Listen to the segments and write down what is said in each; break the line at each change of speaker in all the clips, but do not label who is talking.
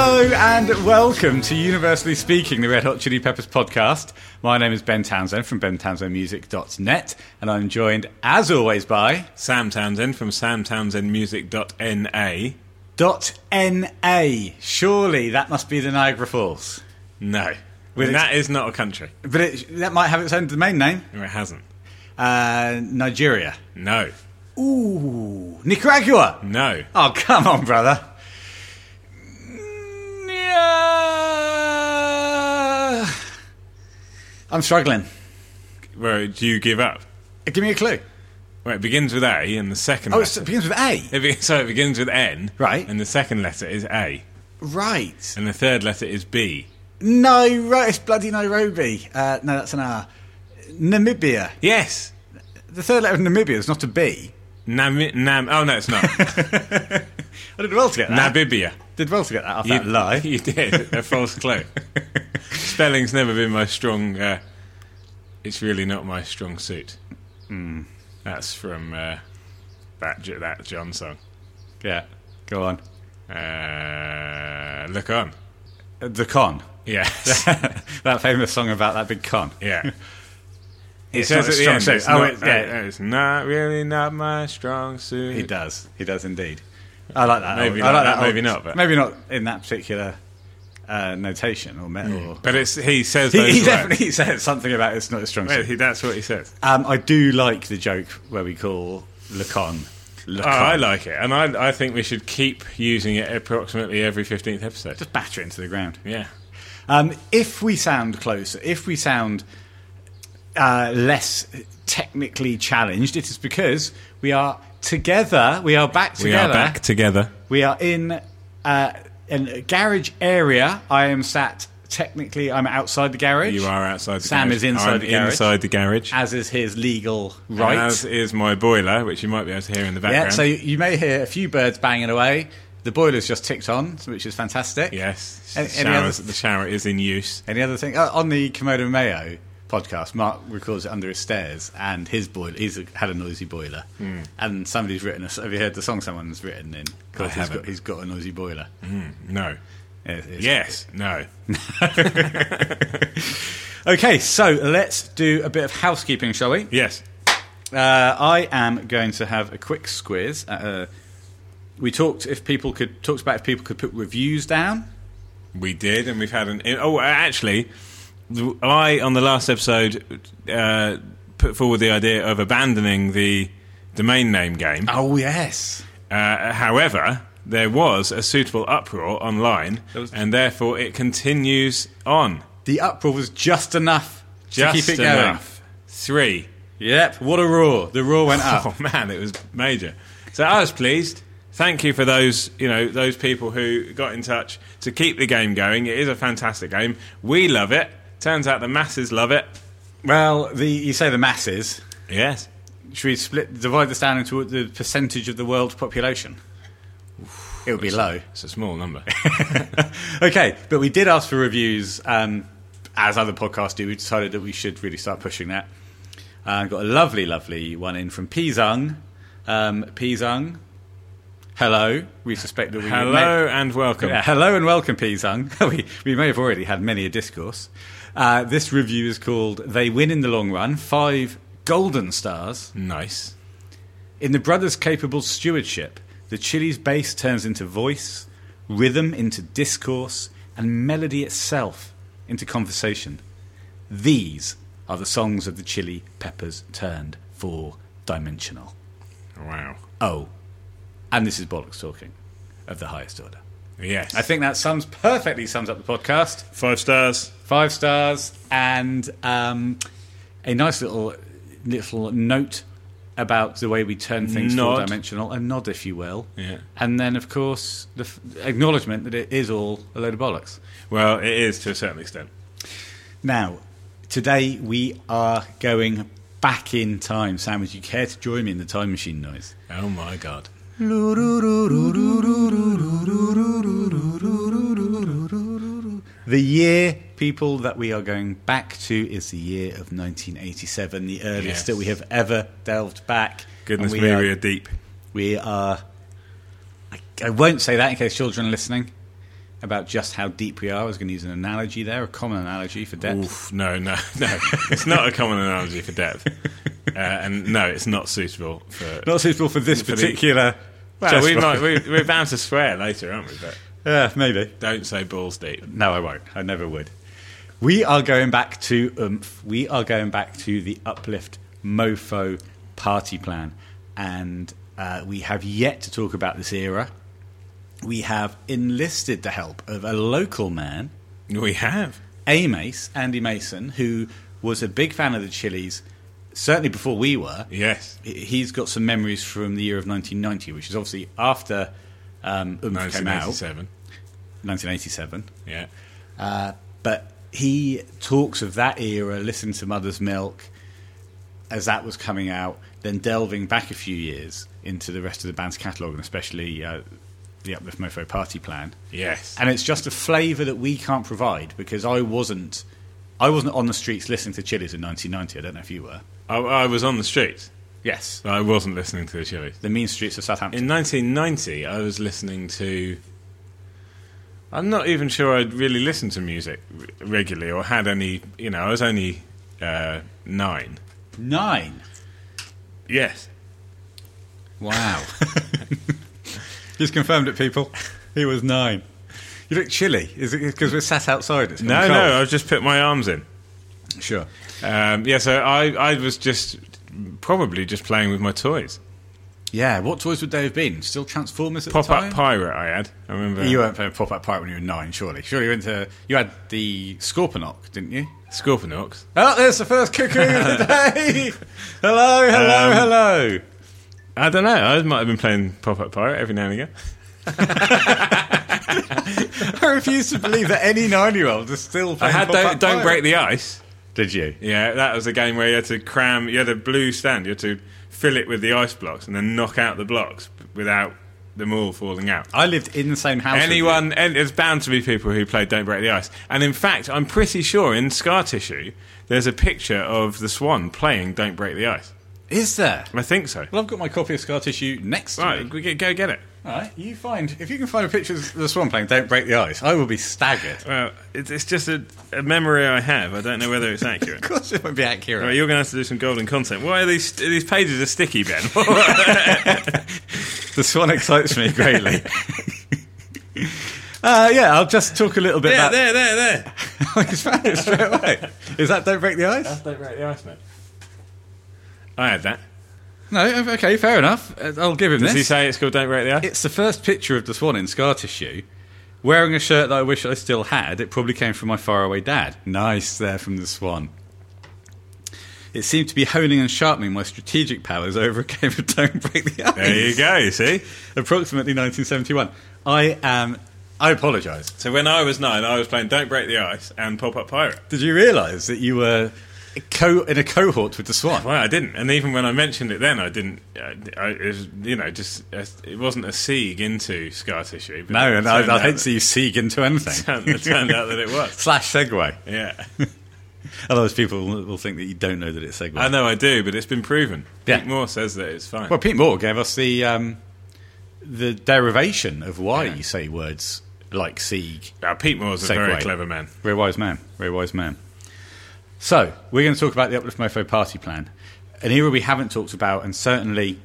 And welcome to Universally Speaking, the Red Hot Chili Peppers podcast. My name is Ben Townsend from bentownsendmusic.net, and I'm joined, as always, by
Sam Townsend from samtownsendmusic.na.
.na. Surely that must be the Niagara Falls.
No.
With
that is not a country.
But it, that might have its own domain name.
No, it hasn't.
Uh, Nigeria.
No.
Ooh. Nicaragua.
No.
Oh, come on, brother. Yeah. I'm struggling.
Well, do you give up?
Give me a clue.
Well, it begins with A and the second
Oh, it's,
letter.
it begins with A.
It be- so it begins with N.
Right.
And the second letter is A.
Right.
And the third letter is B.
No, right, it's bloody Nairobi. Uh, no, that's an R. Namibia.
Yes.
The third letter of Namibia is not a B.
Nam. Nam. Oh, no, it's not. Oh,
I did well to get that.
Namibia.
did well to get that off
You
that lie.
You did. A false clue. Spelling's never been my strong. Uh, it's really not my strong suit.
Hmm.
That's from uh, that J- that John song.
Yeah, go on.
Uh, look on.
Uh, The con.
Yes.
that famous song about that big con.
yeah.
It
Says at the end, it's
Oh,
not-
it, yeah,
uh, it's not really not my strong suit.
He does. He does indeed. I like that.
Maybe
old- I
not-
like that.
maybe
old-
not, but-
maybe not in that particular uh, notation or metal. Or,
But it's he says
he
those
he
words.
definitely said something about it's not a strong
Well,
suit.
he- that's what he says.
Um, I do like the joke where we call Lacon. Lacon.
Oh, I like it, and I, I think we should keep using it approximately every fifteenth episode.
Just batter it into the ground.
Yeah.
Um, if we sound closer, if we sound uh, less technically challenged, it is because we are together. We are back
We
together.
are back together.
We are in uh, a garage area. I am sat. Technically, I'm outside the garage.
You are outside the
Sam
garage.
is inside
I'm
the garage.
inside the garage.
as is his legal right.
As is my boiler, which you might be able to hear in the
yeah.
background.
So you- you may hear a few birds banging away. The boiler's just ticked on, which is fantastic.
yes,
Any-
the
any
showers-
other-
the shower is in use.
Any other thing oh, on the Komodo Mayo podcast? Mark records it under his stairs, and his boiler. He's had a noisy boiler,
Hmm.
and somebody's written. A, s- have you heard the song someone's written in? Called he's
haven't. Mm-hmm.
got, he's got a noisy boiler.
No.
It- it's-
Yes. No.
Okay, so let's do a bit of housekeeping, shall we?
Yes.
Uh, I am going to have a quick squiz. At, uh, we talked if people could talked about if people could put reviews down.
We did, and we've had an. Oh, actually, I on the last episode uh, put forward the idea of abandoning the domain name game.
Oh yes.
Uh, however, there was a suitable uproar online,
was-
and therefore it continues on.
The uproar was just enough
Just
to keep it
enough. Three.
going. Yep, what a roar. The roar went up.
Oh man, it was major. So I was pleased. Thank you for those, you know, those people who got in touch to keep the game going. It is a fantastic game. We love it. Turns out the masses love it.
Well, the you say the masses.
Yes.
Should we split divide this down into the percentage of the world's population? It would be low.
It's a small number.
Okay, but we did ask for reviews, um, as other podcasts do. We decided that we should really start pushing that. Uh, got a lovely, lovely one in from Pizung. Um, Pizung, hello. We suspect that we
Hello and welcome.
Yeah, hello and welcome, Pizung. we we may have already had many a discourse. Uh, this review is called "They Win in the Long Run." Five golden stars.
Nice.
In the brothers' capable stewardship, the Chili's bass turns into voice, rhythm into discourse, and melody itself into conversation. These are the songs of the Chili Peppers turned four dimensional.
Wow.
Oh, and this is bollocks talking of the highest order.
Yes.
I think that sums perfectly sums up the podcast.
five stars.
Five stars and um, a nice little little note about the way we turn things
Nod.
four dimensional, a nod, if you will.
Yeah.
And then, of course, the f- acknowledgement that it is all a load of bollocks.
Well, it is to a certain extent.
Now, today we are going back in time. Sam, would you care to join me in the time machine noise?
Oh my god.
The year, people, that we are going back to is the year of 1987, the earliest
Yes.
that we have ever delved back.
Goodness
And
me,
are-
we are deep.
We are. I, I won't say that in case children are listening. about just how deep we are. I was going to use an analogy there, a common analogy for depth.
Oof, no, no, no. It's not a common analogy for depth. Uh, and no, it's not suitable for.
Not suitable for this
For the-
particular.
well,
chess
we
one.
might, we, we're bound to swear later, aren't we? But
Yeah, maybe.
don't say balls deep.
No, I won't. I never would. We are going back to oomph. We are going back to the uplift mofo party plan, and uh, we have yet to talk about this era. We have enlisted the help of a local man,
We have.
A Mace, Andy Mason, who was a big fan of the Chili's, certainly before we were
Yes.
he's got some memories from the year of 1990, which is obviously after um, Oomph came out,
1987.
1987.
Yeah.
Uh, but he talks of that era, listening to Mother's Milk as that was coming out, then delving back a few years into the rest of the band's catalogue, and especially uh, the Uplift Mofo Party Plan.
Yes.
And it's just a flavour that we can't provide because I wasn't. I wasn't on the streets listening to Chili's in 1990. I don't know if you were.
I, I was on the streets,
Yes.
but I wasn't listening to the Chili's.
The mean streets of Southampton.
In 1990, I was listening to. I'm not even sure I'd really listened to music re- regularly or had any. You know, I was only uh, nine.
Nine.
Yes.
Wow. Just confirmed it, people. He was nine. You look chilly. Is it because we're sat outside? It's
No, no, I've just put my arms in.
no. Sure.
Um, yeah, so I, I was just probably just playing with my toys.
Yeah, what toys would they have been? Still Transformers at
Pop
the time?
Up Pirate, I had. I remember.
You weren't playing Pop Up Pirate when you were nine, surely. Surely you went to. You had the Scorponok, didn't you?
Scorponauts.
Oh, there's the first cuckoo of the day! Hello, hello,
Um,
hello!
I don't know. I might have been playing Pop Up Pirate every now and again.
I refuse to believe that any nine year old is still
I
playing
had
Pop
Don't,
Up
Don't
Pirate.
Break the Ice.
Did you?
Yeah, that was a game where you had to cram, you had a blue stand, you had to fill it with the ice blocks and then knock out the blocks without them all falling out.
I lived in the same house. with you.
Anyone, and there's bound to be people who played Don't Break the Ice. And in fact, I'm pretty sure in Scar Tissue, there's a picture of the swan playing Don't Break the Ice.
Is there?
I think so.
Well, I've got my copy of Scar Tissue next to me.
Right, we get, go get it.
All right, you find if you can find a picture of the swan playing. Don't break the ice. I will be staggered. Of
Well, it's, it's just a, a memory I have. I don't know whether it's accurate.
course, it won't be accurate.
Right, you're going to have to do some golden content. Why are these these pages are sticky, Ben?
The swan excites me greatly. uh, yeah, I'll just talk a little bit
there,
about.
there, there, there.
I just found it straight away. Is that don't break the ice?
Don't break the ice, mate. I had that.
No. Okay, fair enough. Uh, I'll give him
Does he
this.
say it's called Don't Break the Ice?
it's the first picture of the swan in scar tissue, wearing a shirt that I wish I still had. It probably came from my faraway dad. Nice there from the swan. It seemed to be honing and sharpening my strategic powers over a game of Don't Break the Ice.
there you go, you see?
Approximately 1971. I am. I apologise.
So when I was nine, I was playing Don't Break the Ice and Pop Up Pirate.
Did you realise that you were co- in a cohort with the swan?
Well, I didn't. And even when I mentioned it then, I didn't. I, I, it was, you know, just uh, it wasn't a sieg into scar tissue. but
No,
it
and I,
turned
I
out
hate to see you seek into
that-
anything.
It turned out that it was.
Slash Segway.
Yeah.
Otherwise, people will will think that you don't know that it's Segway.
I know I do, but it's been proven.
Yeah.
Pete Moore says that it's fine.
Well, Pete Moore gave us the um, the derivation of why you say words like "sieg."
Now, Pete Moore's a very
Segway.
clever man.
Very wise man. Very wise man. So we're going to talk about the Uplift Mofo Party Plan, an era we haven't talked about, and certainly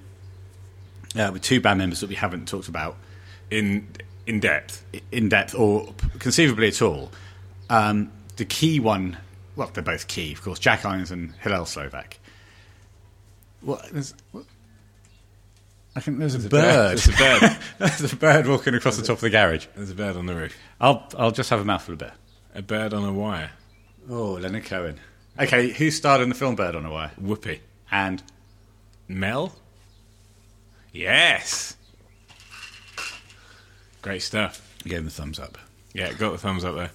uh, with two band members that we haven't talked about
in in depth.
i- in depth or p- conceivably at all. Um, the key one, well, they're both key, of course. Jack Irons and Hillel Slovak. What? There's, what? I think there's, a bird.
There's a bird.
There's a bird walking across the top of the garage.
There's a bird on the roof.
I'll, I'll just have a mouthful of beer.
A bird on a wire.
Oh, Leonard Cohen. Okay, who starred in the film Bird on a Wire?
Whoopee.
And
Mel. Yes. Great stuff.
I gave him the thumbs up.
Yeah, got the thumbs up there.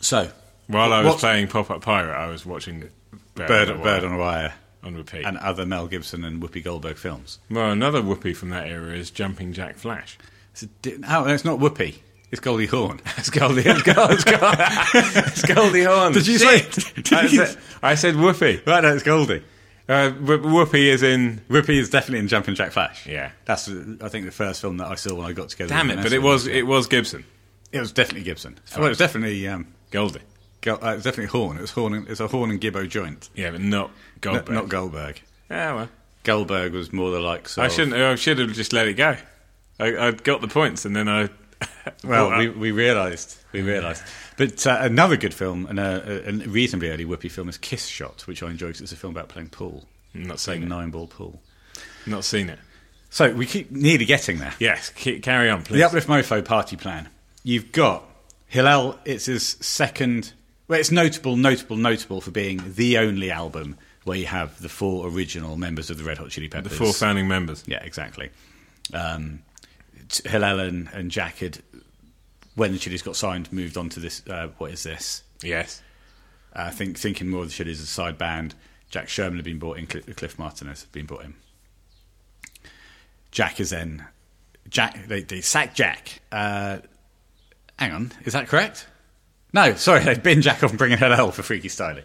So,
While I was
What-
playing Pop Up Pirate, I was watching Bird,
Bird,
on,
Bird
a Wire
on a Wire
on repeat.
and other Mel Gibson and Whoopi Goldberg films.
well, another whoopee from that era is Jumping Jack Flash.
It's a di- oh, no, it's not Whoopi. It's Goldie Hawn. It's Goldie. It's Goldie. It's Goldie Hawn. Did you say? Did
I
you-
said, I said whoopee.
Right, no, it's Goldie.
Uh, wh- whoopee is in.
Whoopi is definitely in Jumping Jack Flash.
Yeah.
that's uh, I think the first film that I saw when I got together.
Damn
with
it! But
Vanessa.
it was it was Gibson.
It was definitely Gibson. Well, it was definitely um,
Goldie.
Gol- uh, it was definitely Horn. It was Horn. And, it's a Horn and Gibbo joint,
Yeah, but not
N-
Goldberg.
not Goldberg.
yeah, well,
Goldberg was more the likes. Of,
I shouldn't. I should have just let it go. I, I got the points, and then I.
Well,
Well,
we, we realised. We realised. But uh, another good film, and a, a a reasonably early Whoopi film, is Kiss Shot, which I enjoy because it's a film about playing pool,
not
playing
seen it.
nine ball pool.
Not seen it.
So we keep nearly getting there.
Yes, c- carry on, please.
The Uplift Mofo party plan. You've got Hillel, it's his second. Well, it's notable, notable, notable for being the only album where you have the four original members of the Red Hot Chili
the
Peppers.
four founding members.
Yeah, exactly. Um, t- Hillel and, and Jack had, when the Chili's got signed, moved on to this. Uh, what is this?
Yes.
I think thinking more of the Chili's as a side band. Jack Sherman had been brought in. Cl- Cliff Martinez had been brought in. Jack is then Jack. They, they sack Jack. Uh, hang on, is that correct? No, sorry, they bin Jack off and bring in Hillel for Freaky Styling,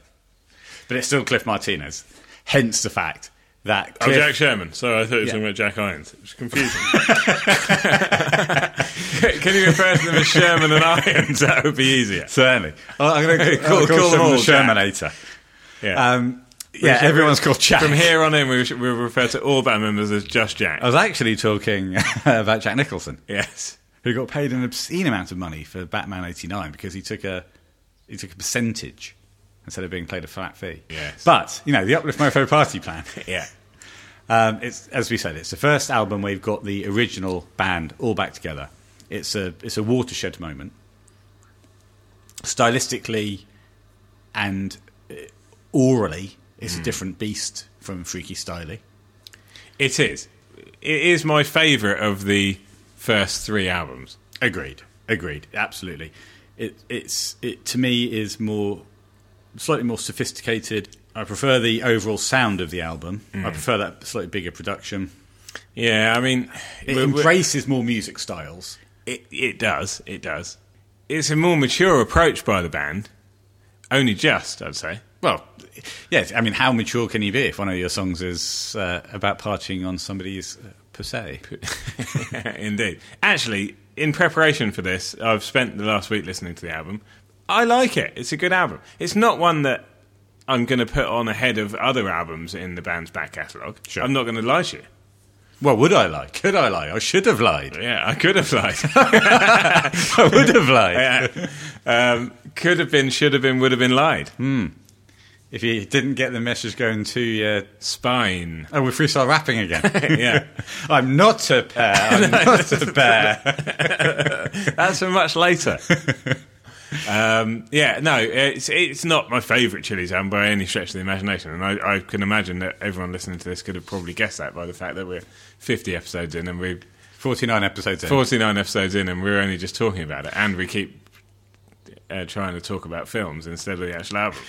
but it's still Cliff Martinez. Hence the fact that
Oh,
Cliff-
Jack Sherman. Sorry, I thought you were
Yeah.
talking about Jack Irons. It was confusing. Can you refer to them as Sherman and Irons? That would be easier.
Certainly. I'm going to call,
call- call
them
them
all
all Jack.
Shermanator.
Yeah.
Um, yeah, everyone's called Jack.
From here on in, we should, we'll refer to all band members as just Jack.
I was actually talking about Jack Nicholson,
Yes.
who got paid an obscene amount of money for Batman '89 because he took a he took a percentage instead of being played a flat fee.
Yes.
But you know, the Uplift Mofo Party Plan.
Yeah.
Um, it's as we said, it's the first album where you've got the original band all back together. It's a it's a watershed moment, stylistically and uh, orally. It's a different beast from Freaky Styley.
It is. It is my favourite of the first three albums.
Agreed. Agreed. Absolutely. It it's it to me is more slightly more sophisticated. I prefer the overall sound of the album. I prefer that slightly bigger production.
Yeah, I mean,
It
we're- we're-
embraces more music styles.
It it does. It does. It's a more mature approach by the band. Only just, I'd say.
Well, yes. I mean, how mature can you be if one of your songs is uh, about partying on somebody's uh, per se?
Indeed. Actually, in preparation for this, I've spent the last week listening to the album. I like it. It's a good album. It's not one that I'm going to put on ahead of other albums in the band's back catalogue.
Sure.
I'm not going to lie to you.
Well, would I lie? Could I lie? I should have lied.
Yeah, I could have lied.
I uh, would have lied
Yeah. um, could have been, should have been, would have been lied.
if you didn't get the message going to. Uh,
Spine.
oh, we're freestyle rapping again.
Yeah.
I'm not a bear. I'm not a bear.
That's for much later. um, yeah, no, it's it's not my favourite Chili's album by any stretch of the imagination, and I, I can imagine that everyone listening to this could have probably guessed that by the fact that we're 50 episodes in and we're
49 episodes in.
49 episodes in and we're only just talking about it, and we keep uh, trying to talk about films instead of the actual album.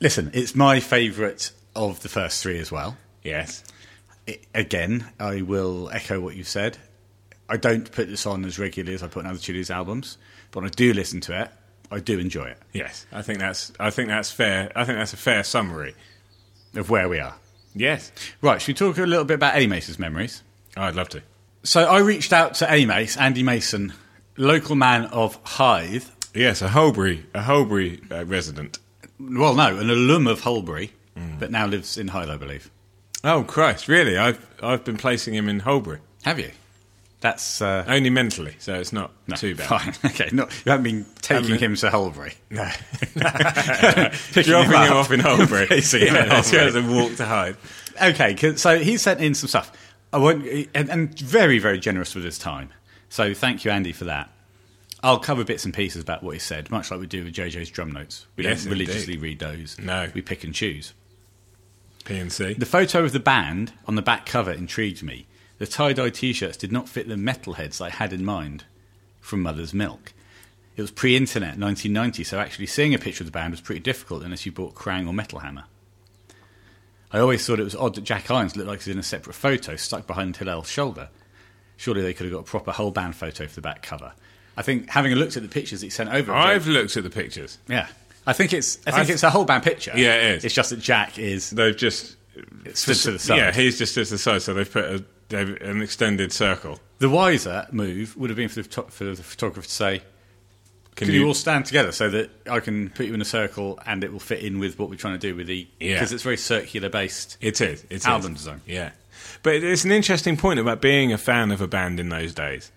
Listen, it's my favourite of the first three as well.
Yes,
I again, I will echo what you've said. I don't put this on as regularly as I put on other Chili's albums, but when I do listen to it, I do enjoy it,
yes, I think that's I think that's fair. I think that's a fair summary.
of where we are.
Yes,
Right, should we talk a little bit about Eddie Mason's memories?
I'd love to.
So I reached out to Eddie Mason, Andy Mason, local man of Hythe,
Yes, a Holbury, a Holbury uh, resident.
well, no, an alum of Holbury, but now lives in Hythe, I believe.
Oh Christ, really? I've I've been placing him in Holbury.
Have you? That's uh,
Only mentally, so it's not
No,
too bad.
Fine. Okay. Not, you haven't been taking
Haven't-
him to Holbury.
No.
Picking
Dropping him,
him up.
off in Holbury.
Placing him in
let's go
Holbury.
as a walk to hide.
Okay. 'cause- So he sent in some stuff. I won't, and, and very, very generous with his time. So thank you, Andy, for that. I'll cover bits and pieces about what he said, much like we do with JJ's drum notes. We
Yes,
don't
indeed.
religiously read those.
No.
We pick and choose.
PNC.
The photo of the band on the back cover intrigued me. The tie dye t shirts did not fit the metalheads I had in mind from Mother's Milk. It was pre internet, 1990, so actually seeing a picture of the band was pretty difficult unless you bought Krang or Metal Hammer. I always thought it was odd that Jack Irons looked like he was in a separate photo stuck behind Hillel's shoulder. Surely they could have got a proper whole band photo for the back cover. I think having a look at the pictures that he sent over,
I've looked at the pictures.
yeah, I think it's I think
I've-
it's a whole band picture.
Yeah, it is.
It's just that Jack is
They've just
stood to the side.
Yeah, he's just to the side, so they've put a, they've, an extended circle.
The wiser move would have been for the, photo- for the photographer to say, Can, you, all stand together so that I can put you in a circle and it will fit in with what we're trying to do with the
Yeah.
because it's very circular based.
It is. It is.
Album design.
Yeah. But it's an interesting point about being a fan of a band in those days.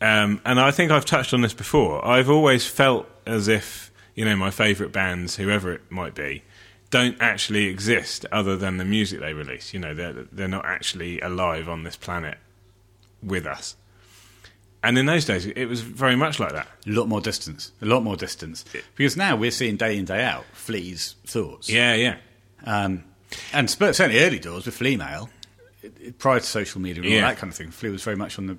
Um, and I think I've touched on this before. I've always felt as if, you know, my favourite bands, whoever it might be, don't actually exist other than the music they release. You know, they're, they're not actually alive on this planet with us. And in those days, it was very much like that.
A lot more distance. A lot more distance. Because now we're seeing day in day out fleas thoughts.
Yeah, yeah.
Um, and sp- certainly early doors with flea mail, it- it- prior to social media and
Yeah.
all that kind of thing, flea was very much on the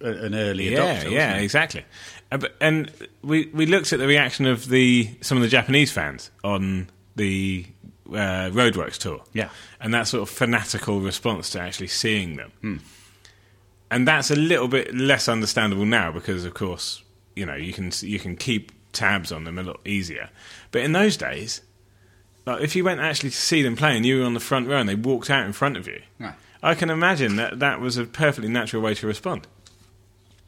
a- an early
yeah,
adopter.
yeah,
wasn't it?
exactly. Uh, but, and we we looked at the reaction of the some of the Japanese fans on the uh, Roadworks tour,
Yeah.
and that sort of fanatical response to actually seeing them,
Hmm.
and that's a little bit less understandable now because, of course, you know you can you can keep tabs on them a lot easier, but in those days. Like if you went actually to see them play and you were on the front row and they walked out in front of you,
Right.
I can imagine that that was a perfectly natural way to respond.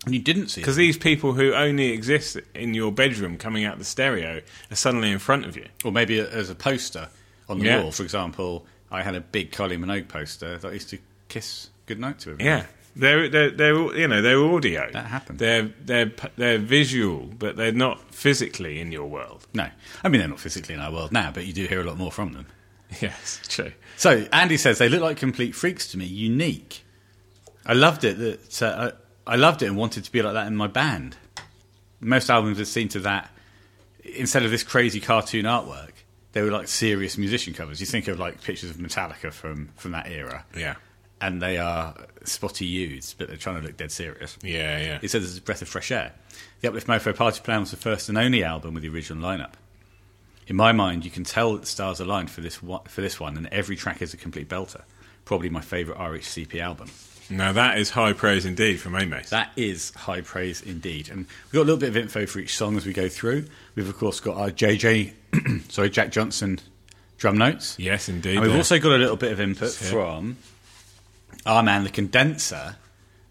And you didn't see it.
Because these people who only exist in your bedroom coming out the stereo are suddenly in front of you.
Or maybe a- as a poster on the
Yeah.
wall, for example, I had a big Kylie Minogue poster that I used to kiss goodnight to. everyone.
Yeah. They're, they're, they're, all- you know, they're audio.
That happened.
They're, they're, p- they're visual, but they're not physically in your world.
No. I mean, they're not physically in our world now, but you do hear a lot more from them.
Yes, true.
So Andy says they look like complete freaks to me, unique. I loved it that uh, I I loved it and wanted to be like that in my band. Most albums have seen to that. Instead of this crazy cartoon artwork, they were like serious musician covers. You think of like pictures of Metallica from from that era,
Yeah.
and they are spotty youths, but they're trying to look dead serious.
Yeah, yeah.
He says it's a breath of fresh air. The Uplift Mofo Party Plan was the first and only album with the original lineup. In my mind, you can tell that the stars aligned for this one, for this one, and every track is a complete belter. Probably my favourite RHCP album.
now, that is high praise indeed from Amaz.
That is high praise indeed. And we've got a little bit of info for each song as we go through. We've of course got our JJ, sorry, Jack Johnson drum notes.
Yes, indeed.
And we've
yeah.
also got a little bit of input
Yeah.
from our man, the condenser,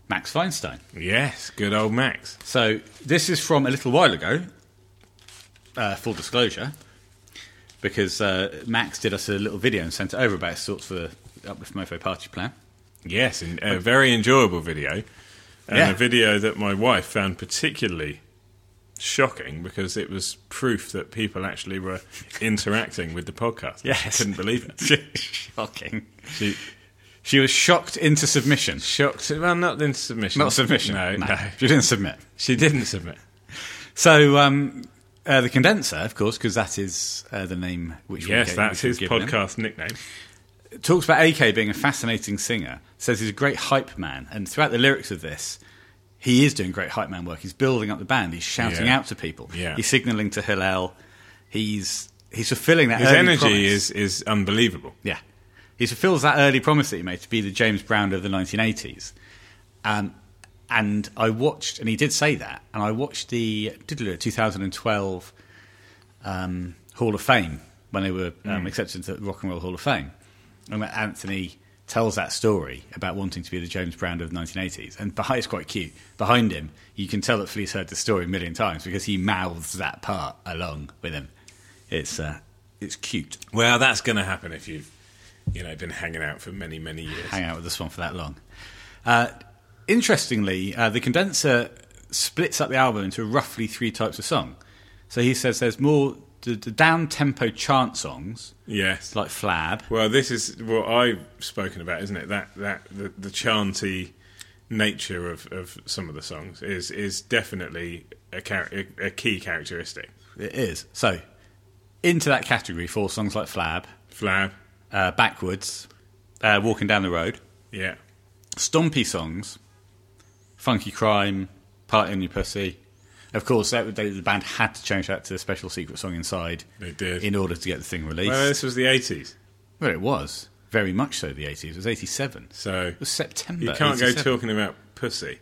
Max Feinstein.
yes, good old Max.
So this is from a little while ago. Uh, full disclosure, because uh, Max did us a little video and sent it over about his thoughts for the Uplift Mofo Party Plan.
Yes, in, a very enjoyable video. And
Yeah.
a video that my wife found particularly shocking because it was proof that people actually were interacting with the podcast. She
Yes.
couldn't believe it.
Shocking.
She
She was shocked into submission.
shocked. Well, not into submission.
Not submission.
No, no.
She didn't submit.
She didn't submit.
So um, uh, the condenser, of course, because that is uh, the name which we
Yes,
gave- which
that's
we've
his
given him.
podcast nickname.
talks about AK being a fascinating singer, says he's a great hype man, and throughout the lyrics of this, he is doing great hype man work. He's building up the band, he's shouting
Yeah.
out to people,
Yeah.
he's signaling to Hillel, he's he's fulfilling that
His
early
energy
promise.
is, is unbelievable.
yeah. He fulfills that early promise that he made to be the James Brown of the 1980s. Um, and I watched, and he did say that, and I watched the 2012 um, Hall of Fame when they were um, accepted to the Rock and Roll Hall of Fame. And that Anthony tells that story about wanting to be the James Brown of the 1980s. And behind, it's quite cute. Behind him, you can tell that Flea's heard the story a million times because he mouths that part along with him. It's, uh, it's cute.
Well, that's going to happen if you've you know been hanging out for many many years.
hang out with this one for that long. Uh, interestingly, uh, the condenser splits up the album into roughly three types of song. So he says there's more the, the down tempo chant songs
Yes.
like Flab.
Well, this is what I've spoken about, isn't it? That that the, the chanty nature of, of some of the songs is is definitely a, char- a, a key characteristic.
It is so into that category for songs like Flab,
Flab,
uh, Backwards, uh, Walking Down the Road,
yeah,
Stompy songs, Funky Crime, Party on Your Pussy. Of course, that, they, the band had to change that to the special secret song inside
they did.
in order to get the thing released.
well, this was the eighties,
Well, it was very much so. The eighties. It was eighty-seven. It
so
was September.
you can't go
87.
talking about pussy.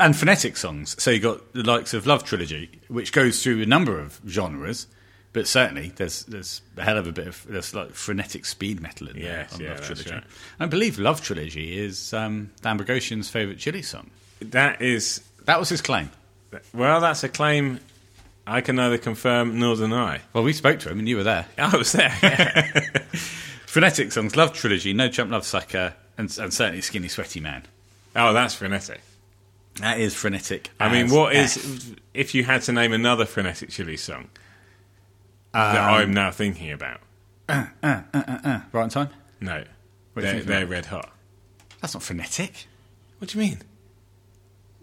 and phonetic songs. So you got the likes of Love Trilogy, which goes through a number of genres, but certainly there's there's a hell of a bit of there's like frenetic speed metal in there
Yes,
on
yeah,
Love
that's
Trilogy.
right.
I believe Love Trilogy is um, Dan Bogosian's favourite Chili song.
That is
That was his claim.
well, that's a claim I can neither confirm nor deny.
Well, we spoke to him and you were there.
I was there.
Frenetic songs, Love Trilogy, No Chump Love Sucker, and, and certainly Skinny Sweaty Man.
oh, that's frenetic.
That is frenetic.
I mean,
as
what is
F.
if you had to name another frenetic chili song that I'm now thinking about?
Right on time?
No,
What do you
they're,
think
they're red hot.
That's not frenetic.
What do you mean?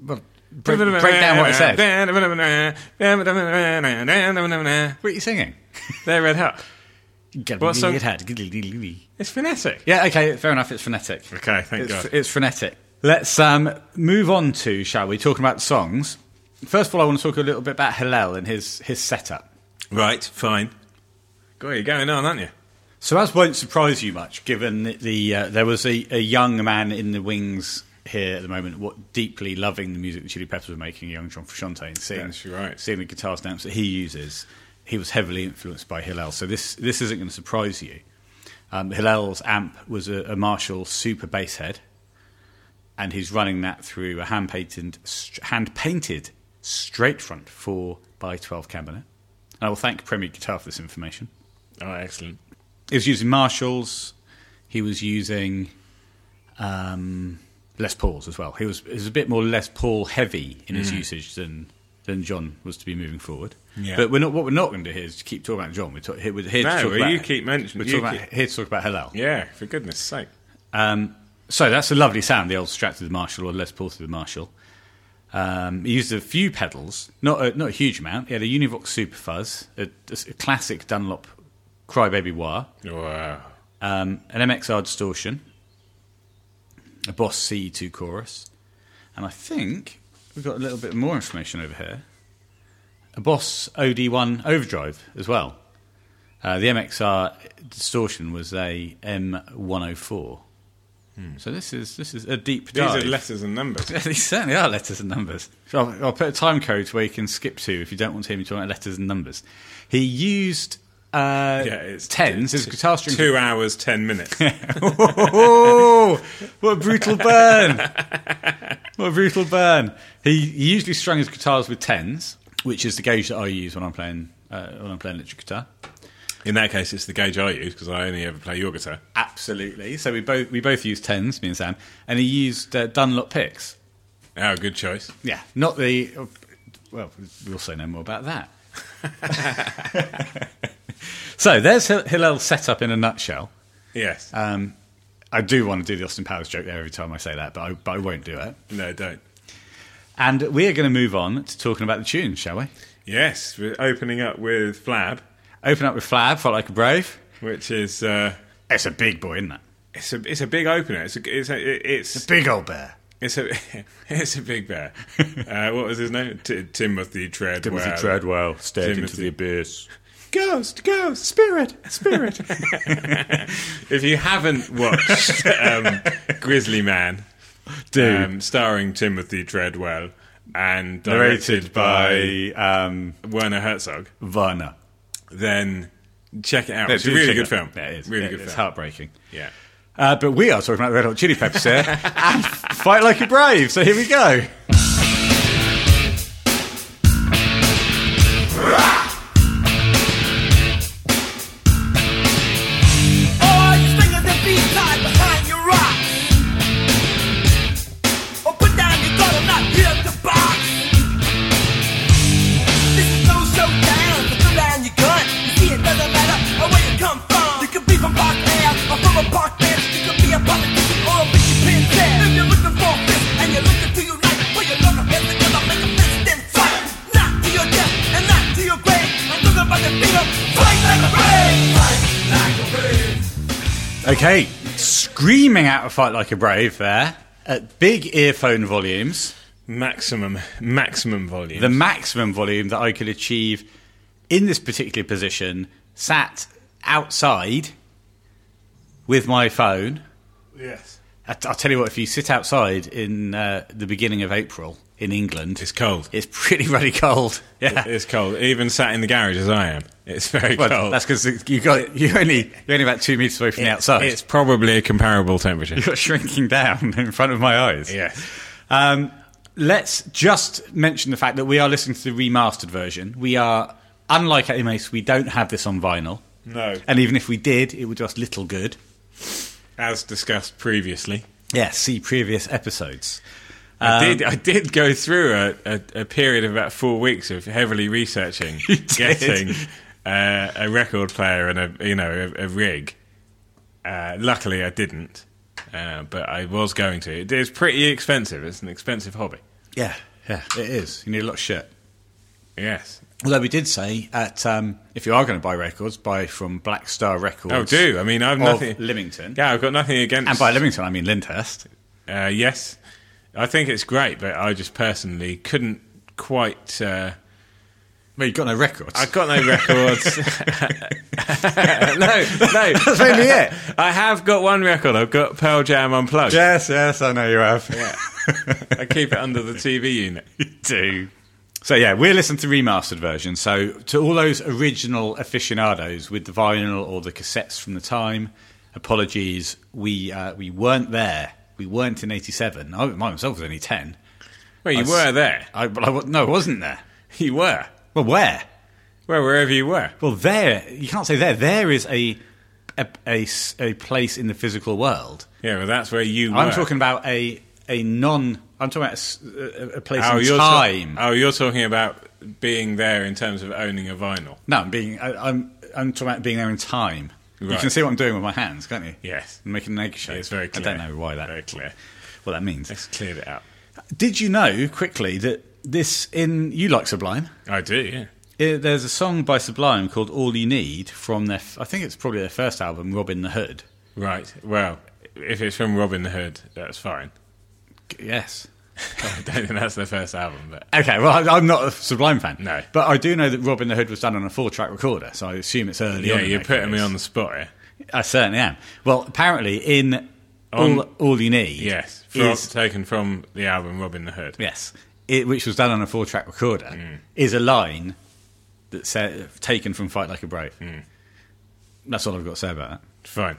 Well, break, break down what it said. What are you singing?
They're red hot.
What
song?
song?
It's frenetic.
Yeah, okay, fair enough. It's frenetic.
Okay, thank
It's,
God.
it's frenetic. Let's um, move on to, shall we, talking about songs. First of all, I want to talk a little bit about Hillel and his, his setup.
Right, fine. God, you're going on, aren't you?
So, as won't surprise you much, given that the uh, there was a, a young man in the wings here at the moment, what deeply loving the music the Chili Peppers were making, young John Frusciante, and seeing,
That's right.
seeing the guitar stamps that he uses, he was heavily influenced by Hillel. So, this, this isn't going to surprise you. Um, Hillel's amp was a, a Marshall Super Bass Head, and he's running that through a hand painted, hand painted straight front 4 by 12 cabinet. And I will thank Premier Guitar for this information.
Oh, excellent.
He was using Marshalls. He was using um, Les Pauls as well. He was, he was a bit more Les Paul heavy in his usage than than John was to be moving forward.
Mm. Yeah.
But we're not. What we're not going to do here is keep talking about John. We're, talk, here- we're here to
No,
talk
well,
about.
you keep
we're
mentioning.
talking
you
about,
keep-
here to talk about Hillel.
Yeah, for goodness sake.
Um, so that's a lovely sound. The old Strat to the Marshall or Les Paul to the Marshall. Um, he used a few pedals, not a, not a huge amount. He had a Univox Super Fuzz, a, a classic Dunlop Crybaby Wah
Wow.
um, an MXR distortion, a Boss C2 chorus, and I think we've got a little bit more information over here. A Boss OD1 overdrive as well. Uh, the MXR distortion was a M104. So this is this is a deep
Hmm. These
dive.
are letters and numbers.
These certainly are letters and numbers. So I'll, I'll put a time code where you can skip to if you don't want to hear me talking about letters and numbers. He used uh,
Yeah, it's
tens. His guitar strings
Two hours, ten minutes.
oh, what a brutal burn! What a brutal burn! He, he usually strung his guitars with tens, which is the gauge that I use when I'm playing uh, when I'm playing electric guitar.
In that case, it's the gauge I use because I only ever play your guitar.
Absolutely. So we both we both use tens, me and Sam, and he used uh, Dunlop picks.
Oh, good choice.
Yeah, not the. Well, we'll say no more about that. so there's Hil- Hillel's setup in a nutshell.
Yes.
Um, I do want to do the Austin Powers joke there every time I say that, but I, but I won't do it.
no, don't.
And we are going to move on to talking about the tunes, shall we?
Yes, we're opening up with Flab,
Open up with Flab, Felt Like a Brave.
which is uh,
It's a big boy, isn't it?
it's a it's a big opener. It's a, it's a, it's
Big old bear.
it's a it's a big bear. Uh, what was his name? T- Timothy Treadwell.
Treadwell stared
into the
abyss.
Ghost, ghost, spirit, spirit. if you haven't watched um, Grizzly Man,
Dude.
um, starring Timothy Treadwell and
Narrated
directed by
by um,
Werner Herzog,
Varna.
then check it out. it's a really good film.
Yeah, it is.
Really
It-
good
It's
film.
heartbreaking.
Yeah.
Uh, but we are talking about the Red Hot Chili Peppers here. and Fight Like a Brave. So here we go.
All you singers and be tied behind your rocks. Or put down your gun, I'm not here to box. This is no showdown, so put down your gun. You see, it doesn't matter where you come from. You could be from Park Ave or from a park bench. You could be a politician or a bitchy princess. If you're looking for a fist and you're looking to unite, put your love hands together, make a fist and fight. Not to your death and not to your grave. I'm talking about the freedom. Fight like a brave. Fight like a brave.
Okay, screaming out a Fight Like a Brave there at big earphone volumes.
Maximum, maximum volume.
the maximum volume that I could achieve in this particular position, sat outside with my phone.
yes.
I- I'll tell you what, if you sit outside in uh, the beginning of April in England,
It's cold.
it's pretty bloody cold. Yeah.
It's cold. Even sat in the garage as I am, it's very
well,
cold.
that's because you got you only you're only about two meters away from the outside.
It's probably a comparable temperature.
you're shrinking down in front of my eyes.
Yes.
Um, Let's just mention the fact that we are listening to the remastered version. We are, unlike Eddie Mace, we don't have this on vinyl.
No.
And even if we did, it would do us little good.
As discussed previously.
Yeah, see previous episodes. Um,
I did. I did go through a, a, a period of about four weeks of heavily researching getting uh, a record player and a you know a, a rig. Uh, luckily, I didn't, uh, but I was going to. It is pretty expensive. It's an expensive hobby.
Yeah, yeah, it is. You need a lot of shit.
Yes.
Although we did say at um, if you are going to buy records, buy from Black Star Records.
Oh, do I mean I've
of
nothing.
Lymington.
Yeah, I've got nothing against.
And by Lymington, I mean Lyndhurst.
Uh, yes, I think it's great, but I just personally couldn't quite. Uh,
Well, you've got no records.
I've got no records. no, no.
That's mainly it.
I have got one record. I've got Pearl Jam Unplugged.
Yes, yes, I know you have.
Yeah. I keep it under the TV unit.
do. So yeah, we're listening to remastered version. So to all those original aficionados with the vinyl or the cassettes from the time, apologies, we uh, we weren't there. We weren't in '87. I my myself was only ten.
Well, you
I s-
were there.
I, but I wa- no, I wasn't there.
You were.
Well, where?
Well, wherever you were.
Well, there. You can't say there. There is a a, a s- a place in the physical world.
Yeah, well, that's where you were.
I'm talking about a a non. I'm talking about a s- a, a place in
Oh, you're ta-
time.
oh, you're talking about being there in terms of owning a vinyl.
No, I'm being. I, I'm. I'm talking about being there in time. You
Right.
can see what I'm doing with my hands, can't you?
Yes.
I'm making an egg shape.
It's very clear.
I don't know why that.
Very clear.
What that means.
Let's clear it up.
Did you know quickly that this in you like Sublime?
I do, yeah.
Uh, there's a song by Sublime called "All You Need" from their. f- I think it's probably their first album, Robin the Hood.
Right. Well, if it's from Robin Hood, that's fine.
G- Yes.
I don't think that's their first album, but
Okay, well, I, I'm not a Sublime fan.
No.
But I do know that Robin the Hood was done on a four-track recorder, so I assume it's early on.
yeah,
in
you're
their
putting me
careers.
on the spot. Yeah.
I certainly am. Well, apparently in all, all you need.
Yes, from,
is
taken from the album Robin the Hood.
yes, it, which was done on a four-track recorder,
Mm.
is a line that's uh, taken from "Fight Like a Brave."
Mm.
That's all I've got to say about that.
Fine.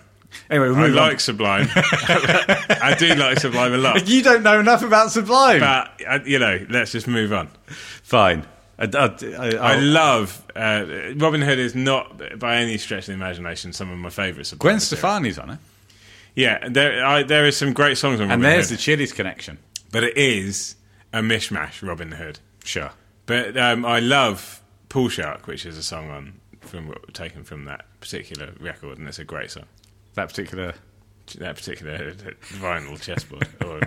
Anyway, we'll
I
move on.
like Sublime. I do like Sublime a lot.
You don't know enough about Sublime.
But, uh, you know, let's just move on.
Fine. I, I- I-
I
I'll-
love uh, Robin Hood is not by any stretch of the imagination some of my favourite. Sublime
Gwen
material.
Stefani's on it,
Oh, Yeah, there I, there is some great songs on
and
Robin
there's the
Hood,
Chili's connection.
but it is a mishmash Robin Hood.
Sure.
But um, I love Pool Shark, which is a song on from taken from that particular record, and it's a great song.
That particular
That particular uh, vinyl chessboard or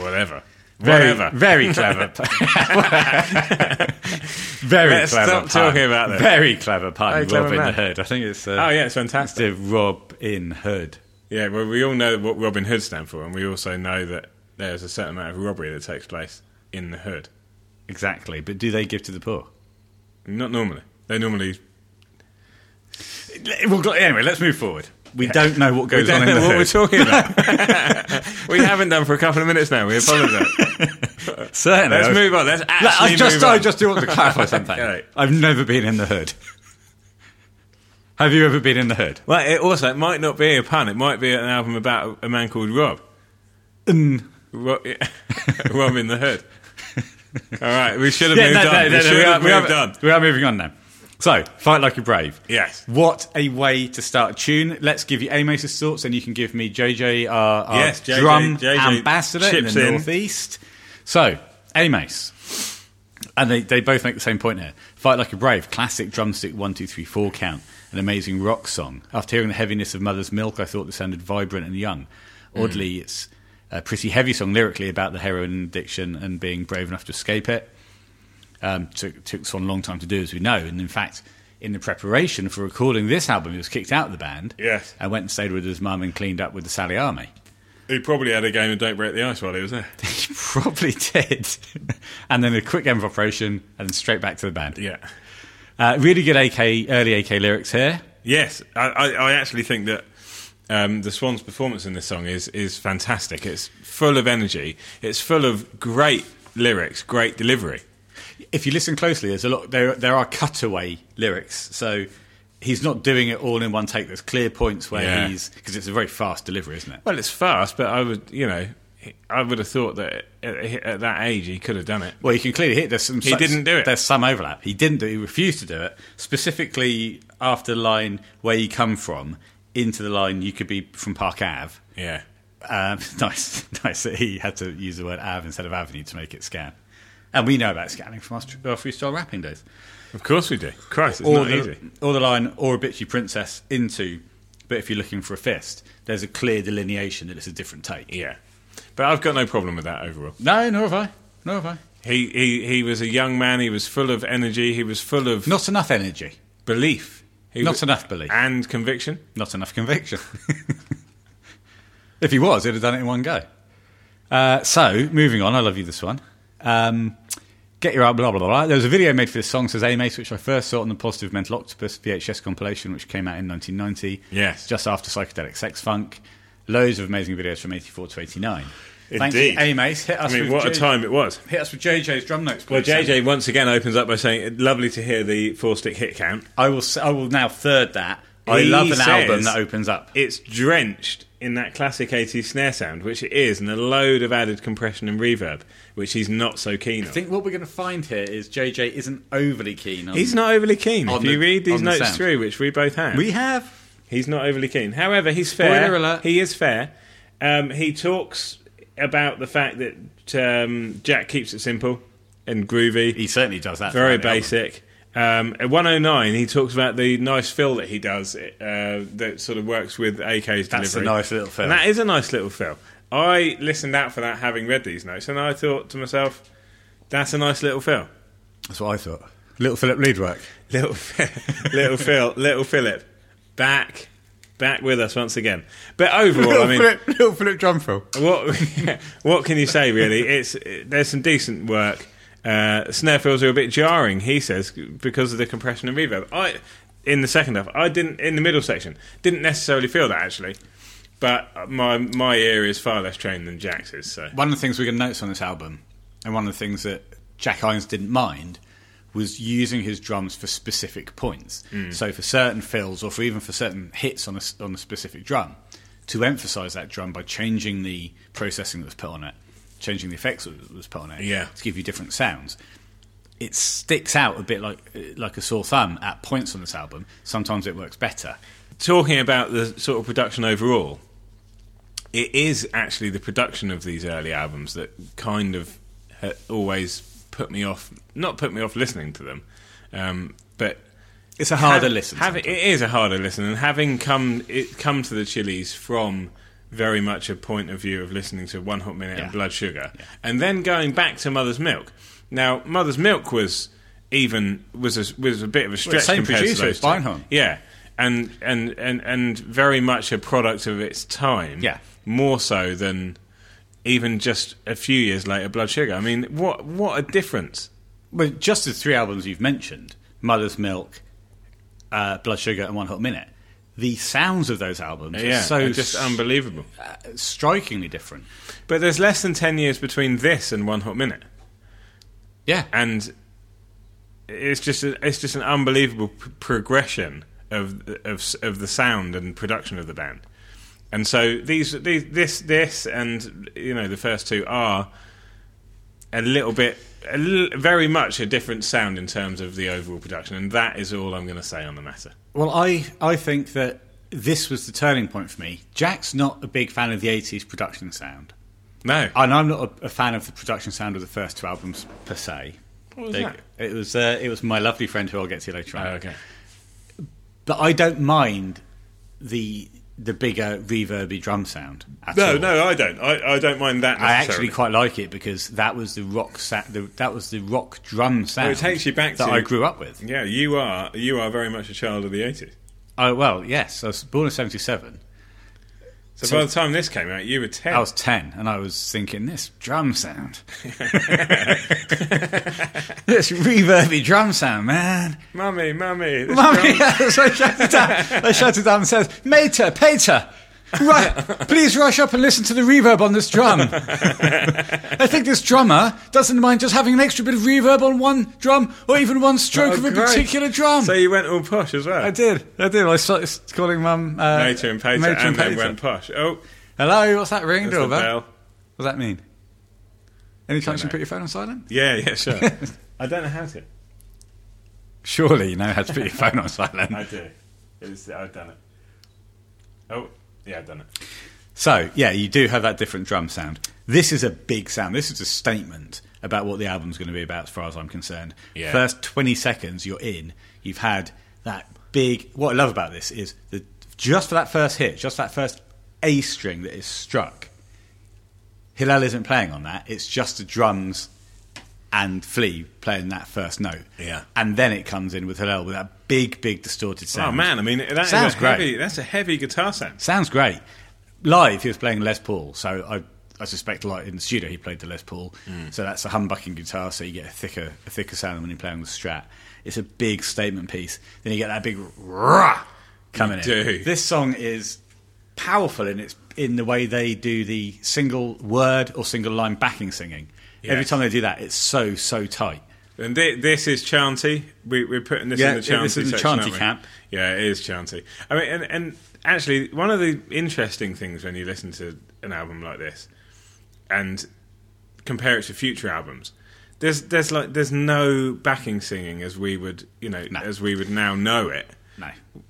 whatever.
very,
whatever.
very clever, very
Let's
clever.
stop
pun.
talking about this.
Very clever pun,
Very clever
Robin
man.
Hood. I think it's uh,
Oh yeah, it's fantastic.
the Robin Hood.
Yeah, well, we all know what Robin Hood stand for, and we also know that there's a certain amount of robbery that takes place in the hood.
Exactly, but do they give to the poor?
Not normally. They normally
Well, go- anyway, let's move forward. We don't know what goes
We
on
don't
in the
know what
hood.
we're talking about. we haven't done for a couple of minutes now. We apologise.
Certainly,
Let's
I've-
move on. Let's
Look,
actually
I just,
move on.
I just do want to clarify something.
Alright.
I've never been in the hood. Have you ever been in the hood?
Well, it also it might not be a pun. It might be an album about a man called Rob. Ro- Rob in the hood. All right, we should have moved on. we should have
we, are,
moved on.
we are moving on now. So, fight like you're brave.
Yes.
What a way to start a tune. Let's give you Amos's thoughts, and you can give me JJ, our, our
Yes, JJ
drum
JJ
ambassador in
chips
the
in.
northeast. So, Amos, and they, they both make the same point here. Fight like a brave, classic drumstick one two three four count, an amazing rock song. After hearing the heaviness of Mother's Milk, I thought it sounded vibrant and young. Oddly,
Mm.
it's a pretty heavy song lyrically about the heroin addiction and being brave enough to escape it um, took, took Swan a long time to do, as we know. And in fact, in the preparation for recording this album, he was kicked out of the band.
Yes.
And went and stayed with his mum and cleaned up with the Sally Army.
He probably had a game of Don't Break the Ice while he was there.
He probably did. and then a quick end of operation and then straight back to the band.
Yeah.
Uh, really good AK, early AK lyrics here.
Yes, I, I, I actually think that um, the Swans' performance in this song is is fantastic. It's full of energy. It's full of great lyrics, great delivery.
If you listen closely, there's a lot. There, there are cutaway lyrics, so he's not doing it all in one take. There's clear points where
Yeah.
he's because it's a very fast delivery, isn't it?
Well, it's fast, but I would, you know, he- I would have thought that at, at that age he could have done it.
Well, you can clearly hit. There's some.
He didn't do it.
There's some overlap. He didn't do. it. He refused to do it. Specifically after the line where you come from into the line you could be from Park Ave.
Yeah.
Um, nice, nice that he had to use the word Ave instead of Avenue to make it scan. And we know about scanning from our, our freestyle rapping days.
Of course we do. Christ, it's
or
not
the,
easy.
or the line or a bitchy princess into. But if you're looking for a fist, there's a clear delineation that it's a different take.
Yeah. But I've got no problem with that overall.
No, nor have I. Nor have I.
He, he, he was a young man. He was full of energy. He was full of
Not enough energy.
belief. He
Not
was-
enough belief.
And conviction.
Not enough conviction. if he was, he'd have done it in one go. Uh, so, moving on, I love you this one. Um, get your out, blah, blah, blah, blah. There was a video made for this song, says Amace, which I first saw on the Positive Mental Octopus VHS compilation, which came out in 1990.
Yes.
Just after Psychedelic Sex Funk. Loads of amazing videos from 84 to 89. Thank you,
Indeed.
Amace. Hit
I
us,
mean,
with
what a
J-
time it was.
Hit us with JJ's drum notes,
Well,
please.
JJ once again opens up by saying, "Lovely to hear the four-stick hit count.
I will, s- I will now third that. I
He
love an album
says-
that opens up.
It's drenched in that classic 80s snare sound, which it is, and a load of added compression and reverb, which he's not so keen
I
on.
think what we're going to find here is JJ isn't overly keen on.
He's not overly keen.
On
If you
the-
read these
on the
notes
sound.
through, which we both have,
We have.
he's not overly keen. However, he's fair.
Spoiler alert.
He is fair. Um, he talks about the fact that um, Jack keeps it simple and groovy.
He certainly does that.
very
throughout the
basic. Um, at 109, he talks about the nice fill that he does uh, that sort of works with AK's
That's a
delivery.
nice little fill.
And that is a nice little fill. I listened out for that having read these notes, and I thought to myself, that's a nice little fill.
album. That's what I thought. Little Philip Leadwork.
Little, Phil- little Phil, little Philip, back, back with us once again. But overall, I mean,
little Philip Drumfill.
what what can you say really? It's there's some decent work. Uh, snare fills are a bit jarring, he says, because of the compression and reverb. I in the second half, I didn't in the middle section didn't necessarily feel that actually, but my my ear is far less trained than Jack's is. So
One of the things we're going to notice on this album, and one of the things that Jack Hines didn't mind, was using his drums for specific points. So for certain fills, or for even for certain hits on a, s- on a specific drum, to emphasise that drum by changing the processing that was put on it, changing the effects that was put on it,
Yeah.
to give you different sounds. it sticks out a bit like like a sore thumb at points on this album. Sometimes it works better.
talking about the sort of production overall, it is actually the production of these early albums that kind of ha- always put me off. Not put me off listening to them, um, but
It's a harder
Have-
listen.
have- it is a harder listen, and having come it come to the Chili's from very much a point of view of listening to One Hot Minute
Yeah.
and Blood Sugar, and then going back to Mother's Milk. Now, Mother's Milk was even was a, was a bit of a stretch.
same
compared to
producer,
those
it's
two.
Beinhorn.
Yeah, and and and and very much a product of its time.
Yeah.
more so than even just a few years later, Blood Sugar. I mean, what what a difference!
But just the three albums you've mentioned, Mother's Milk, uh, Blood Sugar, and One Hot Minute, the sounds of those albums
Yeah,
are so
just um,
s-
unbelievable.
strikingly different.
But there's less than 10 years between this and One Hot Minute.
Yeah,
And it's just a, it's just an unbelievable p- progression of, of s- of the sound and production of the band. And so these, these this this and you know the first two are a little bit a li- very much a different sound in terms of the overall production and that is all I'm going to say on the matter.
Well, I, I think that this was the turning point for me. Jack's not a big fan of the 80s production sound.
No.
and I'm not a, a fan of the production sound of the first two albums per se.
What was
They-
that?
It was uh, it was my lovely friend who I'll get to later on.
Oh, okay.
But I don't mind the the bigger reverby drum sound. At all.
I don't. I, I don't mind that
I actually quite like it because that was the rock sa- the, that was the rock drum sound.
takes you back
that
to-
I grew up with.
Yeah, you are you are very much a child of the 80s.
Oh well, yes, I was born in '77.
So,
So-
by the time this came out, you were ten.
I was ten, and I was thinking this drum sound, this reverby drum sound, man.
mummy, mummy. this
Mummy,
drum-
so I shouted down. I shouted down and says, "Mater, Pater, ru- please rush up and listen to the reverb on this drum. I think this drummer doesn't mind just having an extra bit of reverb on one drum, or even one stroke
Oh,
of a
great.
particular drum."
So you went all posh as well.
I did, I did. I started calling Mum uh,
Mater and Pater,
Mater
and then
Pater.
went posh. Oh,
Hello, what's that ring
there's the
doorbell?
bell.
What's does that mean? Any chance you can put your phone on silent?
Yeah, yeah, sure. I don't know how to.
Surely you know how to put your phone on silent.
I do. It's, I've done it. Oh, yeah, I've done it.
So, yeah, you do have that different drum sound. This is a big sound. This is a statement about what the album's going to be about, as far as I'm concerned.
Yeah.
First 20 seconds, you're in. You've had that big. What I love about this is that just for that first hit, just that first A string that is struck, Hillel isn't playing on that. It's just the drums and Flea playing that first note.
Yeah.
And then it comes in with Hillel with that big, big distorted sound.
Oh man, I mean that is
Sounds
a
great.
heavy. That's a heavy guitar sound.
Sounds great. Live, he was playing Les Paul, so I, I suspect like in the studio he played the Les Paul. So that's a humbucking guitar, so you get a thicker, a thicker sound than when you're playing the Strat. It's a big statement piece. Then you get that big rah coming
You
in.
do.
This song is powerful in its in the way they do the single word or single line backing singing. Every
Yes.
time they do that, it's so so tight.
And thi- this is chanty. We, we're putting this
Yeah,
in the
yeah,
chanty.
this is in the
section,
chanty
aren't we?
camp.
Yeah, it is chanty. I mean, and, and actually, one of the interesting things when you listen to an album like this and compare it to future albums, there's there's like there's no backing singing as we would you know
No.
as we would now know it.
No,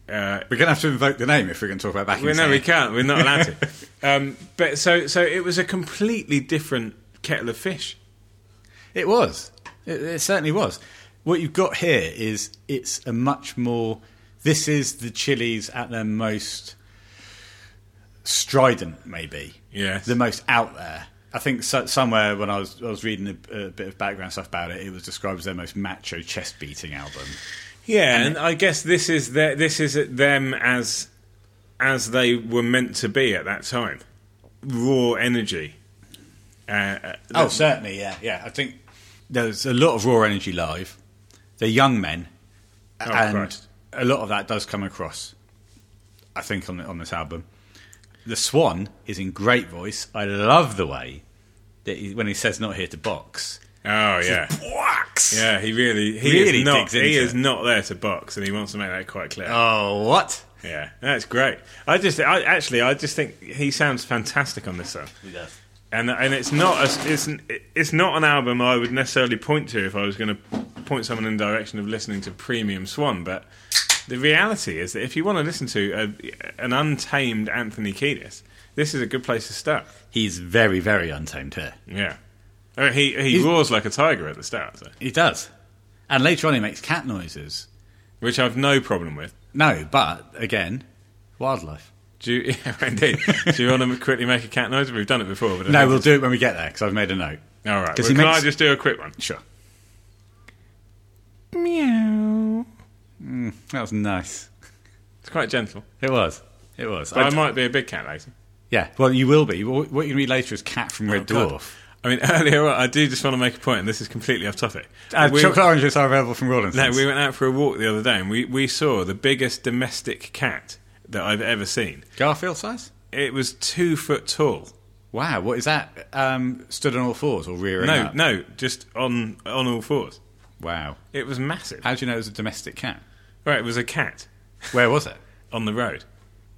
Uh,
we're gonna have to invoke the name if we're gonna talk about backing.
well, no,
singing.
we can't. We're not allowed to. Um, but so so it was a completely different kettle of fish.
It was. It, it certainly was. What you've got here is it's a much more. This is the Chili's at their most strident, maybe.
Yes.
The most out there. I think so, somewhere when I was I was reading a, a bit of background stuff about it, it was described as their most macho chest beating album.
Yeah, and, I guess this is their, this is them as as they were meant to be at that time. Raw energy. Uh, uh,
Oh, certainly, yeah, yeah. I think there's a lot of raw energy live. They're young men, and
Christ.
a lot of that does come across. I think on on this album, the Swan is in great voice. I love the way that he, when he says "not here to box,"
oh yeah.
box.
Yeah, he really he
Really
is not
digs into
he is
it.
not there to box and he wants to make that quite clear.
Oh, what?
Yeah. That's great. I just I actually I just think he sounds fantastic on this song. and and it's not a, it's it's not an album I would necessarily point to if I was going to point someone in the direction of listening to Premium Swan. But the reality is that if you want to listen to a, an untamed Anthony Kiedis, this is a good place to start.
He's very, very untamed here.
Yeah, I mean, he he roars like a tiger at the start, so,
He does, and later on he makes cat noises.
which I've no problem with.
No, but again, wildlife.
Do you, yeah, indeed. Do you want to quickly make a cat noise? We've done it before, but I
No,
think
we'll do it when we get there because I've made a note.
it's- all right.
'cause
Well,
he
can
makes-
I just do a quick one?
Sure,
Meow.
Mm, that was nice.
It's quite gentle.
It was. It was.
But
I-
I might be a big cat later.
yeah. Well, you will be. What what you read later is Cat from Red
Oh, God.
Dwarf.
I mean, earlier on, I do just want to make a point, and this is completely off topic.
Uh,
we,
chocolate oranges are available from Rawlins.
no, we went out for a walk the other day, and we, we saw the biggest domestic cat that I've ever seen.
Garfield size.
It was two foot tall.
Wow, what is that? Um, stood on all fours or rearing
No,
up?
no, just on on all fours.
Wow.
It was massive.
How do you know it was a domestic cat?
Right, it was a cat
Where was it?
on the road.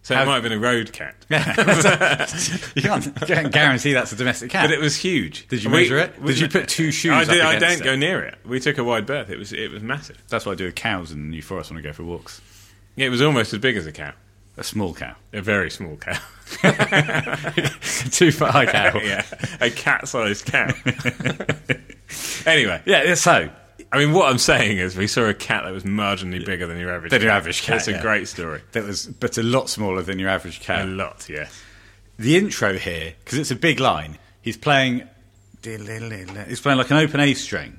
So
How-
it might have been a road cat,
You can't, you can't guarantee that's a domestic cat.
but it was huge.
Did you
We-
measure it?
we-
Did you put two shoes?
I,
up
did, I
against
don't
it?
go near it. We took a wide berth. It was it was massive.
That's what I do with cows in the New Forest when I go for walks.
It was almost as big as a cow,
A small cow,
a very small cow.
two foot high cow.
yeah, a cat-sized cow. anyway,
yeah. So
I mean, what I'm saying is, we saw a cat that was marginally bigger than your average.
Than your
cat.
average cat,
It's
yeah.
a great story.
that was, but a lot smaller than your average cow.
A lot, yes.
the intro here because it's a big line. He's playing, he's playing like an open A string,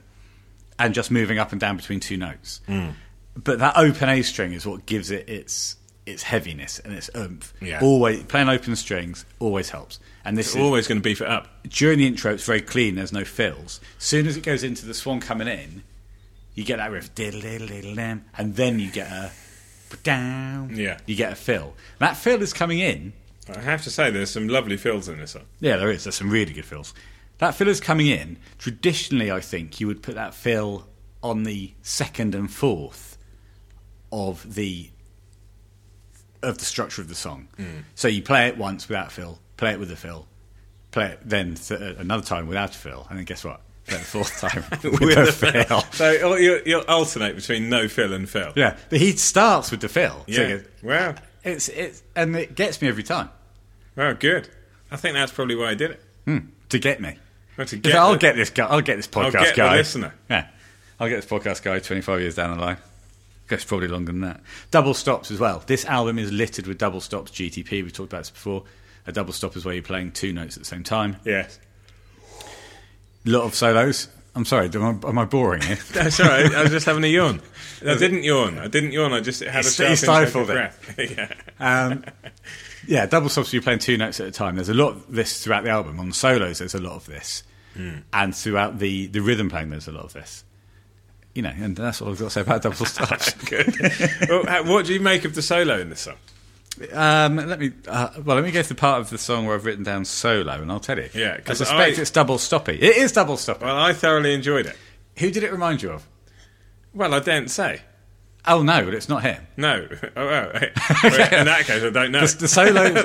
and just moving up and down between two notes. But that open A string is what gives it its its heaviness and its oomph.
Yeah.
Always playing open strings always helps. And this
It's
is,
always going to beef it up.
during the intro, it's very clean. There's no fills. Soon as it goes into the swan coming in, you get that riff, and then you get a down.
Yeah.
you get a fill. That fill is coming in.
I have to say, there's some lovely fills in this song.
Yeah, there is. There's some really good fills. That filler's coming in. Traditionally, I think you would put that fill on the second and fourth of the of the structure of the song. So you play it once without fill, play it with a fill, play it then th- uh, another time without a fill, and then guess what? Play it the fourth time
With
with a
the
fill.
So oh, you'll, you'll alternate between no fill and fill.
Yeah, but he starts with the fill. So
Yeah.
it goes,
Wow.
it's it's and it gets me every time
Wow, good. I think that's probably why I did it.
to get me.
Well, to
Because
get
I'll
the-
get this guy. I'll get this podcast
get the
guy.
listener.
Yeah, I'll get this podcast guy. Twenty five years down the line. Guess probably longer than that. Double stops as well. This album is littered with double stops. GTP. We've talked about this before. A double stop is where you're playing two notes at the same time.
Yes.
lot of solos. I'm sorry. Am I, am I boring here?
That's all right. I was just having a yawn. I didn't yawn. I didn't yawn. I just had
He
a sharp
stifled
intake of breath. yeah.
Um, Yeah, double stops. You're playing two notes at a time. There's a lot of this throughout the album. On solos, there's a lot of this,
Hmm.
and throughout the the rhythm playing, there's a lot of this. You know, and that's all I've got to say about double stops.
Good. well, uh, how- what do you make of the solo in this song?
Um, let me uh, well, let me go to the part of the song where I've written down solo, and I'll tell you.
Yeah,
I
'cause
suspect
I-
it's double stoppy. It is double stoppy.
Well, I thoroughly enjoyed it.
Who did it remind you of?
Well, I daren't say.
Oh no, but it's not him.
No. Oh, well, in that case, I don't know.
The, the solo. the,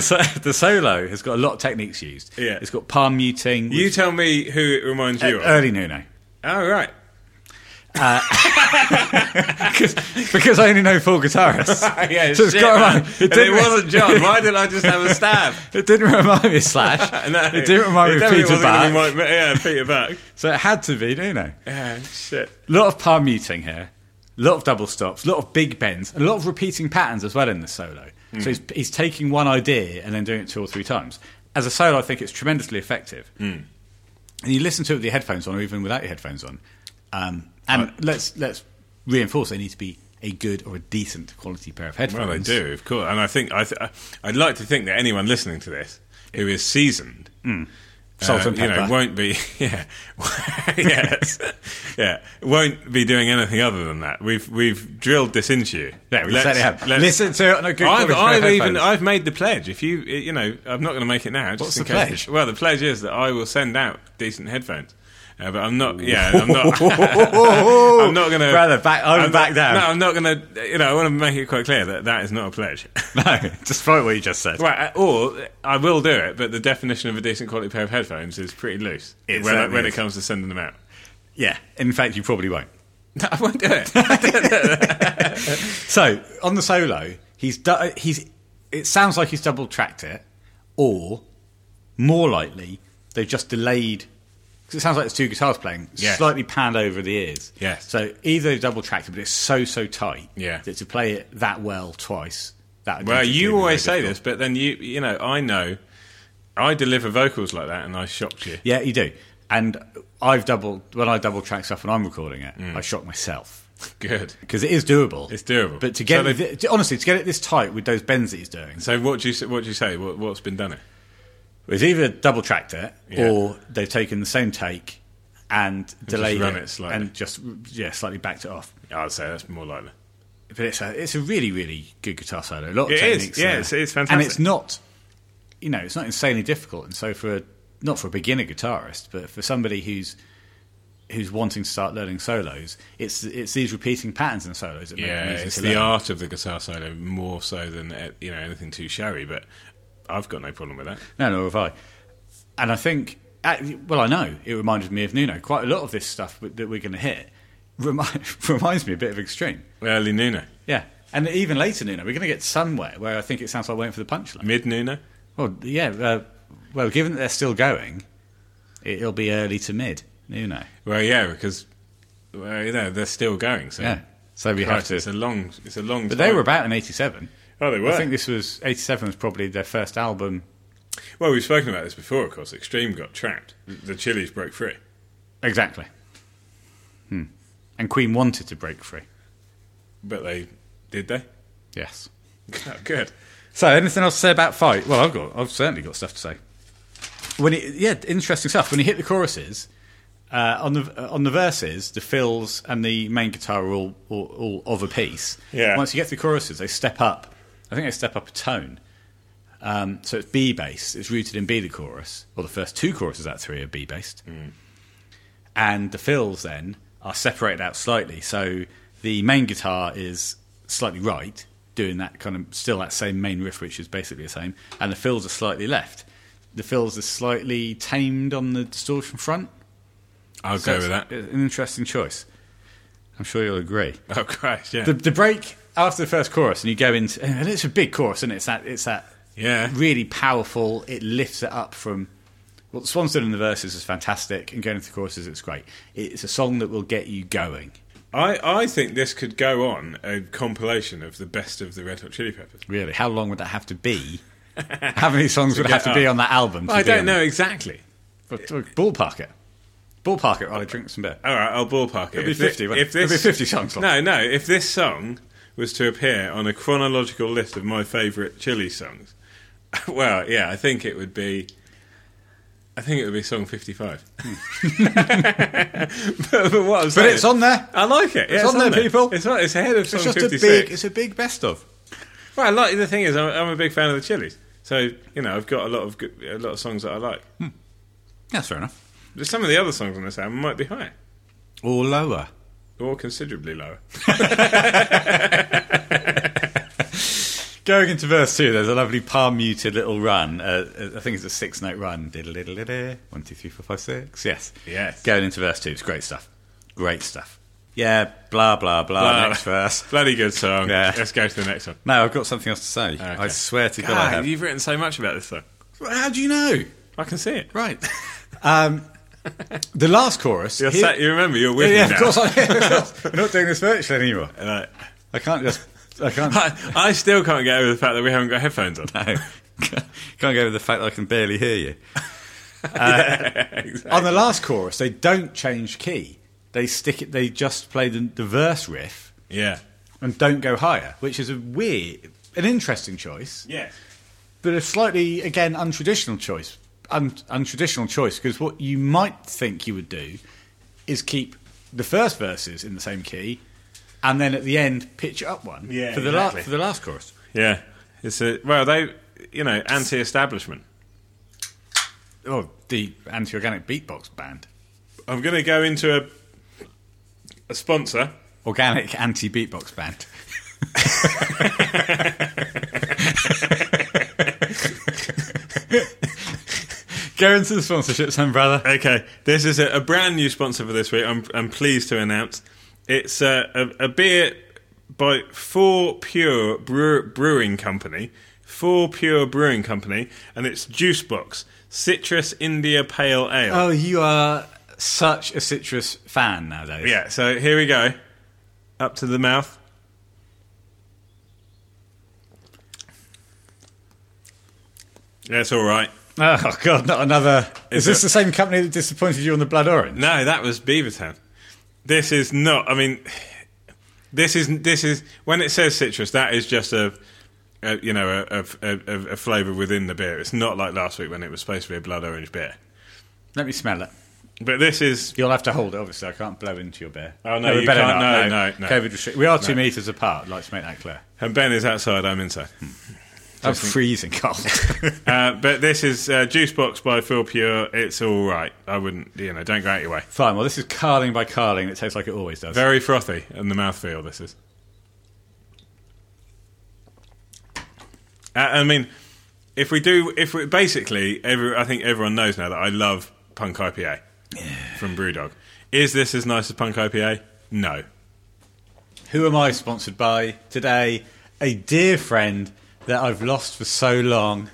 so- the solo has got a lot of techniques used.
Yeah.
it's got palm muting.
You tell me who it reminds you of.
early Nuno.
Oh, right.
Because I only know four guitarists.
Yeah,
So it's
shit,
got
man.
around- it
And it
didn't-
wasn't John. Why did I just have a stab?
it didn't remind me of Slash.
No,
it didn't remind me of
definitely
Peter
wasn't
Bach.
gonna remind me- yeah, Peter Buck.
so it had to be Nuno.
Yeah, shit.
A lot of palm muting here, a lot of double stops, a lot of big bends, and a lot of repeating patterns as well in the solo.
Mm.
So he's, he's taking one idea and then doing it two or three times. As a solo, I think it's tremendously effective.
Mm.
And you listen to it with your headphones on, or even without your headphones on. Um, and let's let's reinforce they need to be a good or a decent quality pair of headphones.
Well, they do, of course. And I think I th- I'd like to think that anyone listening to this who is seasoned, uh,
Hmm. Salt and
you know,
pepper.
won't be, yeah, yes, yeah, won't be doing anything other than that. We've we've drilled this into you.
Yeah, we
Let's-
certainly have.
let's-
Listen to it on a good
I've,
quality pair
I've
of
even
headphones.
I've made the pledge. If you you know, I'm not going to make it now. Just
What's
in
the
case.
pledge?
Well, the pledge is that I will send out decent headphones. Uh, but I'm not. Yeah, I'm not. I'm not going to.
Brother, back- I would back down.
No, I'm not going to. You know, I want to make it quite clear that that is not a pledge.
No, despite what you just said.
Right, uh, or I will do it, but the definition of a decent quality pair of headphones is pretty loose
It
when,
certainly
when it
is.
comes to sending them out.
Yeah, in fact, you probably won't.
No, I won't do it.
So on the solo, he's du- he's. It sounds like he's double tracked it, or more likely they've just delayed. Because it sounds like there's two guitars playing,
Yes.
slightly panned over the ears.
Yes.
So either they've double tracked it, but it's so so tight.
Yeah.
That to play it that well twice. That would
well,
definitely
you
be
always
very
say this, but then you, you know, I know I deliver vocals like that and I shocked you.
Yeah, you do. And I've double when I double track stuff when I'm recording it,
Mm.
I shock myself.
Good.
Because it is doable.
It's doable.
But to get
So
it, thi- honestly, to get it this tight with those bends that he's doing,
So what do you s- what do you say? What, what's been done? It?
It's either double tracked it
Yeah.
or they've taken the same take and delayed
run it slightly.
and just yeah slightly backed it off.
I'd say that's more likely.
But it's a it's a really really good guitar solo. A lot of
It is.
techniques.
Yeah,
there.
it's- it's
And
fantastic.
it's not you know it's not insanely difficult. And so for a, not for a beginner guitarist, but for somebody who's who's wanting to start learning solos, it's it's these repeating patterns in solos that make
Yeah,
it easy
it's
to
the
learn.
art of the guitar solo more so than uh, you know anything too showy. But I've got no problem with that.
No, nor have I. And I think, ac- well, I know it reminded me of Nuno. Quite a lot of this stuff w- that we're going to hit remind, reminds me a bit of Extreme.
Early Nuno,
Yeah. And even later, Nuno, we're going to get somewhere where I think it sounds like waiting for the punchline.
mid Nuno.
Well, yeah. Uh, well, given that they're still going, it, it'll be early to mid Nuno.
Well, yeah, because well, you know they're still going. So
Yeah. So we have
Christ, It's
to.
a long. It's a long.
But
time.
they were about in 87.
Oh, they were.
I think this was 87 was probably their first album.
well, we've spoken about this before. Of course, Extreme got trapped. The Chili's broke free.
Exactly. Hmm. And Queen wanted to break free.
But they did they?
Yes.
Oh, good.
So, anything else to say about fight? Well, I've got, I've certainly got stuff to say. When it, yeah, interesting stuff. When you hit the choruses, uh, on the uh, on the verses, the fills and the main guitar are all all, all of a piece.
Yeah.
Once you get to the choruses, they step up. I think they step up a tone. Um, so it's B based. It's rooted in B the chorus, or the first two choruses out of three are B based, and the fills then are separated out slightly. So the main guitar is slightly right, doing that kind of still that same main riff, which is basically the same, and the fills are slightly left. The fills are slightly tamed on the distortion front.
I'll
So
go with
it's
that.
An interesting choice. I'm sure you'll agree.
Oh, Christ, yeah.
The, the break after the first chorus, and you go into, and it's a big chorus, and it's that, it's that
Yeah.
really powerful. It lifts it up from. Well, Swanson in the verses is fantastic, and going into the choruses, it's great. It's a song that will get you going.
I, I think this could go on a compilation of the best of the Red Hot Chili Peppers.
Really, how long would that have to be? How many songs would
get
have to be
up.
on that album? to
I
be
don't
on
know exactly.
But uh, ballpark it. Ballpark it while I drink some beer.
All right, I'll ballpark it.
It'd be
If thi-
50, wouldn't it? It'd be 50 songs long.
No, no. If this song was to appear on a chronological list of my favourite Chili songs, well, yeah, I think it would be. I think it would be song fifty-five. but, but what I'm
But
saying,
it's on there.
I like it. Yeah,
on there, people.
It's, on- it's ahead of song
It's just a
fifty-six.
big. It's a big best of.
Well, I like the thing is, I'm, I'm a big fan of the Chili's, so you know, I've got a lot of good, a lot of songs that I like.
That's fair enough.
But some of the other songs on this album might be higher
Or lower.
or considerably lower.
Going into verse two, there's a lovely palm muted little run. Uh, I think it's a six note run. Diddle-diddle-diddle. One, two, three, four, five, six. Yes.
Yes.
Going into verse two, it's great stuff. Great stuff. Yeah. Blah blah blah.
Blah.
Next verse.
Bloody good song.
Yeah.
Let's go to the next one.
No, I've got something else to say. I swear to God, I have.
you've written so much about this song.
How do you know?
I can see it.
Right. um, the last chorus.
You're
here-
sat, you remember, you're with
yeah, of
me now.
course. I, am. We're not doing this virtually anymore.
Right.
I can't just. I can't.
I, I still can't get over the fact that we haven't got headphones on.
no. Can't go with the fact that I can barely hear you.
Exactly.
On the last chorus, they don't change key. They stick it. They just play the, the verse riff
Yeah.
and don't go higher, which is a weird, an interesting choice,
Yes.
but a slightly again untraditional choice. Un, untraditional choice because what you might think you would do is keep the first verses in the same key, and then at the end pitch it up one
Yeah,
for the
exactly.
la- for the last chorus.
Yeah. It's a, well, they, you know, anti establishment.
Oh, the anti-organic beatbox band.
I'm going to go into a, a sponsor.
Organic anti-beatbox band. Go into the sponsorships, then, brother.
Okay. This is a, a brand new sponsor for this week. I'm, I'm pleased to announce it's a, a, a beer by Four Pure Brew, Brewing Company. Four Pure Brewing Company, and it's Juice Box Citrus India Pale Ale.
Oh, you are such a citrus fan nowadays.
Yeah, so here we go. Up to the mouth. Yeah, it's all right.
Oh God, not another. Is,
Is
this
it-
the same company that disappointed you on the blood orange?
No, that was Beavertown. This is not. I mean, this is this is when it says citrus. That is just a, a you know a, a, a, a flavour within the beer. It's not like last week when it was supposed to be a blood orange beer.
Let me smell it.
But this is
You'll have to hold it. Obviously, I can't blow into your beer.
Oh, no,
we
you
better
can't.
not.
No, no, no.
COVID restrict. We are two meters apart. I'd like to make that clear.
and Ben is outside. I'm inside.
I'm freezing cold.
Uh, but this is uh, Juice Box by Phil Pure. It's all right. I wouldn't, you know, don't go out your way.
Fine. Well, this is carling by carling. It tastes like it always does.
Very frothy in the mouthfeel, this is. Uh, I mean, if we do, if we basically, every, I think everyone knows now that I love Punk IPA from Brewdog. Is this as nice as Punk IPA? No.
Who am I sponsored by today? A dear friend that I've lost for so long.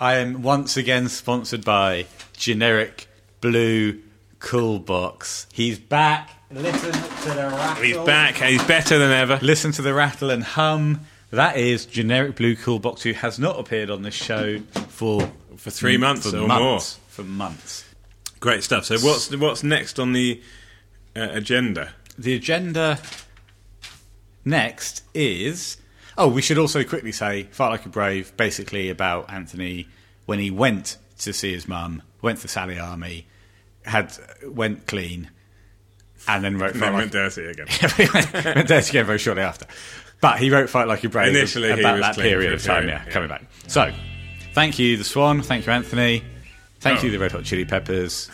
I am once again sponsored by Generic Blue Cool Box. He's back. Listen to the rattle.
He's back. He's better than ever.
Listen to the rattle and hum. That is Generic Blue Cool Box, who has not appeared on this show for
For three months
for
or
months, for months.
Great stuff. So, what's what's next on the uh, agenda?
The agenda next is. Oh, we should also quickly say Fight Like a Brave, basically about Anthony when he went to see his mum, went to the Sally Army, had went clean, and then wrote
And
Fight
then
Like
went dirty again.
went, went dirty again very shortly after. But he wrote Fight Like a Brave
Initially, he
about
was
that
clean
period
for a
of time,
period,
yeah,
yeah.
coming back. So, thank you, The Swan. Thank you, Anthony. Thank
Oh.
you, the Red Hot Chili Peppers.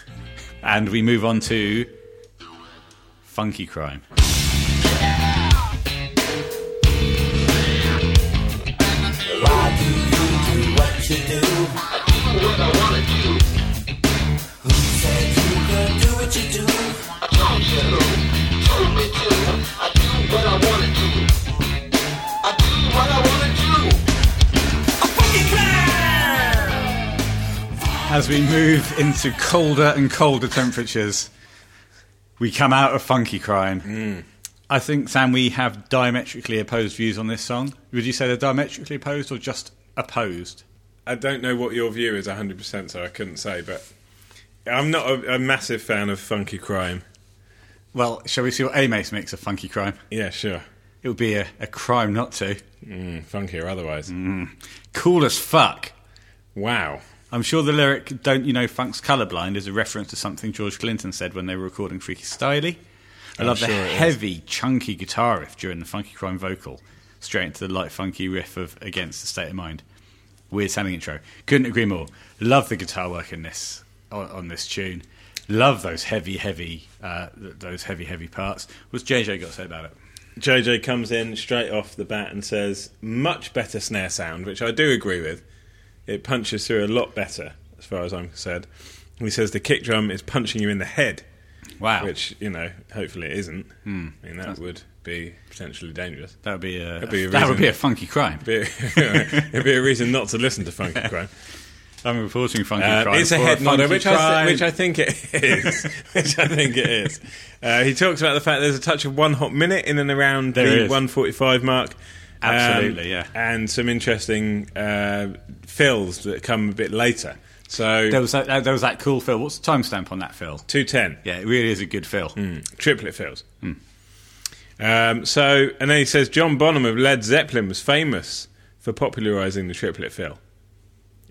And we move on to Funky
Funky crime.
Crime. we move into colder and colder temperatures, we come out of funky crime. I think, Sam, we have diametrically opposed views on this song. Would you say they're diametrically opposed or just opposed?
I don't know what your view is 100%, so I couldn't say, but I'm not a, a massive fan of funky crime.
Well, shall we see what Amace makes of funky crime?
Yeah, sure.
It would be a, a crime not to.
Mm, funky or otherwise.
Mm. Cool as fuck.
Wow.
I'm sure the lyric "Don't you know funk's colourblind" is a reference to something George Clinton said when they were recording Freaky Styley. I
I'm
love the
sure it is.
heavy, chunky guitar riff during the Funky Crime vocal, straight into the light funky riff of "Against the State of Mind." Weird sounding intro. Couldn't agree more. Love the guitar work in this on, on this tune. Love those heavy, heavy, uh, th- those heavy, heavy parts. What's JJ got to say about it?
JJ comes in straight off the bat and says, much better snare sound, which I do agree with. It punches through a lot better, as far as I'm concerned. He says the kick drum is punching you in the head,
Wow, Hmm.
which, you know, hopefully it isn't. I mean, that would be potentially dangerous.
that would be a,
be a
that would
reason-
be a funky crime.
Be- It'd be a reason not to listen to Funky Crime.
I'm reporting funky
Uh,
crime.
it's a
for
head nodder,
funky
which I,
crime.
th- which I think it is. which I think it is. Uh, he talks about the fact there's a touch of one hot minute in and around
There
the
is.
145 mark. Um,
Absolutely, yeah.
And some interesting uh, fills that come a bit later. So
There was that, that- there was that cool fill. What's the timestamp on that fill?
210.
Yeah, it really is a good fill.
Hmm. Triplet fills.
Hmm.
Um, so, and then he says John Bonham of Led Zeppelin was famous for popularising the triplet fill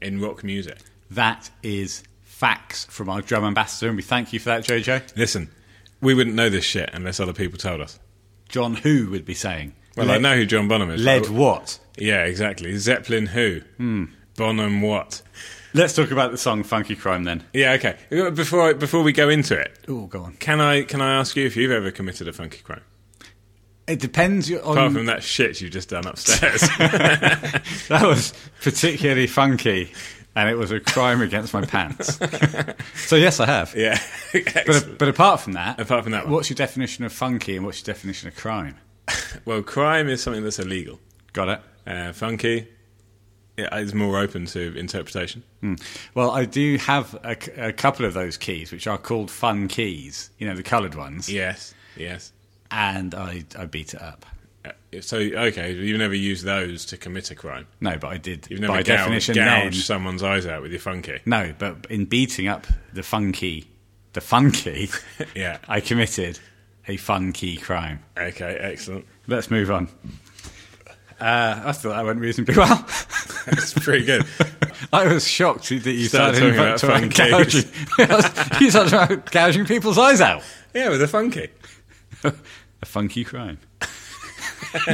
in rock music.
That is facts from our drum ambassador, and we thank you for that, JJ.
Listen, we wouldn't know this shit unless other people told us.
John Who would be saying.
Well, I
Led-
know who John Bonham is.
Led Hmm.
but-
what?
Yeah, exactly. Zeppelin who? Bonham what?
Let's talk about the song Funky Crime then.
Yeah, okay. Before I, before we go into it,
Oh, go on.
can I can I ask you if you've ever committed a funky crime?
It depends on.
Apart from that shit you've just done upstairs.
that was particularly funky, and it was a crime against my pants. so, yes, I have.
yeah.
But, but apart from that,
Apart from that one.
what's your definition of funky and what's your definition of crime?
well, crime is something that's illegal.
Got it.
Uh, funky yeah, is more open to interpretation.
Well, I do have a, c- a couple of those keys, which are called fun keys, you know, the coloured ones.
Yes. Yes.
And I, I beat it up.
Uh, So okay, you've never used those to commit a crime.
No, but I did.
You've never
by
gouged,
definition,
gouged
then.
someone's eyes out with your funky.
No, but in beating up the fun key, the fun key,
Yeah.
I committed a fun key crime.
Okay, excellent.
Let's move on. Uh, I thought that went reasonably well.
That's pretty good.
I was shocked that you
Started
started,
talking about fun
gouging. you started talking about gouging people's eyes out.
Yeah, with a funky.
A funky crime.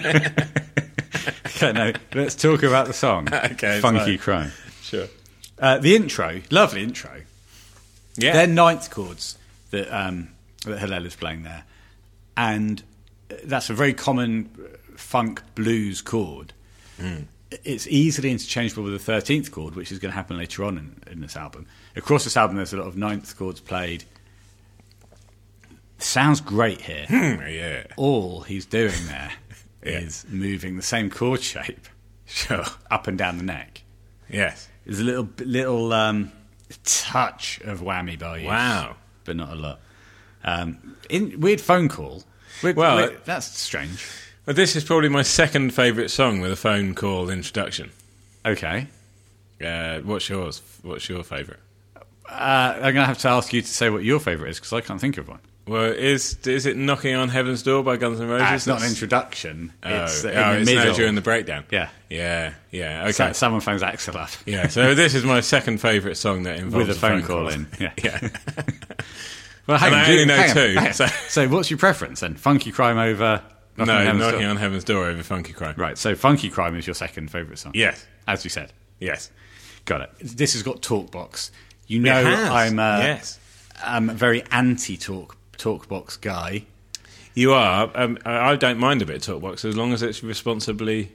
okay, no, let's talk about the song.
Okay,
funky
fine.
crime.
Sure.
Uh, the intro, lovely intro.
Yeah.
They're ninth chords that um, that Hillel is playing there, and uh, that's a very common uh, funk blues chord.
Hmm.
It's easily interchangeable with the thirteenth chord, which is going to happen later on in, in this album. Across this album, there's a lot of ninth chords played. Sounds great here
Mm, yeah.
all he's doing there is
Yeah.
moving the same chord shape
Sure.
up and down the neck.
Yes.
There's a little little um, touch of whammy by you.
Wow.
but not a lot. Um, in, weird phone call. Weird,
Well, uh,
weird- that's strange.
Well, this is probably my second favourite song with a phone call introduction.
Okay,
Uh, what's yours? What's your favourite?
uh, I'm gonna have to ask you to say what your favourite is because I can't think of one.
Well, is is it "Knocking on Heaven's Door" by Guns N' Roses?
Ah, it's not an introduction.
Oh,
it's
oh,
in the
it's now
middle.
during the breakdown.
Yeah.
yeah, yeah. Okay,
So- someone phones Axel up
yeah. So this is my second favourite song that involves
with a phone, call, in. Yeah.
Yeah,
Well, hang
And
on,
I
do-
only know
hang on,
two,
hang on.
so-
So. what's your preference then? Funky crime over
no,
Knocking on Heaven's
"Knocking
Door?
on Heaven's Door" over "Funky Crime."
Right, so Funky Crime is your second favourite song.
Yes,
As you said.
yes.
Got it. This has got Talkbox. You know
has,
I'm a,
yes.
I'm a very anti talk Talkbox guy.
You are. Um, I I don't mind a bit of talkbox as long as it's responsibly.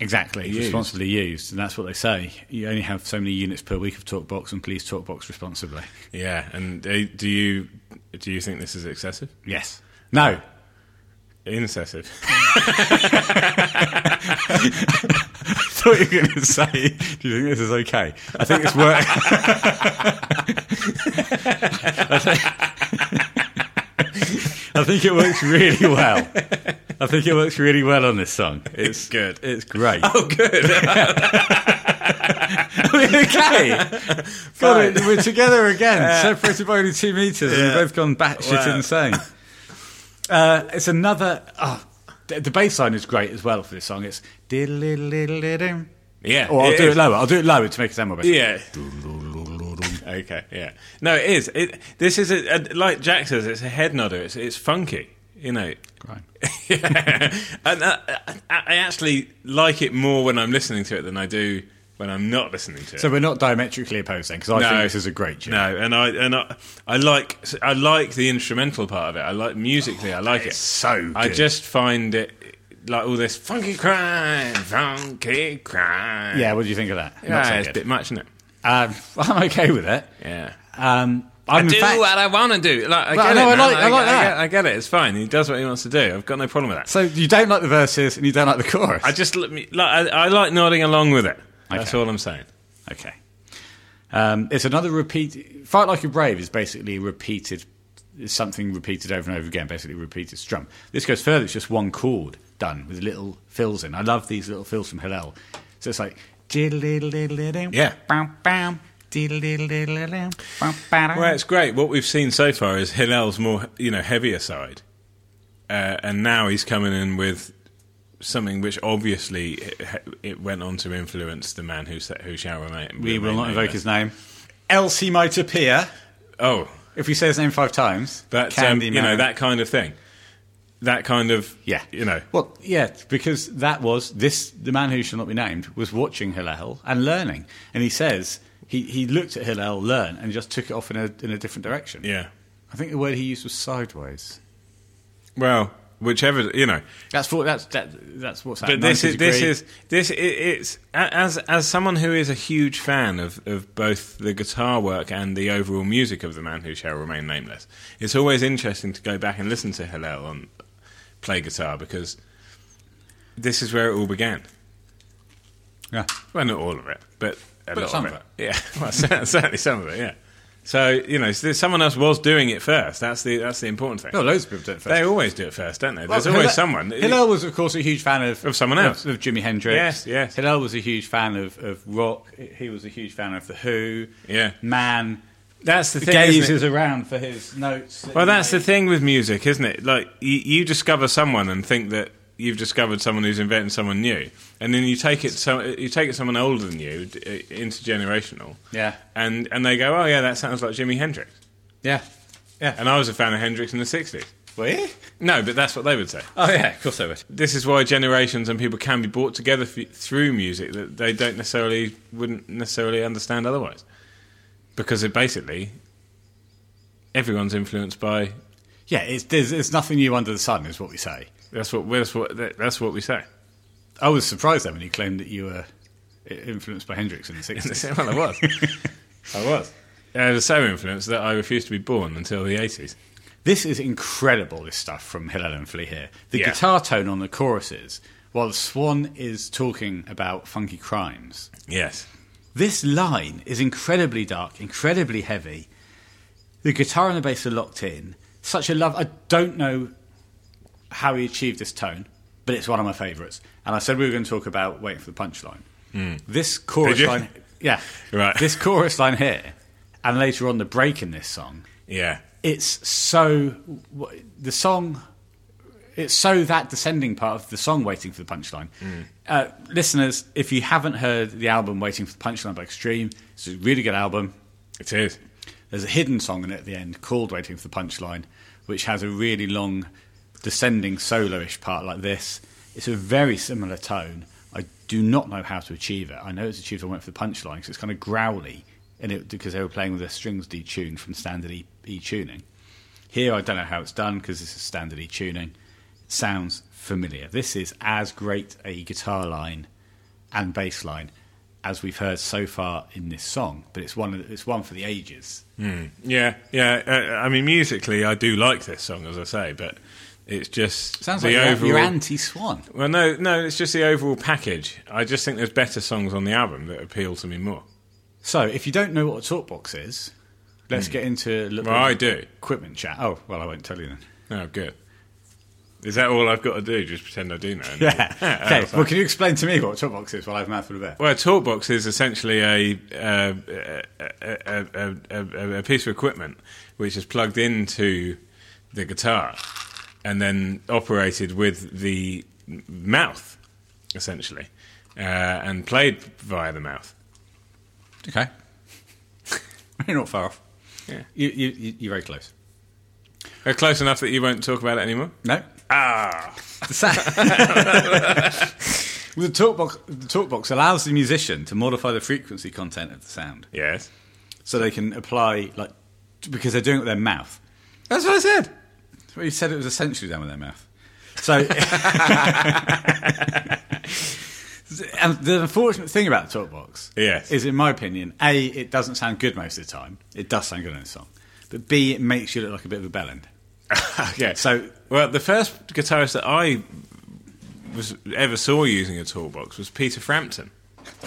Exactly.
Used.
Responsibly used. And that's what they say. You only have so many units per week of Talkbox and please Talkbox responsibly.
Yeah, and uh, do you do you think this is excessive?
Yes. No.
Incessive.
thought you were going to say, "Do you think this is okay?" I think it's work. I think it works really well. I think it works really well on this song. It's
Good.
It's great.
Oh, good.
okay. Got
Fine.
it. We're together again, separated by only two meters, and we've
Yeah.
both gone batshit
Wow.
insane. Uh, it's another. Oh, the, the bass line is great as well for this song. It's diddle-diddle-diddle-dum.
Yeah,
Or I'll
it
do
is.
it lower. I'll do it lower to make it sound more. bass.
Yeah. okay. Yeah. No, it is. It, this is a, a, like Jack says. It's a head nodder. It's it's funky. You know.
Right.
Yeah. and uh, I, I actually like it more when I'm listening to it than I do when I'm not listening to it.
So we're not diametrically opposed then, because I think this is a great tune.
No, and I and I, I like I like the instrumental part of it. I like musically. I like it.
it's so
I
good.
just find it like all this funky crying, funky crying.
Yeah. What do you think of that?
Yeah,
Not so
it's a
good.
bit much, isn't it?
Um, I'm okay with it.
Yeah.
Um, I'm in
do uh,
fact-
what I want to do. Like, I
Well,
get
no,
it.
I
man.
like- I like
get-
that.
I get, I get it. It's fine. He does what he wants to do. I've got no problem with that.
so you don't like the verses and you don't like the chorus.
I just let me- like I, I like nodding along with it. That's
Okay.
all I'm saying.
Okay. Um, it's another repeat. Fight Like a Brave is basically repeated, is something repeated over and over again, basically repeated strum. This goes further, it's just one chord done with little fills in. I love these little fills from Hillel. So it's like.
Yeah.
Yeah. Bam, bam. diddle-diddle-diddle-dum, bam, ba-dum.
Well, it's great. What we've seen so far is Hillel's more you know heavier side, uh, and now he's coming in with something which obviously it, it went on to influence the man who sa- who shall remain.
We will not
remain
invoke his
nameless.
name. Elsie might appear.
Oh,
If we say his name five times,
but um,
Candy
you
Man.
know that kind of thing. That kind of
Yeah.
you know.
Well, yeah, because that was this the man who shall not be named was watching Hillel and learning. And he says he, he looked at Hillel learn and just took it off in a in a different direction.
Yeah.
I think the word he used was sideways.
Well, whichever you know.
That's what that's that, that's what's
But this is this is this i it's a- as as someone who is a huge fan of, of both the guitar work and the overall music of the man who shall remain nameless. It's always interesting to go back and listen to Hillel on play guitar because this is where it all began.
yeah.
Well, not all of it, but a
But
lot
some
of
of
it. Yeah, well, cer- certainly some of it. Yeah. So you know, so someone else was doing it first. That's the that's the important thing.
No, loads of people did it first.
they always do it first, don't they?
Well,
There's always
Hillel-
someone.
Hillel was, of course, a huge fan of
Of someone else.
of, of Jimi Hendrix.
Yes, yes.
Hillel was a huge fan of, of rock. He was a huge fan of the Who.
Yeah.
Man.
That's the thing. isn't it?
Gazes around for his notes. that
Well,
he
that's
made.
the thing with music, isn't it? Like you, you discover someone and think that you've discovered someone who's invented someone new, and then you take it so you take it someone older than you, d- uh, intergenerational.
Yeah.
And and they go, oh yeah, that sounds like Jimi Hendrix.
Yeah. Yeah.
And I was a fan of Hendrix in the sixties.
Were
No, but that's what they would say.
Oh yeah, of course I would.
This is why generations and people can be brought together f- through music that they don't necessarily wouldn't necessarily understand otherwise, because it basically everyone's influenced by
Yeah, it's, there's, there's nothing new under the sun, is what we say.
that's what that's what that's what we say.
I was surprised then when you claimed that you were i- influenced by Hendrix in the sixties.
well, I was. I was. I was so influenced that I refused to be born until the 80s.
this is incredible. This stuff from Hillel and Flea here. The
Yeah.
guitar tone on the choruses, while Swan is talking about funky crimes.
Yes.
This line is incredibly dark, incredibly heavy. The guitar and the bass are locked in. Such a love. I don't know how he achieved this tone, but it's one of my favourites. And I said we were going to talk about waiting for the punchline. This chorus
Hmm. Did you?
line, yeah,
Right.
This chorus line here, and later on the break in this song,
Yeah.
it's so w- the song it's so that descending part of the song waiting for the punchline uh, listeners if you haven't heard the album waiting for the punchline by extreme it's a really good album
It is.
there's a hidden song in it at the end called waiting for the punchline which has a really long descending soloish part like this it's a very similar tone i do not know how to achieve it i know it's achieved when i went for the punchline because it's kind of growly and it, because they were playing with their strings detuned from standard e, e tuning here, I don't know how it's done because this is standard E tuning. Sounds familiar. This is as great a guitar line and bass line as we've heard so far in this song, but it's one it's one for the ages.
uh, Yeah. Yeah. Uh, I mean, musically, I do like this song, as I say, but It's just
Sounds
the
like you're,
overall.
you're anti-Swan.
well, no, no. It's just the overall package. I just think there's better songs on the album that appeal to me more.
So, if you don't know what a talk box is, let's get into a little
Hmm. Well, I do.
equipment chat. Oh, well, I won't tell you then.
Oh, good. Is that all I've got to do? Just pretend I do know.
Yeah.
oh,
okay.
fine.
Well, can you explain to me what a talk box is while I have a mouthful of air?
Well, a talkbox is essentially a, uh, a, a, a, a, a piece of equipment which is plugged into the guitar and then operated with the m- mouth, essentially, uh, and played via the mouth.
Okay. you're not far off.
Yeah.
You, you, you- you're very close.
Uh, close enough that you won't talk about it anymore?
No.
Ah,
The sound. the talk box. The talk box allows the musician to modify the frequency content of the sound,
yes.
so they can apply like t- because they're doing it with their mouth.
That's what I said.
Well, you said it was essentially done with their mouth. So, and the unfortunate thing about the talk box
Yes.
is, in my opinion, A, it doesn't sound good most of the time. It does sound good in a song. But B, it makes you look like a bit of a bellend.
Ah, okay.
So-
well, the first guitarist that I was ever saw using a toolbox was Peter Frampton.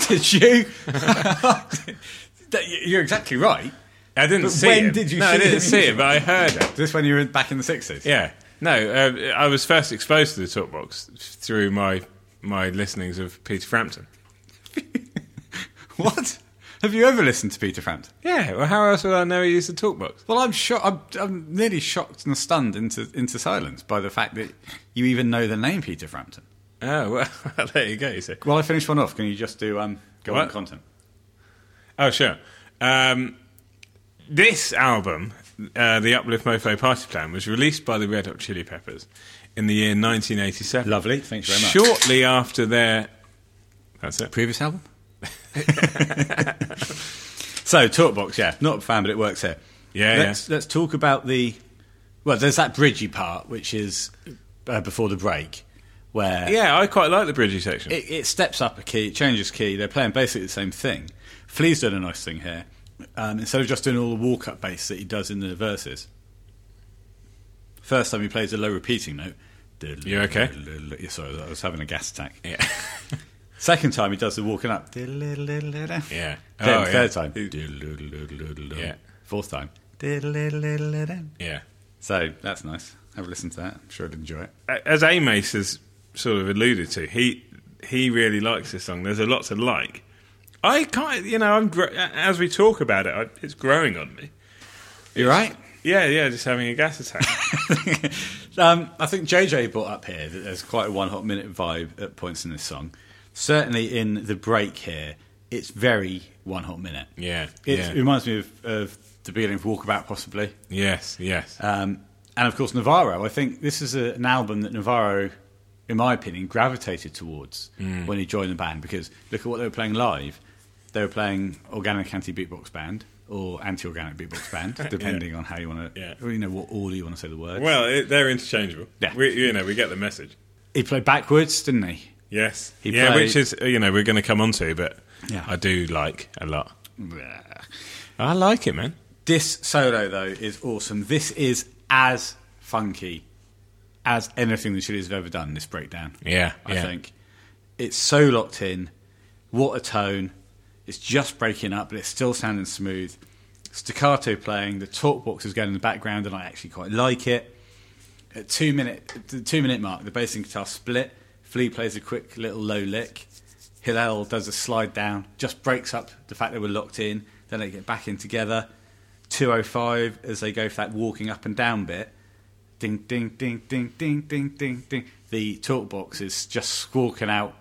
Did you? That- You're exactly right.
I didn't
But
see
when
it.
did you
no,
see
I didn't
it?
see it, but I heard it.
This when you were back in the 60s.
Yeah. No, uh, I was first exposed to the talk box through my my listenings of Peter Frampton.
What? Have you ever listened to Peter Frampton?
Yeah. Well, how else would I know he used the talk box?
Well, I'm shocked. I'm, I'm nearly shocked and stunned into, into silence by the fact that you even know the name Peter Frampton.
Oh, well, there you go. You see.
Well, I finished one off. Can you just do um, go on
What?
content?
Oh, sure. Um, this album, uh, the Uplift Mofo Party Plan, was released by the Red Hot Chili Peppers in the year 1987.
Lovely. Thanks very much.
Shortly after their. That's it.
Previous album. so talkbox, yeah, not a fan, but it works here.
Yeah,
Let's let's talk about the. Well, there's that bridgy part, which is uh, before the break, where
Yeah, I quite like the Bridgie section.
it, it steps up a key, it changes key. They're playing basically the same thing. Flea's done a nice thing here. Um, instead of just doing all the walk up bass that he does in the verses, first time he plays a low repeating note.
You okay?
Yeah, Sorry, I was having a gas attack.
yeah.
Second time he does the walking up. Yeah.
yeah.
Then
Oh, yeah.
third time.
Yeah.
Fourth time.
Yeah.
So that's nice. Have a listen to that. I'm sure I'd enjoy it.
as Amos has sort of alluded to, he he really likes this song. There's a lot to like. I can't, you know, I'm gr- as we talk about it, I, it's growing on me.
You right?
Yeah, yeah, just having a gas attack.
Um, I think JJ brought up here that there's quite a one hot minute vibe at points in this song. Certainly in the break here, it's very one hot minute.
Yeah,
It
yeah.
reminds me of, of the beginning of Walkabout, possibly.
yes, yes.
Um, and of course, Navarro. I think this is a, an album that Navarro, in my opinion, gravitated towards
Mm.
when he joined the band because look at what they were playing live. They were playing organic anti beatbox band or anti organic beatbox band, depending on how you want to,
Yeah.
you know, what order you want to say the words.
well, it, they're interchangeable.
Yeah.
we, you know, we get the message.
he played backwards, didn't he?
Yes,
He
yeah,
played-
which is uh, you know we're going to come on to, but
Yeah.
I do like a lot. I like it, man.
This solo, though, is awesome. This is as funky as anything the Chili's have ever done, this breakdown.
Yeah,
I
yeah.
think. It's so locked in. What a tone. It's just breaking up, but it's still sounding smooth. Staccato playing. The talk box is going in the background, and I actually quite like it. At two minute, at the two minute mark, the bass and guitar split. Flea plays a quick little low lick. Hillel does a slide down, just breaks up the fact they were locked in. Then they get back in together. 205 as they go for that walking up and down bit. Ding, ding, ding, ding, ding, ding, ding, ding. The talk box is just squawking out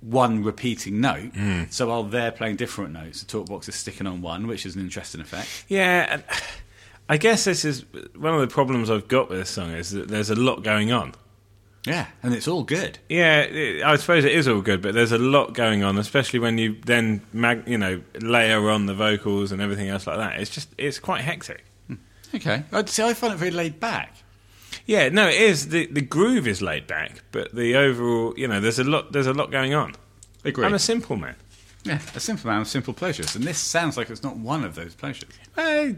one repeating note. So while they're playing different notes, the talk box is sticking on one, which is an interesting effect.
Yeah, and I guess this is one of the problems I've got with this song is that there's a lot going on.
Yeah, and it's all good.
Yeah, it, I suppose it is all good, but there's a lot going on, especially when you then mag, you know layer on the vocals and everything else like that. It's just it's quite hectic.
Okay. I'd say I find it very laid back.
Yeah, no, it is. The the groove is laid back, but the overall, you know, there's a lot there's a lot going on.
Agree.
I'm a simple man.
Yeah, a simple man with simple pleasures. And this sounds like it's not one of those pleasures.
I Uh,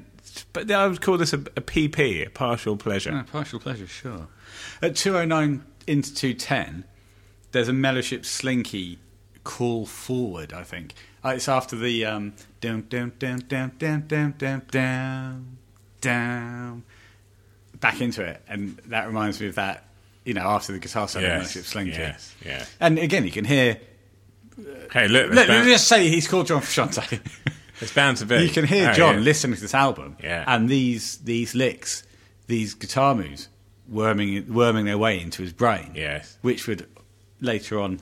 but I would call this a, a PP, a partial pleasure.
Yeah, partial pleasure, sure. At 209 into 210, there's a Mellowship Slinky call forward, I think. Uh, it's after the um, down, down, down, down, down, down, down, down, down, back into it. And that reminds me of that, you know, after the guitar solo,
Yes,
Mellowship Slinky.
yes, yeah.
And again, you can hear.
Hey, look,
Let, let's
there's, bound,
just say he's called John Frusciante.
there's bound to be.
You can hear
Oh,
John
yeah.
listening to this album,
Yeah.
and these these licks, these guitar moves, worming worming their way into his brain,
Yes.
which would later on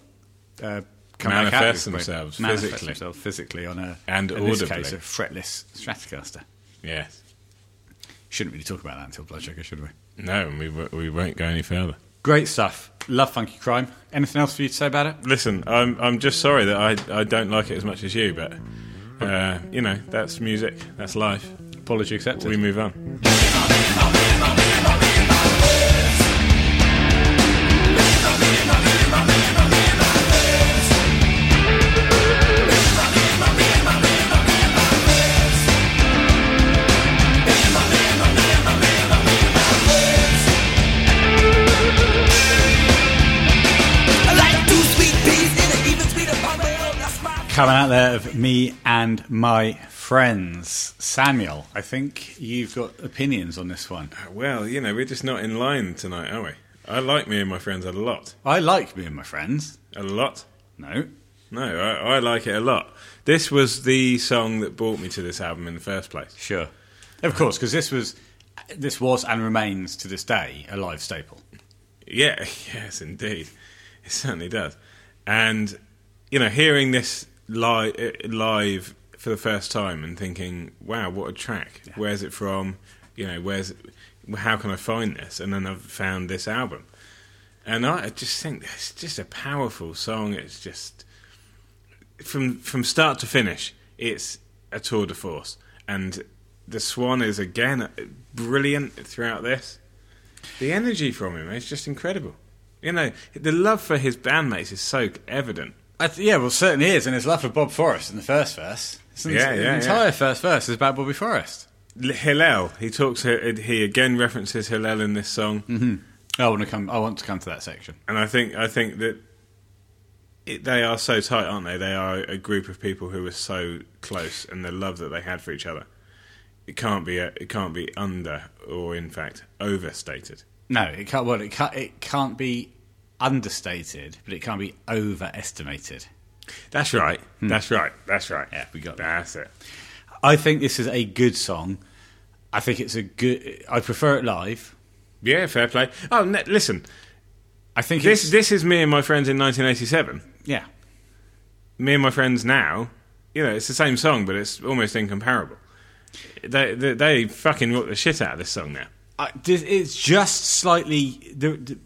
uh, come back out
Manifest
of his brain.
themselves
manifest
physically.
themselves physically on a
And
in this
audibly.
case, a fretless Stratocaster.
Yes.
Shouldn't really talk about that until Blood Sugar, should we?
No, and we, w- we won't go any further.
Great stuff. Love Funky Crime. Anything else for you to say about it?
Listen, I'm, I'm just sorry that I, I don't like it as much as you, but, uh, you know, that's music, that's life.
Apology accepted.
We move on.
Like two sweet peas in an even sweeter pomegranate. That's my
Coming out there of me and my friends. Samuel, I think you've got opinions on this one.
Well, you know, we're just not in line tonight, are we? I like me and my friends a lot.
I like me and my friends.
A lot.
No.
No, I, I like it a lot. This was the song that brought me to this album in the first place.
Sure. Of course, because this was, this was and remains to this day a live staple.
Yeah, yes, indeed, it certainly does. And you know, hearing this live, live for the first time and thinking, "Wow, what a track! Where's it from? You know, where's? How can I find this?" And then I've found this album, and I just think it's just a powerful song. It's just from from start to finish, it's a tour de force, and the Swan is again brilliant throughout this. The energy from him is just incredible. You know, the love for his bandmates is so evident.
I th- yeah, well, certainly is, and his love for Bob Forrest in the first verse. It's an-
Yeah,
the
yeah,
entire
yeah.
first verse is about Bobby Forrest.
L- Hillel, he talks. uh, He again references Hillel in this song,
Mm-hmm. I want to come. I want to come to that section.
and I think I think that it, they are so tight, aren't they? They are a group of people who are so close, and the love that they had for each other. It can't be. uh it can't be under, or in fact, overstated.
No, it can't. Well, it can't. It can't be understated, but it can't be overestimated.
That's right. That's right. That's right.
Hmm. Yeah, we got that.
That's it.
I think this is a good song. I think it's a good. I prefer it live.
Yeah, fair play. Oh, n listen.
I think
This
it's,
this is me and my friends in 1987.
yeah.
me and my friends now, you know, it's the same song, but it's almost incomparable. They they, they fucking rock the shit out of this song now.
I, this- it's just slightly. The, the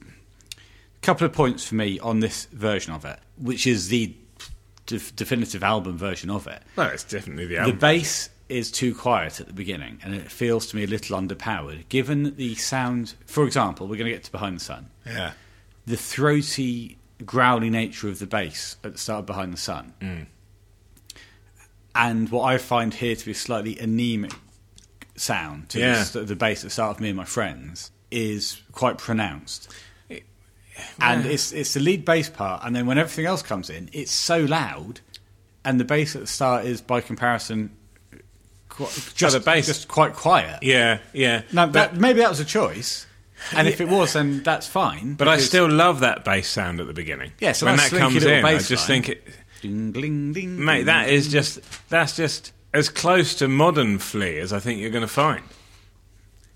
couple of points for me on this version of it, which is the def- definitive album version of it.
Well, it's definitely the
The
album.
bass is too quiet at the beginning, and it feels to me a little underpowered. Given the sound, for example, we're going to get to Behind the Sun.
yeah.
The throaty, growly nature of the bass at the start of Behind the Sun,
Mm.
and what I find here to be a slightly anemic sound to
Yeah.
the, st- the bass at the start of Me and My Friends is quite pronounced. And it's it's the lead bass part, and then when everything else comes in, it's so loud, and the bass at the start is by comparison, qu- just
the bass-
just quite quiet.
Yeah, yeah.
Now
but,
that maybe that was a choice, and if it was, then that's fine.
but I
because-
still love that bass sound at the beginning.
Yeah, so
when
that
that
slinky
comes
little
in, I
bass
just
line.
think, it,
ding, ding, ding,
mate,
ding.
that is just that's just as close to modern Flea as I think you're going to find.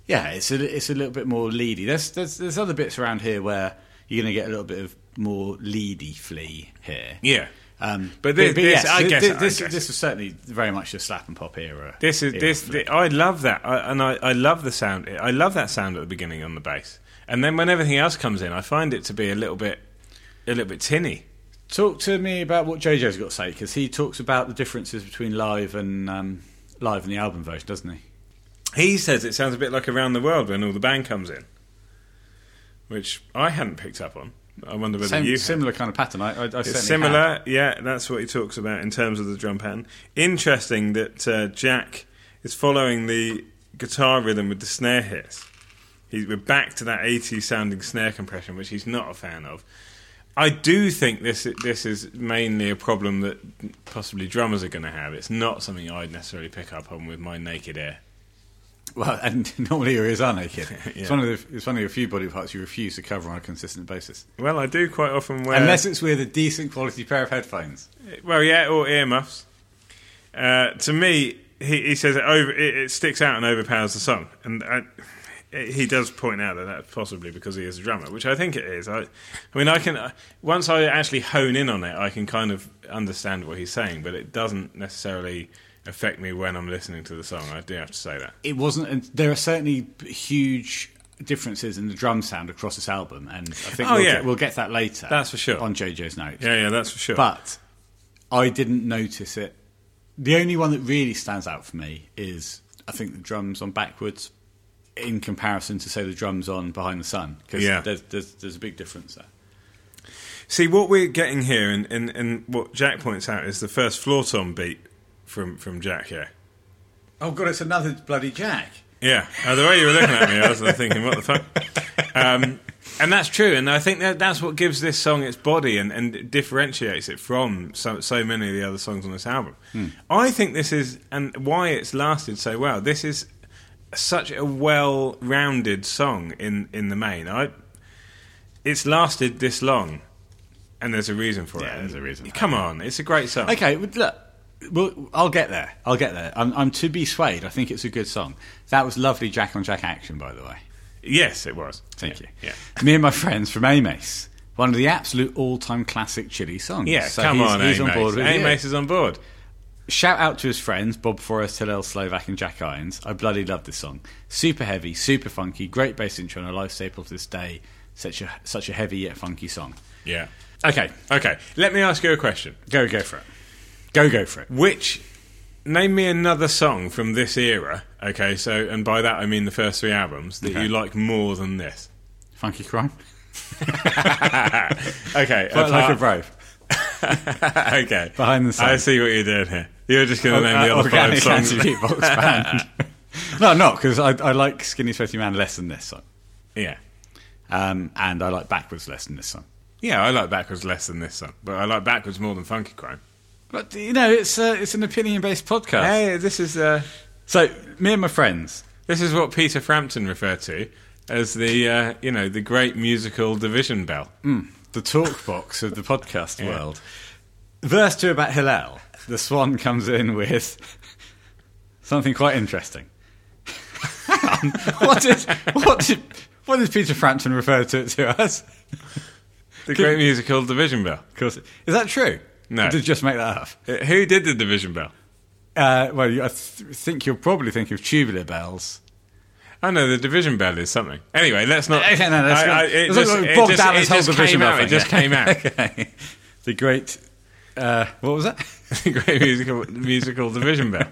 yeah, it's a it's a little bit more leady. There's there's there's other bits around here where you're going to get a little bit of more leady flea here.
Yeah.
Um,
But thi- this- I
thi-
guess-
thi-
I
this,
guess.
this was certainly very much the slap and pop era.
This is
era
this.
for
thi- I love that, I, and I, I love the sound. I love that sound at the beginning on the bass, and then when everything else comes in, I find it to be a little bit, a little bit tinny.
Talk to me about what JJ's got to say because he talks about the differences between live and um, live and the album version, doesn't he?
He says it sounds a bit like Around the World when all the band comes in, which I hadn't picked up on. I wonder whether
Same,
you. had.
similar kind of pattern. I, I, I certainly
It's similar,
have.
yeah. That's what he talks about in terms of the drum pattern. Interesting that uh, Jack is following the guitar rhythm with the snare hits. He, we're back to that 80s sounding snare compression, which he's not a fan of. I do think this this is mainly a problem that possibly drummers are going to have. It's not something I'd necessarily pick up on with my naked ear.
Well, and normally your ears are naked.
Yeah.
It's one of the it's one of your few body parts you refuse to cover on a consistent basis,
Well, I do quite often wear.
unless it's with a decent quality pair of headphones.
Well, yeah, or earmuffs. Uh, to me, he, he says it, over, it, it sticks out and overpowers the song, and I, he does point out that that's possibly because he is a drummer, which I think it is. I, I mean, I can uh, once I actually hone in on it, I can kind of understand what he's saying, but it doesn't necessarily affect me when I'm listening to the song. I do have to say that.
It wasn't. And there are certainly huge differences in the drum sound across this album, and I think
Oh,
we'll,
yeah.
get, we'll get that later.
That's for sure.
on JoJo's notes.
Yeah, yeah, that's for sure.
But I didn't notice it. The only one that really stands out for me is I think the drums on Backwards in comparison to say the drums on Behind the Sun because
Yeah.
there's, there's there's a big difference there.
See what we're getting here, and, and, and what Jack points out is the first floor tom beat from from Jack here.
Oh god, it's another bloody Jack.
Yeah, uh, the way you were looking at me, I was thinking, what the fuck? Um, and that's true, and I think that that's what gives this song its body and, and differentiates it from so, so many of the other songs on this album.
Hmm.
I think this is, and why it's lasted so well, this is such a well rounded song in, in the main. I, it's lasted this long, and there's a reason for
Yeah,
it.
there's a reason.
Come on, it's a great song.
Okay, well, look, well, I'll get there. I'll get there. I'm, I'm to be swayed. I think it's a good song. That was lovely Jack on Jack action, by the way.
Yes, it was.
Thank
Yeah,
you.
Yeah.
Me and my friends from Amace, one of the absolute all-time classic Chili songs.
Yeah,
So
come
he's,
on,
he's on
Amace.
board with you.
Amace is on board.
Shout out to his friends Bob Forrest, Hillel Slovak, and Jack Irons. I bloody love this song. Super heavy, super funky, great bass intro, and a life staple to this day. Such a such a heavy yet funky song.
Yeah.
Okay,
Okay, let me ask you a question.
go go for it. Go go for it.
Which name me another song from this era? Okay, so and by that I mean the first three albums that
Okay.
you like more than this.
Funky crime.
Okay,
Quite like a
apart-
brave.
okay,
Behind the sun.
I see what you're doing here. You're just going to name the other
organic
five songs.
anti-beatbox band. no, I'm not because I, I like Skinny Sweaty Man less than this song,
yeah,
um, and I like Backwards less than this song.
yeah, I like backwards less than this song, but I like backwards more than Funky Crime.
But you know, it's uh, it's an opinion-based podcast.
Hey, this is uh,
So me and my friends.
this is what Peter Frampton referred to as the uh, you know the great musical division bell.
the talk box of the podcast world. Verse two about Hillel, the swan comes in with something quite interesting. Um, what did what did what did Peter Frampton refer to it to as?
The great musical division bell.
Of course, is that true?
No.
I did just make that up.
Uh, Who did the division bell?
Uh, well, I th- think you'll probably think of tubular bells.
I know the division bell is something. Anyway, let's not.
Okay, no, that's
I-
good.
I- it
That's
just-
not-
it
bog
just-
down
it
this whole
just
division
came out.
bell
It just
thing, yeah.
came out.
Okay. The great. Uh, what was that?
Great musical musical division bell.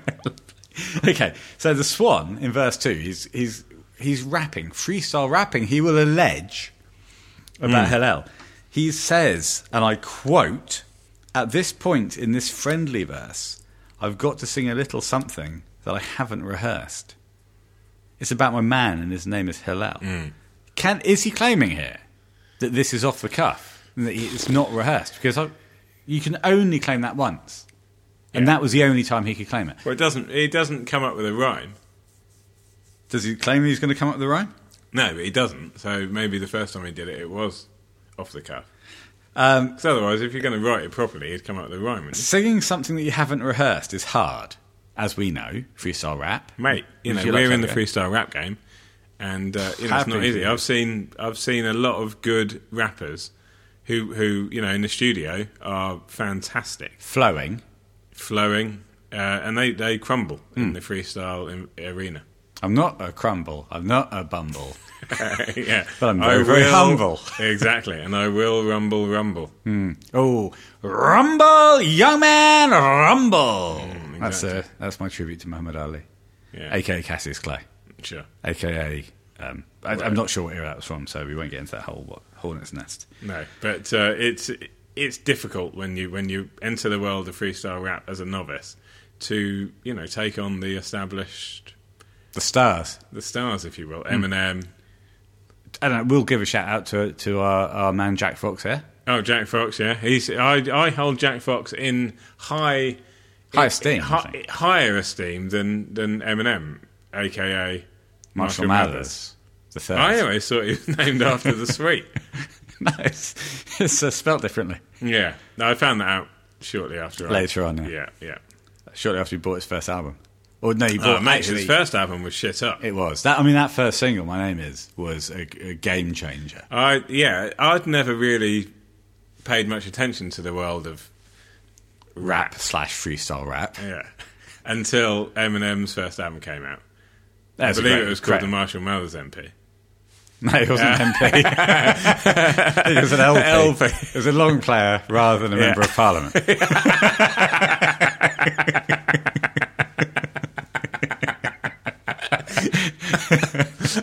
okay, so the swan in verse two, he's he's he's rapping, freestyle rapping. He will allege about Hillel. He says, and I quote: "At this point in this friendly verse, I've got to sing a little something that I haven't rehearsed. It's about my man, and his name is Hillel. Can is he claiming here that this is off the cuff and that he- it's not rehearsed? Because I, you can only claim that once." And that was the only time he could claim it.
Well, it doesn't. It doesn't come up with a rhyme.
Does he claim he's going to come up with the rhyme?
No, but he doesn't. So maybe the first time he did it, it was off the cuff.
Um,
Because otherwise, if you're going to write it properly, he'd come up with a rhyme. wouldn't
singing something that you haven't rehearsed is hard, as we know. Freestyle rap,
he? Mate, you know
Would you like
we're
to
in the
have a go?
freestyle rap game, and uh, you know, it's
Happy
not
for
easy.
you.
I've seen I've seen a lot of good rappers who who you know in the studio are fantastic.
flowing.
flowing, uh, and they, they crumble in
Hmm.
the freestyle in, arena.
I'm not a crumble. I'm not a bumble.
yeah,
But I'm
I
very, very humble.
exactly, and I will rumble, rumble.
Oh, rumble, young man, rumble. That's a,
exactly.
that's my tribute to Muhammad Ali,
Yeah,
aka Cassius Clay,
sure.
aka. Um, I, I'm not sure what era that was from, so we won't get into that whole what, hornet's nest.
No, but uh, it's it's difficult when you when you enter the world of freestyle rap as a novice to you know take on the established
The stars.
The stars, if you will.
Hmm.
Eminem.
And I will give a shout out to to our, our man Jack Fox here.
Oh, Jack Fox. Yeah, he's. I I hold Jack Fox in high
High esteem, I
hi-
think.
higher esteem than than Eminem, aka
Marshall
Marshall
Mathers. The third.
I always thought he was named after the sweet.
no, it's, it's uh, spelled differently.
Yeah, no, I found that out shortly after. I-
Later on, yeah.
yeah, yeah.
Shortly after he bought his first album. Or no, he
Oh,
bought
mate,
actually,
his first album was shit up.
It was that. I mean, that first single, "My Name Is," was a, a game changer.
I yeah, I'd never really paid much attention to the world of
Rap slash freestyle rap.
yeah until Eminem's first album came out. I
That's
believe
great-
it was
great-
called the Marshall Mathers MP.
No, it wasn't MP. it was an LP.
LP.
It was a long player rather than a member of parliament.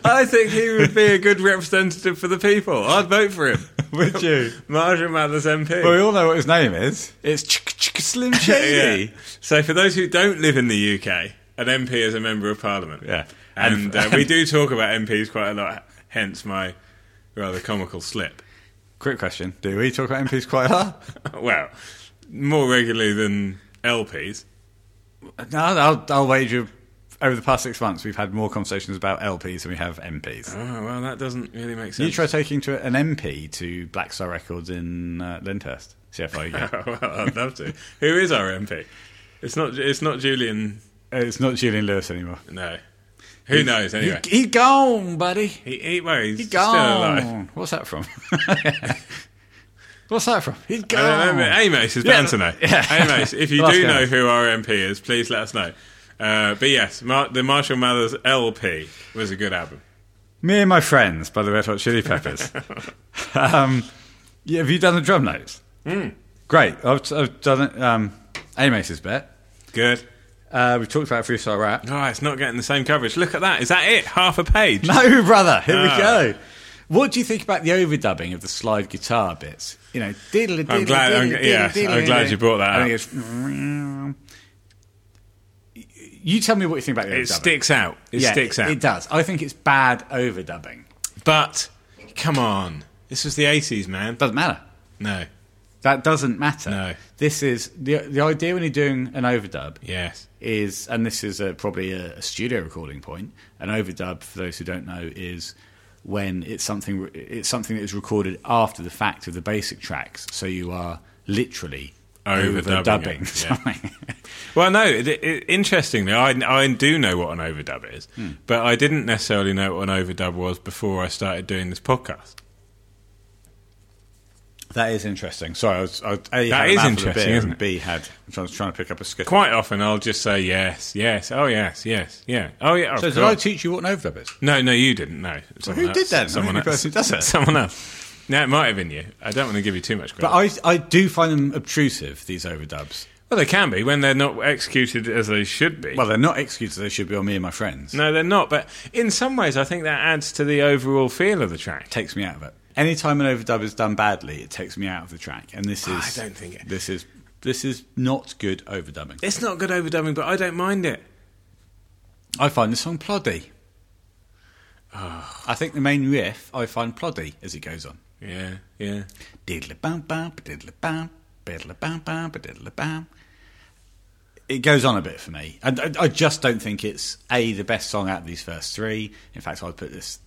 I think he would be a good representative for the people. I'd vote for him.
Would you?
Marshall Mathers MP.
Well, we all know what his name is. It's Chick Chick Slim Shady.
Yeah. So, for those who don't live in the UK, an MP is a member of Parliament.
Yeah.
and,
And-
uh, we do talk about MPs quite a lot. Hence my rather comical slip.
Quick question: Do we talk about MPs quite a lot?
Well, more regularly than LPs.
No, I'll, I'll wager. Over the past six months, we've had more conversations about LPs than we have MPs.
Oh well, that doesn't really make sense.
You try taking to an MP to Black Star Records in uh, Lyndhurst. See how far you go. Uh,
Oh, well, I'd love to. Who is our MP? It's not. It's not Julian.
it's not Julian Lewis anymore.
No. Who knows? Anyway,
He, he gone, buddy.
he, he, well, he's
He
still
gone.
alive.
What's that from? What's that from? He's
I don't
gone.
know, but Amos is
Oh. Yeah.
bound to know.
Yeah.
Amos, if you
Well,
do
that's
know
good.
who our MP is, please let us know. Uh, but yes, Mar- the Marshall Mathers LP was a good album.
Me and My Friends by the Red Hot Chili Peppers. um, yeah, have you done the drum notes?
Hmm.
Great. I've, I've done it. Um, Amos's bit.
Good.
Uh, we've talked about freestyle rap.
Oh, it's not getting the same coverage. Look at that. Is that it? Half a page.
No, brother. Here
Ah.
we go. What do you think about the overdubbing of the slide guitar bits? You know, diddly, diddly,
I'm glad- I'm-
diddly, diddly,
yeah,
diddly,
I'm glad
diddly.
you brought that
I think it's. You tell me what you think about the
It
overdubbing.
sticks out. It
Yeah,
sticks out.
It does. I think it's bad overdubbing.
But come on, this was the 80s, man.
Doesn't matter.
No.
That doesn't matter.
No.
This is the the idea when you're doing an overdub
Yes.
is, and this is a, probably a, a studio recording point. An overdub, for those who don't know, is when it's something it's something that is recorded after the fact of the basic tracks. So you are literally
Overdubbing
overdubbing,
it, yeah.
something.
Well, no. It, it, interestingly, I, I do know what an overdub is, but I didn't necessarily know what an overdub was before I started doing this podcast.
that is interesting. Sorry, I was I, a,
That
had a
is
mouthful of
interesting,
beer,
isn't
and
it?
B had I was trying to pick up a skip.
Quite often, I'll just say yes, yes, oh yes, yes, yeah, oh yeah. of
so did I
course.
teach you what an overdub is?
no, no, you didn't. No, Someone
who did that? I'm the
Someone
only
else.
person who does it.
Someone else. No, it might have been you. I don't want to give you too much credit.
But I I do find them obtrusive. These overdubs.
well, they can be when they're not executed as they should be.
Well, they're not excuses. They should be on me and my friends.
no, they're not. But in some ways, I think that adds to the overall feel of the track.
takes me out of it. Anytime an overdub is done badly, it takes me out of the track. And this is
Ah, I don't think it-
this is this is not good overdubbing.
It's not good overdubbing, but I don't mind it.
I find the song ploddy. I think the main riff I find ploddy as it goes on.
Yeah, yeah.
Diddly bam bam diddly bam diddly bam bam diddly bam. It goes on a bit for me. And I, I just don't think it's a the best song out of these first three. In fact, I'd put this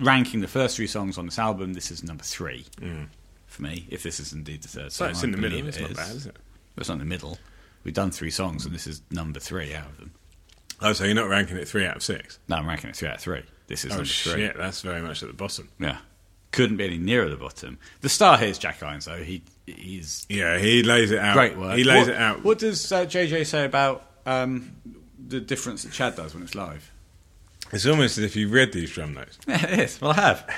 ranking the first three songs on this album. This is number three for me. If this is indeed the third
Mm. So
song,
it's
I
in the middle.
believe
It's not bad, is it?
It's not in the middle. We've done three songs, and this is number three out of them.
Oh, so you're not ranking it three out of six?
No, I'm ranking it three out of three. This is
Oh
number three.
shit, that's very much at the bottom.
Yeah, couldn't be any nearer the bottom. The star here is Jack Irons, though. He he's
Yeah, he lays it out.
Great work.
He lays
What-
it out.
What does uh, JJ say about um, the difference that Chad does when it's live?
It's almost as if you read these drum notes.
Yeah, it is. Well, I have.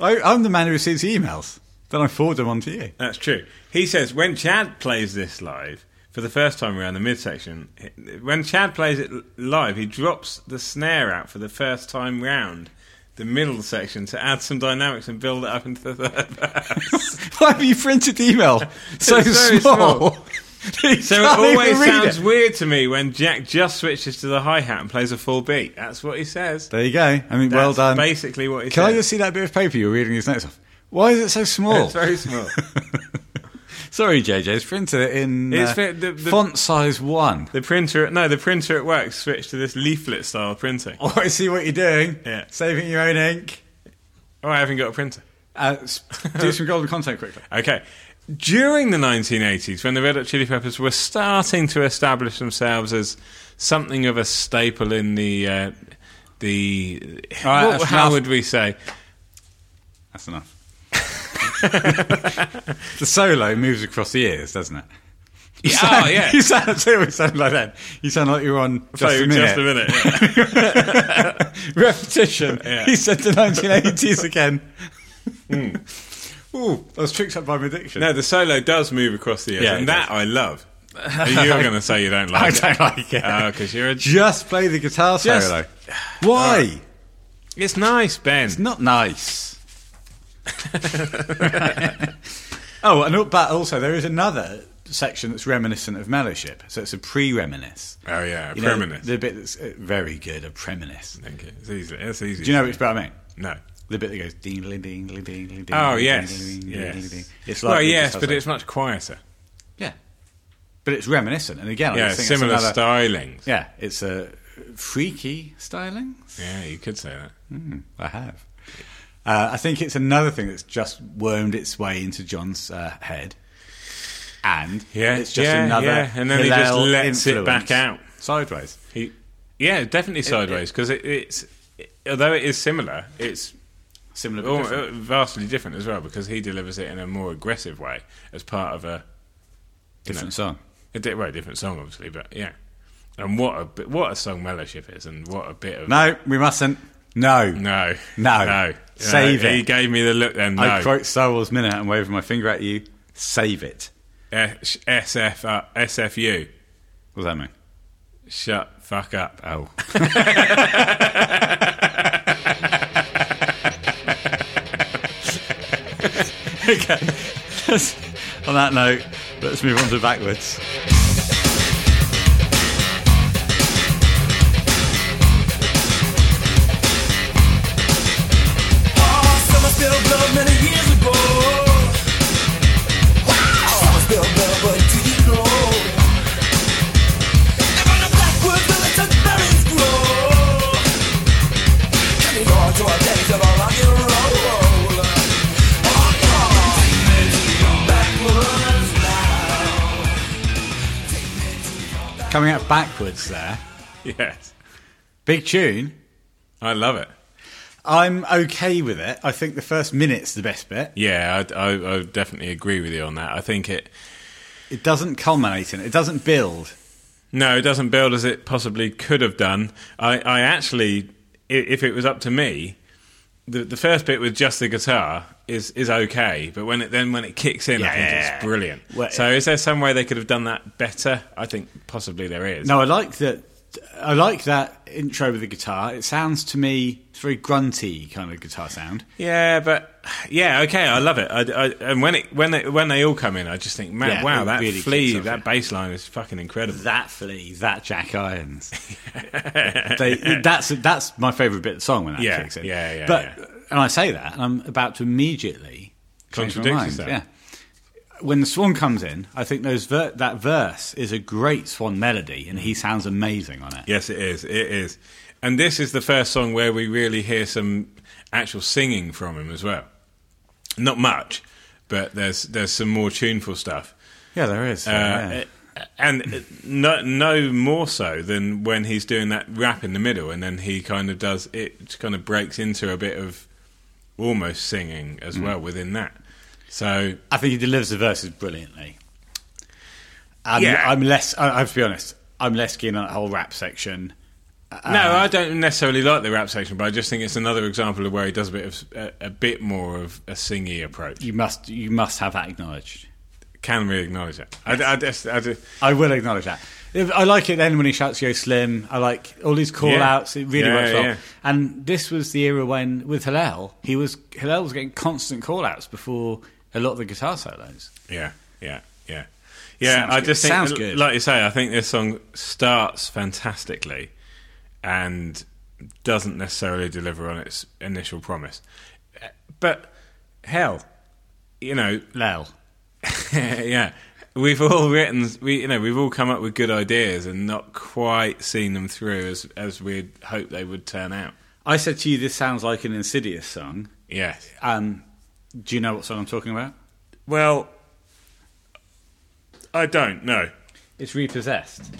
I, I'm the man who receives emails. Then I forward them on to you.
That's true. He says when Chad plays this live for the first time around the midsection, when Chad plays it l- live, he drops the snare out for the first time round the middle section to add some dynamics and build it up into the third verse.
Why have you printed the email so
It's very
small?
So it
can't even
always
read
sounds
it.
weird to me when Jack just switches to the hi hat and plays a full beat. That's what he says.
There you go. I mean, well
That's
done.
Basically, what he
Can I
says.
just see that bit of paper you're reading his notes off? Why is it so small?
It's very small.
Sorry, JJ. It's printed in
It's
uh,
fit- the- the-
font size one.
the printer, no, the printer at work switched to this leaflet style printing.
Oh, I see what you're doing.
Yeah.
Saving your own ink.
Oh, I haven't got a printer.
Uh, s- do some golden content quickly.
Okay. During the 1980s, when the Red Hot Chili Peppers were starting to establish themselves as something of a staple in the uh, the
right,
what-
that's
how
enough.
would we say?
That's enough. the solo moves across the ears, doesn't it? You
Yeah,
sound,
oh, yeah.
You sound, so we sound like that. You sound like you're on just,
So,
a minute.
just a minute. yeah.
Repetition.
Yeah. Hmm.
He said the 1980s again. Ooh, I was tricked up by my diction.
No, the solo does move across the ears,
Yeah, it
and that I love. You're going to say you don't like
I
it.
don't like it.
because Oh, you're a. J-
Just play the guitar
Just-
solo. Why?
it's nice, Ben.
Not nice. oh, and al- but also there is another section that's reminiscent of Mellowship, so it's a pre-reminisce.
oh yeah,
You know,
permanent.
the bit that's uh, very good, a premonice.
Thank you. It's easy. It's easy.
Do you know which bit I mean?
No.
The bit that goes ding ding ding ding ding.
Oh yes,
ding.
yes.
It's like
well,
it
yes,
just has
but
that-
it's much quieter.
yeah, but it's reminiscent, and again, I
Yeah,
just think
similar
it's another,
stylings.
Yeah, it's a freaky styling.
Yeah, you could say that.
I have. Uh, I think it's another thing that's just wormed its way into John's uh, head, and
Yeah,
it's just
yeah,
another.
yeah, and then he just
Hillel
lets it
influence.
back out.
sideways.
He, yeah, definitely sideways because it, it's it- although it is similar, it's
Similar. but
al-
different.
uh, vastly different as well because he delivers it in a more aggressive way as part of a
different song.
a di- well, different song, obviously, but yeah. And what a bit- what a song Mellowship is, and what a bit of
No, we mustn't. No.
no,
No.
no.
Save
No,
it.
He gave me the look then. No,
I quote Star Wars Minute and waving my finger at you. Save it.
S- SF, uh, SFU.
What does that mean?
Shut fuck up.
Oh, okay. on that note, let's move on to backwards.
Summerfield Love many years ago. Summerfield Love, but do you know? And on the backwoods where the berries grow. Coming on to our days of our rock and roll. Oh, yeah. Take me to your backwoods now. Take me to your back-
Coming out backwards there.
Yes,
Big tune.
I love it.
I'm okay with it. I think the first minute's the best bit.
Yeah, I, I, I definitely agree with you on that. I think it.
It doesn't culminate in it. It doesn't build.
No, it doesn't build as it possibly could have done. I, I actually, i- if it was up to me, the, the first bit with just the guitar is is okay, but when it then when it kicks in, I think
Yeah.
it's brilliant.
Well-
so, is there some way they could have done that better? I think possibly there is.
No, I like that. I like that intro with the guitar. It sounds to me it's very grunty kind of guitar sound.
Yeah, but yeah, okay, I love it. I, I, and when it when they when they all come in, I just think, man,
Yeah,
wow,
it
that
really
flea,
kicks off,
that
yeah.
bass line is fucking incredible.
That flea, that Jack Irons. they, that's that's my favourite bit of the song when that
Yeah,
kicks in.
yeah, yeah,
But
yeah.
and I say that, and I'm about to immediately change my
Contradict
mind.
yourself.
Yeah. When the swan comes in, I think those ver- that verse is a great swan melody, and he sounds amazing on it.
Yes, it is. It is. And this is the first song where we really hear some actual singing from him as well. Not much, but there's there's some more tuneful stuff.
Yeah, there is.
Uh, And no, no more so than when he's doing that rap in the middle, and then he kind of does it, kind of breaks into a bit of almost singing as well within that. So
I think he delivers the verses brilliantly. I'm,
Yeah.
I'm less. I, I have to be honest. I'm less keen on that whole rap section.
no, I don't necessarily like the rap section, but I just think it's another example of where he does a bit of a, a bit more of a singy approach.
You must. You must have that acknowledged.
Can we acknowledge that? I, I just, I just,
I will acknowledge that. If- I like it then when he shouts "Yo Slim." I like all these call
Yeah.
outs. It really
Yeah,
works well.
yeah.
And this was the era when, with Hillel, he was Hillel was getting constant call outs before a lot of the guitar solos.
yeah, yeah, yeah, Yeah,
Sounds
I
good.
just think,
Sounds
l-
good.
like you say, I think this song starts fantastically and doesn't necessarily deliver on its initial promise. Uh, But hell, you know,
Lel.
yeah, we've all written, we you know, we've all come up with good ideas and not quite seen them through as as we'd hoped they would turn out.
I said to you, this sounds like an Insidious song.
Yeah.
Um, do you know what song I'm talking about?
Well, I don't know.
It's Repossessed.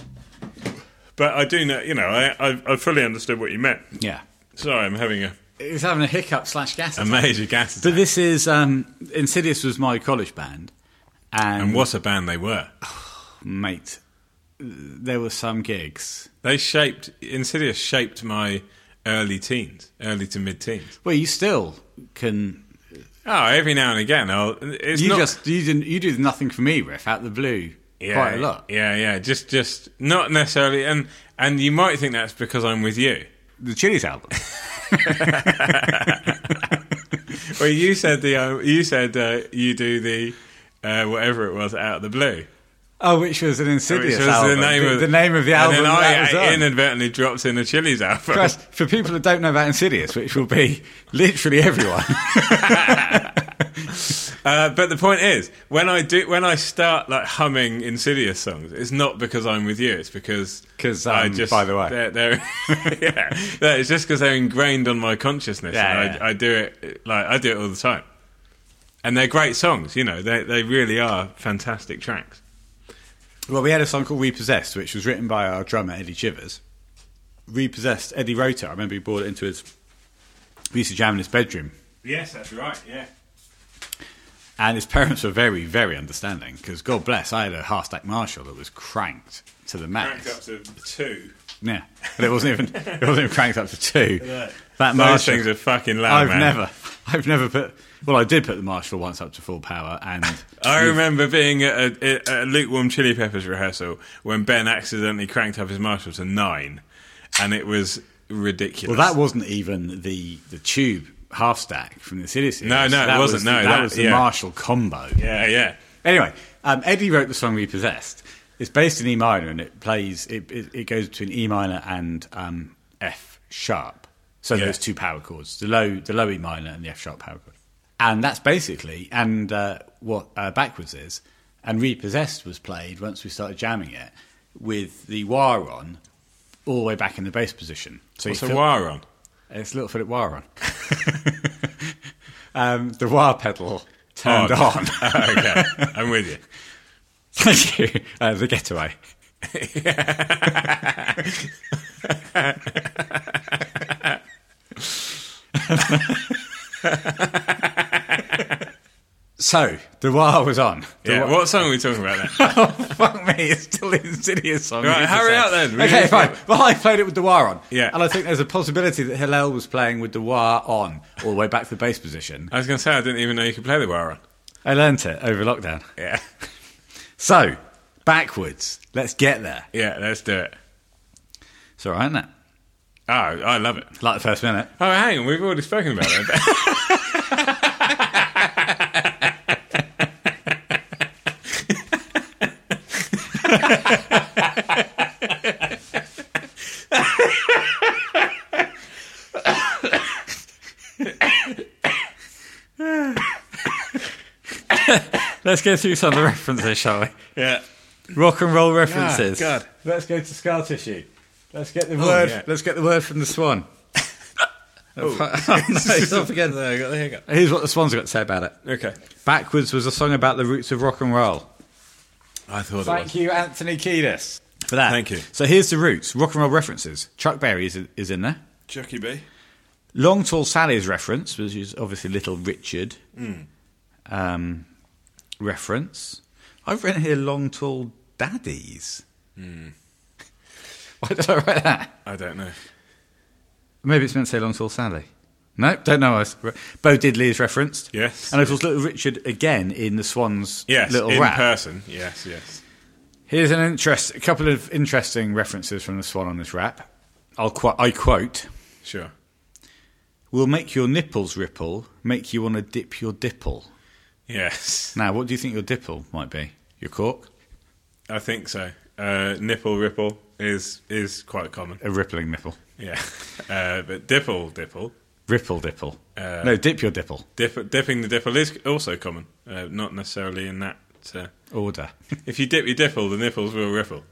But I do know, you know, I, I, I fully understood what you meant.
Yeah.
Sorry, I'm having a,
It's having a hiccup slash gas.
a
attack.
major gas attack.
But this is um, Insidious was my college band, and,
And what a band they were.
mate, there were some gigs.
They shaped, Insidious shaped my early teens, early to mid teens.
Well, you still can.
Oh, every now and again, I'll, it's
You
not,
just you didn't you do the nothing for me riff out the blue
yeah,
quite a lot.
Yeah, yeah, just, just not necessarily. And, and you might think that's because I'm with you.
The Chili's album.
Well, you said the, uh, you said uh, you do the, uh, whatever it was, out of the blue.
Oh, which was an Insidious
Which was
album.
the name
the,
of
the name of the album.
And then
that was
I
on.
inadvertently dropped in a Chili's album.
Guys, for people that don't know about Insidious, which will be literally everyone.
Uh, but the point is, when I do, when I start like humming Insidious songs, it's not because I'm with you. It's because
'Cause,
I
um,
just
by the way.
they're, they're yeah, no, it's just because they're ingrained on my consciousness.
Yeah,
and
yeah.
I, I do it like I do it all the time, and they're great songs. You know, they they really are fantastic tracks.
Well, we had a song called Repossessed, which was written by our drummer, Eddie Chivers. Repossessed, Eddie wrote it. I remember he brought it into his. We used to jam in his bedroom,
Yes, that's right. Yeah.
and his parents were very, very understanding because, God bless, I had a half stack Marshall that was cranked to the max.
to two.
Yeah, but it wasn't even it wasn't even cranked up to two. That
Those
Marshall,
things are fucking loud,
I've
man.
never, I've never put. Well, I did put the Marshall once up to full power, and
I remember being at a, at a lukewarm Chili Peppers rehearsal when Ben accidentally cranked up his Marshall to nine, and it was ridiculous.
Well, that wasn't even the the tube half stack from the Citizen.
No, no, it
that
wasn't,
Was,
no,
that,
that-
was the
yeah.
Marshall combo.
yeah, yeah.
Anyway, um, Eddie wrote the song "Repossessed." It's based in E minor, and it plays. It, it, it goes between E minor and um, F sharp. So
Yeah.
there's two power chords: the low, the low E minor, and the F sharp power chord. And that's basically and uh, what uh, backwards is. And "Repossessed" was played once we started jamming it with the wah on all the way back in the bass position. So
What's
you
a
feel-
wire on?
it's little Philip Warren. um, the wah pedal turned
Oh,
on.
okay, I'm with you.
Thank you. Uh, the getaway. so the wah was on. The
Yeah,
wah- Oh,
what song are we talking about then?
Fuck me, it's still the insidious song.
Right,
you
hurry
said.
up then, we
Okay,
need
fine.
to-
Well, I played it with the wah on.
Yeah.
And I think there's a possibility that Hillel was playing with the wah on all the way back to the bass position.
I was going to say, I didn't even know you could play the wire on.
I learnt it over lockdown.
Yeah.
So, backwards. Let's get there.
Yeah, let's do it.
It's all right, isn't it?
Oh, I love it.
Like the first minute.
Oh, hang on, we've already spoken about that.
Let's go through some of the references, shall we?
yeah.
Rock and roll references.
Ah, God. Oh,
Let's go to scar tissue. Let's get the
word- let's
get the word from the swan. Oh.
Oh. again. There, I got the hiccup.
Here's what the swans got to say about it.
Okay.
Backwards was a song about the roots of rock and roll.
I thought it was.
Thank you, Anthony Kiedis, for that.
Thank you.
So here's the roots, rock and roll references. Chuck Berry is, is in there.
Chucky B.
Long Tall Sally's reference, which is obviously Little Richard
Hmm.
um, reference. I've written here Long Tall Daddies.
Hmm.
Why did I write that?
I don't know.
Maybe it's meant to say Long Tall Sally. No, don't know. I was- Bo Diddley is referenced.
Yes.
And of course, Little Richard again in the Swans
Yes,
little
in
rap.
person. Yes, yes.
Here's an interest, a couple of interesting references from the Swan on this rap. I'll qu- I quote:
Sure.
"Will make your nipples ripple, make you want to dip your dipple."
Yes.
Now, what do you think your dipple might be? Your cork?
I think so. Uh, nipple ripple is is quite common.
A rippling nipple.
Yeah, uh, but dipple dipple.
Ripple dipple. no, dip your dipple.
Dip, dipping the dipple is also common, uh, not necessarily in that. Uh,
Order.
if you dip your dipple, the nipples will ripple.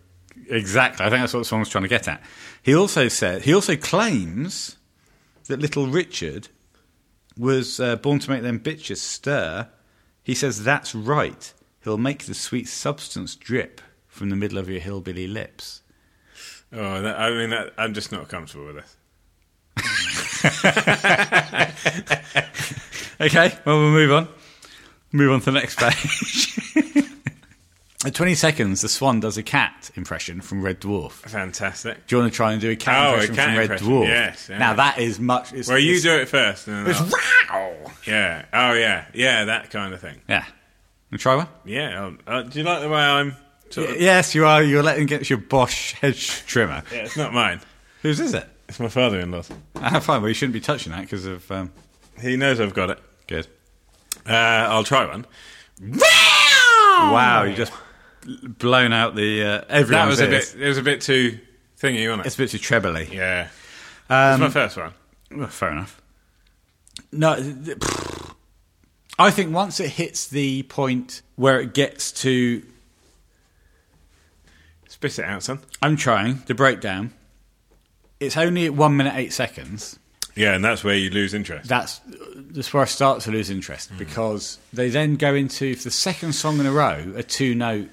Exactly. I think that's what someone's trying to get at. He also said he also claims that Little Richard was uh, born to make them bitches stir. He says that's right. He'll make the sweet substance drip from the middle of your hillbilly lips.
Oh, that, I mean, that, I'm just not comfortable with this.
Okay, well we'll move on. Move on to the next page. At 20 seconds, the swan does a cat impression from Red Dwarf.
Fantastic.
Do you want to try and do a cat
Oh, a
impression
cat
from Red
impression,
Dwarf?
yes, yeah.
Now that is much. It's,
Well, you
it's-
do it first. And then I'll-
Wow.
yeah. Oh, yeah. Yeah, that kind of thing.
Yeah. Wanna try one.
Yeah. um, Uh, do you like the way I'm? Sort of, yeah.
Yes, you are. You're letting get your Bosch hedge trimmer.
It's not mine.
Whose is it?
It's my father-in-law's.
Ah, fine. Well, you shouldn't be touching that because of. Um,
He knows I've got it.
good.
Uh, I'll try one.
Wow, you just blown out the uh,
Oh. That
everyone's
was a
ears.
bit. It was a bit too thingy, wasn't it?
It's a bit too trebly.
yeah. It's
Um,
my first one.
well, fair enough. No, th- th- pfft. I think once it hits the point where it gets to,
Spit it out, son.
I'm trying the breakdown. It's only at one minute eight seconds.
Yeah, and that's where you lose interest.
that's that's where I start to lose interest because they then go into for the second song in a row a two note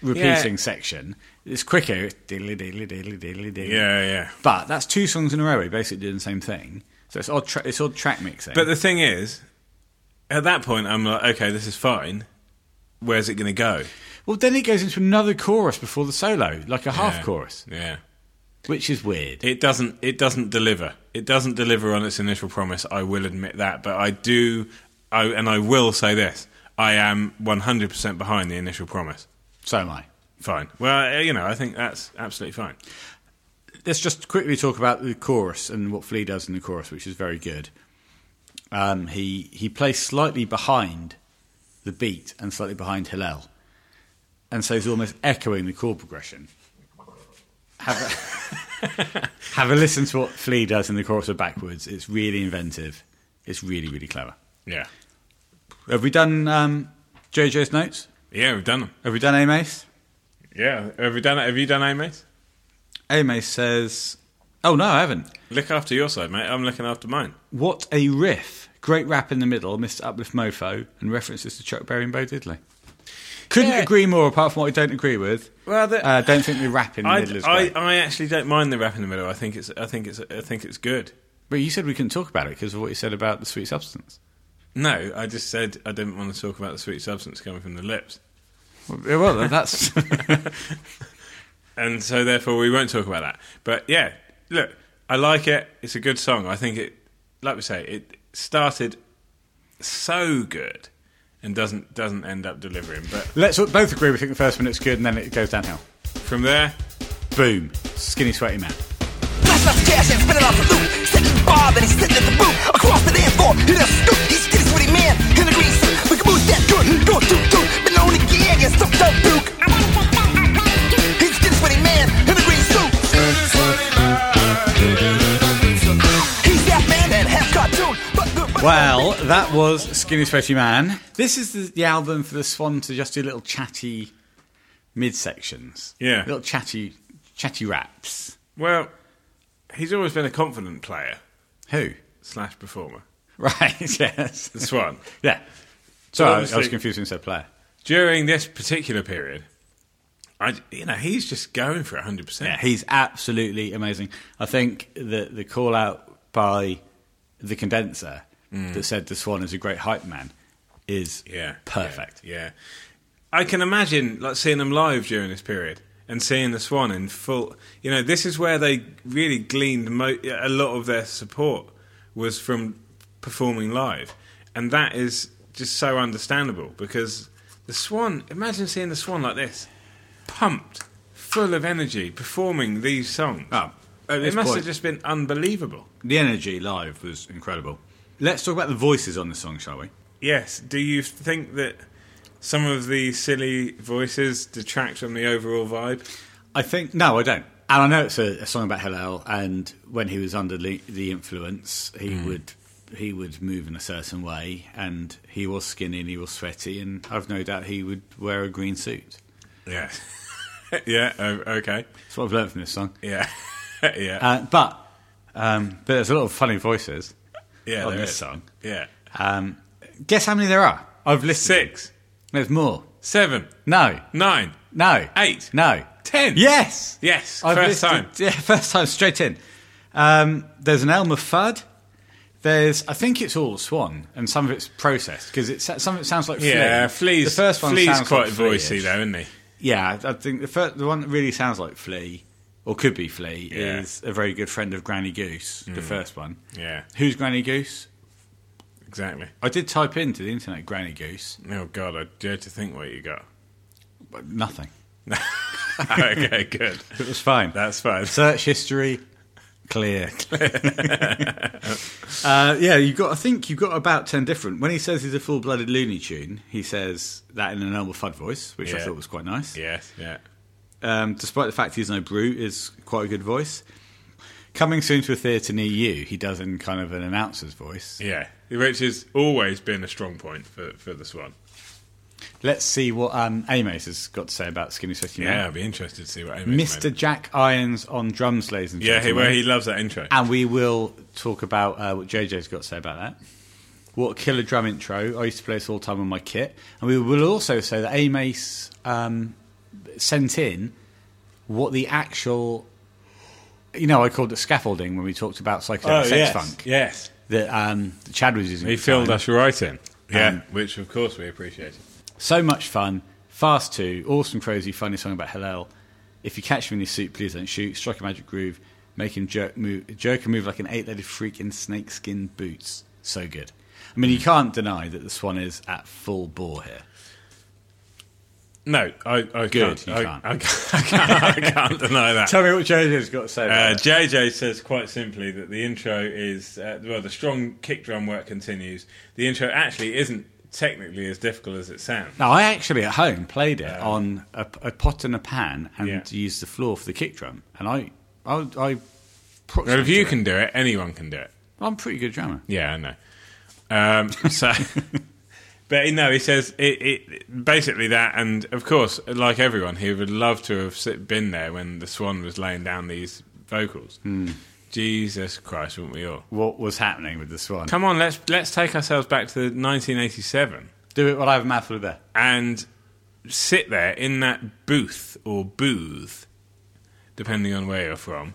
repeating
Yeah.
section. It's quicker. It's diddly diddly diddly diddly diddly.
yeah, yeah.
But that's two songs in a row. where He basically doing the same thing. So it's odd. Tra- it's odd track mixing.
But the thing is, at that point, I'm like, okay, this is fine. Where's it going to go?
well, then it goes into another chorus before the solo, like a half
Yeah.
chorus,
Yeah.
which is weird.
It doesn't. It doesn't deliver. It doesn't deliver on its initial promise. I will admit that, but I do. I and I will say this: I am 100% behind the initial promise.
so am I.
Fine. Well, uh, you know, I think that's absolutely fine.
let's just quickly talk about the chorus and what Flea does in the chorus, which is very good. Um, he he plays slightly behind the beat and slightly behind Hillel, and so he's almost echoing the chord progression. Have a, have a listen to what Flea does in the chorus of backwards. It's really inventive. It's really really clever.
Yeah.
Have we done um, JoJo's notes?
Yeah, we've done them.
Have we done A Mace?
Yeah, have we done it? Have you done A mate?
A Mace says, "Oh no, I haven't."
Look after your side, mate. I'm looking after mine.
What a riff! Great rap in the middle, Mr. Uplift Mofo, and references to Chuck Berry and Bo Diddley. Couldn't
Yeah.
agree more, apart from what I don't agree with.
Well, the-
uh, don't think the rap in the
I,
middle is
I,
great.
I actually don't mind the rap in the middle. I think it's I think it's I think it's good.
but you said we couldn't talk about it because of what you said about the sweet substance.
No, I just said I didn't want to talk about the sweet substance coming from the lips,
Well, well then that's
and so therefore we won't talk about that. But yeah, look, I like it. It's a good song. I think it, like we say, it started so good and doesn't doesn't end up delivering. But
let's both agree. We think the first minute's good, and then it goes downhill.
from there,
Boom, skinny sweaty man.
Flash out the cash and spin it off the loop. Sitting Bob and he's sitting at the booth. Across the dance floor, hit a scoop. He's skinny, sweaty man in a green suit. We can move that good, go do do. Been on the gig and some dumb duke. He's skinny, sweaty man in a green suit. He's that man that has cartoon. But the, but
Well, that was Skinny Sweaty Man. This is the, the album for the Swan to just do little chatty mid sections.
Yeah.
little chatty chatty raps.
well, he's always been a confident player
Who?
slash performer.
Right, yes.
The Swan.
Yeah. Sorry, I was- I was
obviously-
confused when you said player.
during this particular period, I you know he's just going for hundred
Yeah,
percent.
he's absolutely amazing. I think the, the call out by the condenser that said the swan is a great hype man is
Mm. Yeah,
perfect.
Yeah, yeah. I can imagine like seeing them live during this period and seeing the Swan in full. You know, this is where they really gleaned mo- a lot of their support was from performing live, and that is just so understandable because the Swan. Imagine seeing the Swan like this, pumped, full of energy, performing these songs. Uh,
Oh, at
it
this
must
point-
have just been unbelievable.
The energy live was incredible. Let's talk about the voices on the song, shall we?
Yes. Do you think that some of the silly voices detract from the overall vibe?
I think no, I don't. And I know it's a, a song about Hillel, and when he was under le- the influence, he would he would move in a certain way, and he was skinny and he was sweaty, and I've no doubt he would wear a green suit.
Yeah. yeah, o- okay.
That's what I've learned from this song.
Yeah. yeah.
Uh, but um, but there's a lot of funny voices
yeah,
on
there
this
is.
song.
Yeah.
Um, guess how many there are? I've listed.
Six,
There's more.
seven,
No,
nine,
no,
Eight.
no,
ten.
Yes,
Yes,
I've
first
listed-
time.
Yeah, first time straight in. Um, there's an Elmer Fudd. There's, I think it's all Swan, and some of it's processed because it sa- some of it sounds like
Yeah,
Flea.
Flea's,
The first one
Flea's
sounds
quite
like
voicey,
Flea-ish.
though, isn't he?
Yeah, I I think the first, the one that really sounds like Flea, or could be Flea,
Yeah. Mm.
is a very good friend of Granny Goose. The first one.
Yeah,
Who's Granny Goose?
exactly.
I did type into the internet Granny Goose,
Oh, God, I dare to think what you got.
but nothing.
okay, good.
It was fine.
That's fine.
Search history, clear. uh, yeah, you got. I think you've got about ten different. When he says he's a full-blooded Looney Tune, he says that in an Elmer Fudd voice, which I
Yeah.
thought was quite nice.
yes, yeah.
Um, despite the fact he's no brute, is quite a good voice. Coming soon to a theatre near you, he does in kind of an announcer's voice.
Yeah. Which has always been a strong point for, for the Swan.
Let's see what um, Amos has got to say about Skinny Sweaty
Yeah,
Man.
I'd be interested to see what Amos
Mr.
made.
Jack Irons on drums, ladies and
Yeah, he,
gentlemen.
where he loves that intro.
And we will talk about uh, what JJ's got to say about that. What a killer drum intro. I used to play this all the time on my kit. And we will also say that Amace um, sent in what the actual. You know, I called it scaffolding when we talked about psychedelic sex
Oh, yes.
funk
Yes.
that, um, that Chad was using.
He
at the
filled
time.
us right in. Yeah,
Um,
which of course we appreciated.
So much fun. Fast 2. Awesome, crazy, funny song about Hillel. If you catch him in his suit, please don't shoot. Strike a magic groove. Make him jerk, move, jerk and move like an eight legged freak in snakeskin boots. So good. I mean, you can't deny that the swan is at full bore here.
No, I, I
Good,
can't.
you
I,
can't.
I, can't, I can't deny that.
Tell me what JJ's got to say
Uh, JJ says quite simply that the intro is uh, well, the strong kick drum work continues. The intro actually isn't technically as difficult as it sounds.
now, I actually at home played it on a, a pot and a pan and
Yeah.
used the floor for the kick drum. And I. I, I props
Well, if
to
you
it.
can do it, anyone can do it.
I'm a pretty good drummer.
Yeah, I know. Um, so, but no, he says it, it basically that, and of course, like everyone, he would love to have sit- been there when the Swan was laying down these vocals. Jesus Christ, wouldn't we all?
What was happening with the swan?
Come on, let's let's take ourselves back to the 1987.
Do it while I have a mouthful of beer.
and sit there in that booth or booth, depending on where you're from,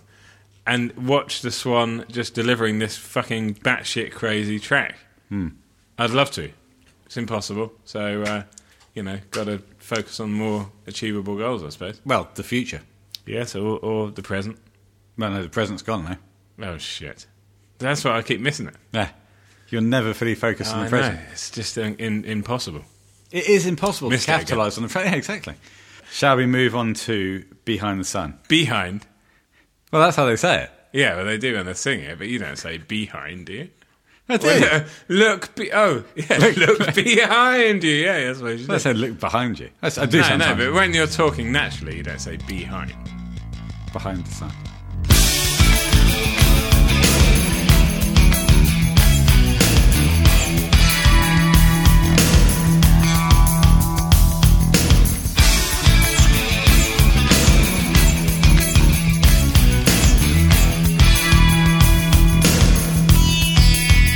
and watch the Swan just delivering this fucking batshit crazy track. I'd love to. It's impossible. So, uh, you know, got to focus on more achievable goals, I suppose.
Well, the future.
Yes, or, or the present.
Well, no, the present's gone now.
Oh, shit. That's why I keep missing it.
Yeah. You're never fully focused on
I
the
know.
present.
It's just in, in, impossible.
It is impossible
Missed it
to
again.
capitalise on the present. Yeah, exactly. Shall we move on to Behind the Sun?
Behind.
Well, that's how they say it.
Yeah, well, they do when they're singing it, but you don't say behind, do you?
I
Well,
did.
no, look, be- oh, yeah, look, behind you. Yeah, that's what you
I
do.
said, look behind you. I s- I do
No, no,
sometimes.
but when you're talking naturally, you don't say behind.
Behind the Sun.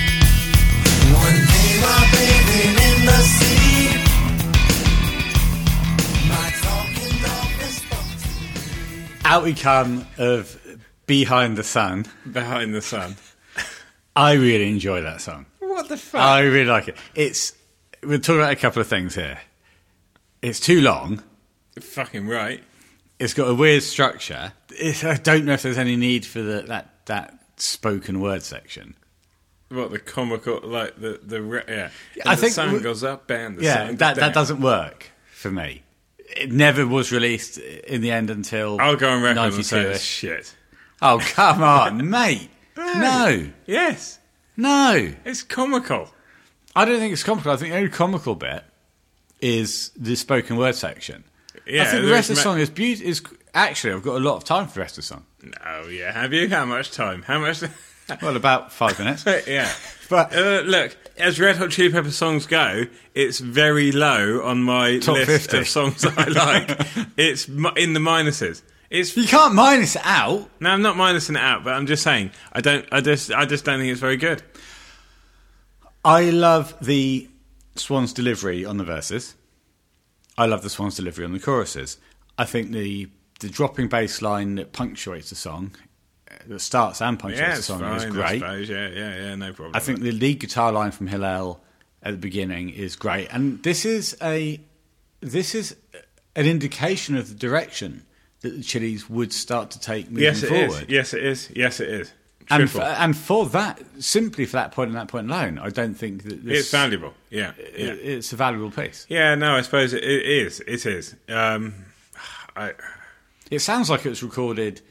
One day while bathing in the sea, my talking dolphin spoke to me.
Out we come of Behind the Sun.
Behind the sun.
I really enjoy that song.
What the fuck?
I really like it. It's. We're talking about a couple of things here. It's too long.
Fucking right.
It's got a weird structure. It's, I don't know if there's any need for the, that that spoken word section.
What the comical, like the the re- yeah.
I
And the
think
sun
w-
goes up and the sun
yeah,
goes
that
down.
that doesn't work for me. It never was released in the end until
I'll go on record and
92
say it's shit.
Oh come on, mate! No,
Yes,
no,
it's comical.
I don't think it's comical. I think the only comical bit is the spoken word section.
Yeah,
I think the
there
rest
is
of the
ma-
song is beautiful. Is actually, I've got a lot of time for the rest of the song.
Oh yeah, have you? How much time? How much?
Well, about five minutes.
yeah,
But-
uh, look, as Red Hot Chili Pepper songs go, it's very low on my
Top
list
50.
of songs I like. it's mi- in the minuses. It's
you can't minus it out.
no, I'm not minusing it out, but I'm just saying I don't. I just, I just don't think it's very good.
I love the Swans delivery on the verses. I love the Swans delivery on the choruses. I think the the dropping bass line that punctuates the song, uh, that starts and punctuates
Yeah,
the
it's
song,
fine.
is
I
great.
suppose. Yeah, yeah, yeah. No problem.
I think the lead guitar line from Hillel at the beginning is great, and this is a this is an indication of the direction that the Chili's would start to take moving
Yes, it is.
forward.
Yes, it is. Yes, it is.
And
Triple.
for, and for that, simply for that point and that point alone, I don't think that this,
it's valuable. Yeah,
i-
yeah.
It's a valuable piece.
Yeah, no, I suppose it, it is. It is. Um, I,
It sounds like it was recorded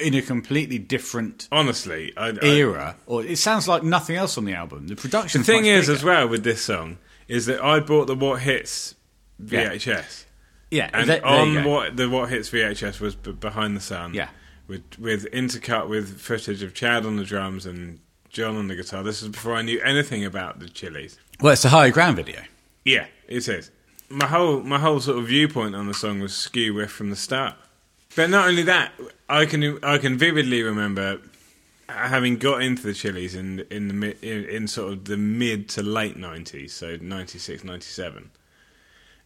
in a completely different
honestly, I, I-
era, or it sounds like nothing else on the album. The production.
the thing is, as well, with this song, is that I bought the What Hits VHS.
yeah,
And
th- there you
on
go.
what the What Hits VHS was b- Behind the Sun.
Yeah.
With, with intercut with footage of Chad on the drums and John on the guitar. This is before I knew anything about the Chili's.
well, it's a high ground video.
Yeah, it is. My whole my whole sort of viewpoint on the song was skew with from the start. But not only that, I can I can vividly remember having got into the Chili's in in the mid, in, in sort of the mid to late nineties, so 96, 97.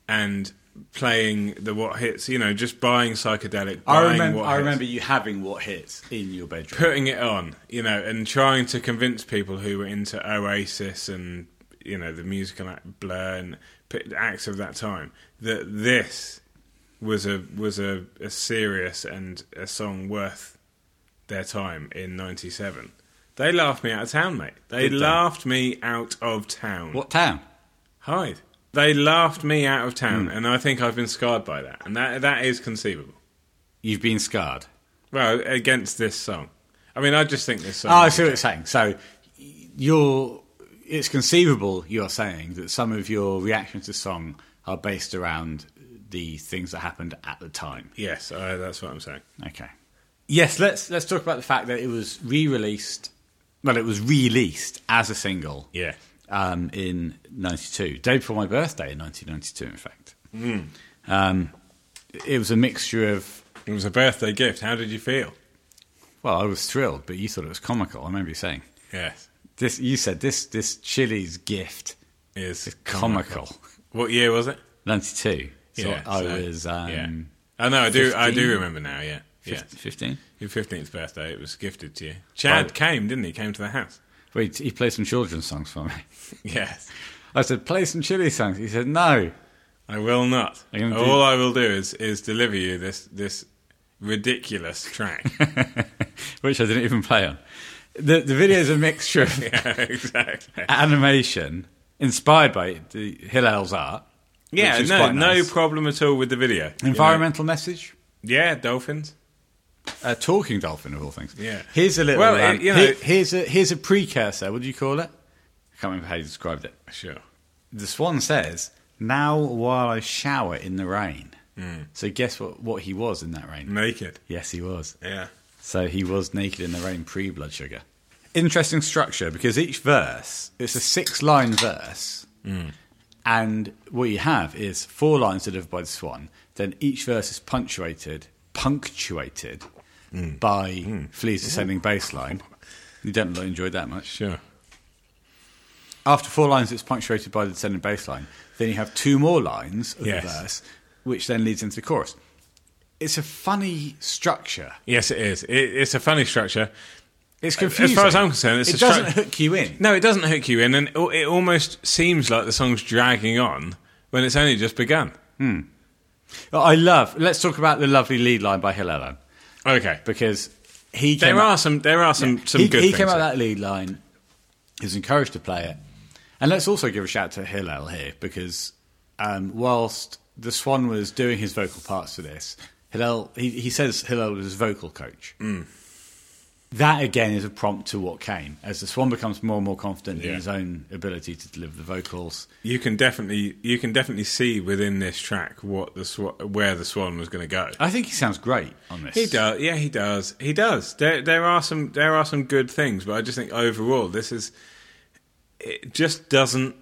and playing the what hits. You know, just buying psychedelic. Buying
I remember.
What
I
Hits
remember you having what hits in your bedroom.
putting it on, you know, and trying to convince people who were into Oasis and you know the musical act Blur and p- acts of that time that this was a was a, a serious and a song worth their time in '97. They laughed me out of town, mate. They
Did they?
laughed me out of town.
What town?
Hyde. They laughed me out of town,
Hmm.
and I think I've been scarred by that, and that that is conceivable.
You've been scarred.
Well, against this song. I mean, I just think this song.
Oh, I see what you're saying. So you're. It's conceivable you're saying that some of your reactions to song are based around the things that happened at the time.
Yes, uh, that's what I'm saying.
Okay. Yes, let's let's talk about the fact that it was re-released. Well, it was released as a single.
Yeah.
Um, in '92, day before my birthday in 1992. In fact, um,
Hmm.
it was a mixture of.
It was a birthday gift. How did you feel?
Well, I was thrilled, but you thought it was comical. I remember you saying
Yes.
this. You said this this Chili's gift
Is
comical.
What year was it?
92. So I
so-
was um,
yeah. I know. I do. I do
15?
remember now. Yeah. Yeah.
15.
Your fifteenth birthday. It was gifted to you. Chad
By-
came, didn't he? Came to the house.
Wait, he played some children's songs for me.
Yes.
I said, play some Chili songs. He said, no.
I will not.
I'm gonna
All
do-
I will do is is deliver you this this ridiculous track.
which I didn't even play on. The the video is a mixture of
yeah, exactly.
Ah, animation inspired by the Hillel's art.
Yeah.
which is
No.
quite
No
nice.
problem at all with the video. you know.
Environmental message.
Yeah. Dolphins.
A talking dolphin of all things.
Yeah.
Here's a little.
Well,
um,
it- you
he-
know-
here's a here's a precursor. What do you call it? I can't remember how you described it.
Sure.
The Swan says, "Now while I shower in the rain."
Hmm.
So guess what? What he was in that rain?
Naked.
Yes, he was.
Yeah.
So he was naked in the rain pre blood sugar. Interesting structure because each verse, it's a six line verse. And what you have is four lines delivered by the swan. Then each verse is punctuated, punctuated by Flea's descending bass line. You don't really enjoy that much.
Sure.
After four lines, it's punctuated by the descending bass line. Then you have two more lines of
Yes.
the verse, which then leads into the chorus. It's a funny structure.
Yes, it is. It, it's a funny structure.
It's
As
confusing.
far as I'm concerned, it's
it
a
doesn't
structure.
hook you in.
No, it doesn't hook you in, and it al- it almost seems like the song's dragging on when it's only just begun.
I love. Let's talk about the lovely lead line by Hillel
Okay,
because he
there
came
are
up,
some there are some some
he,
good
he
things.
came out
there.
that lead line. He was encouraged to play it, and let's also give a shout to Hillel here because um, whilst the Swan was doing his Mm. vocal parts for this, Hillel he, he says Hillel was his vocal coach. That again is a prompt to what came as the Swan becomes more and more confident in
Yeah.
his own ability to deliver the vocals.
You can definitely you can definitely see within this track what the sw- where the Swan was going to go.
I think he sounds great on this.
He does. Yeah, he does. He does. There, there are some there are some good things, but I just think overall this is it just doesn't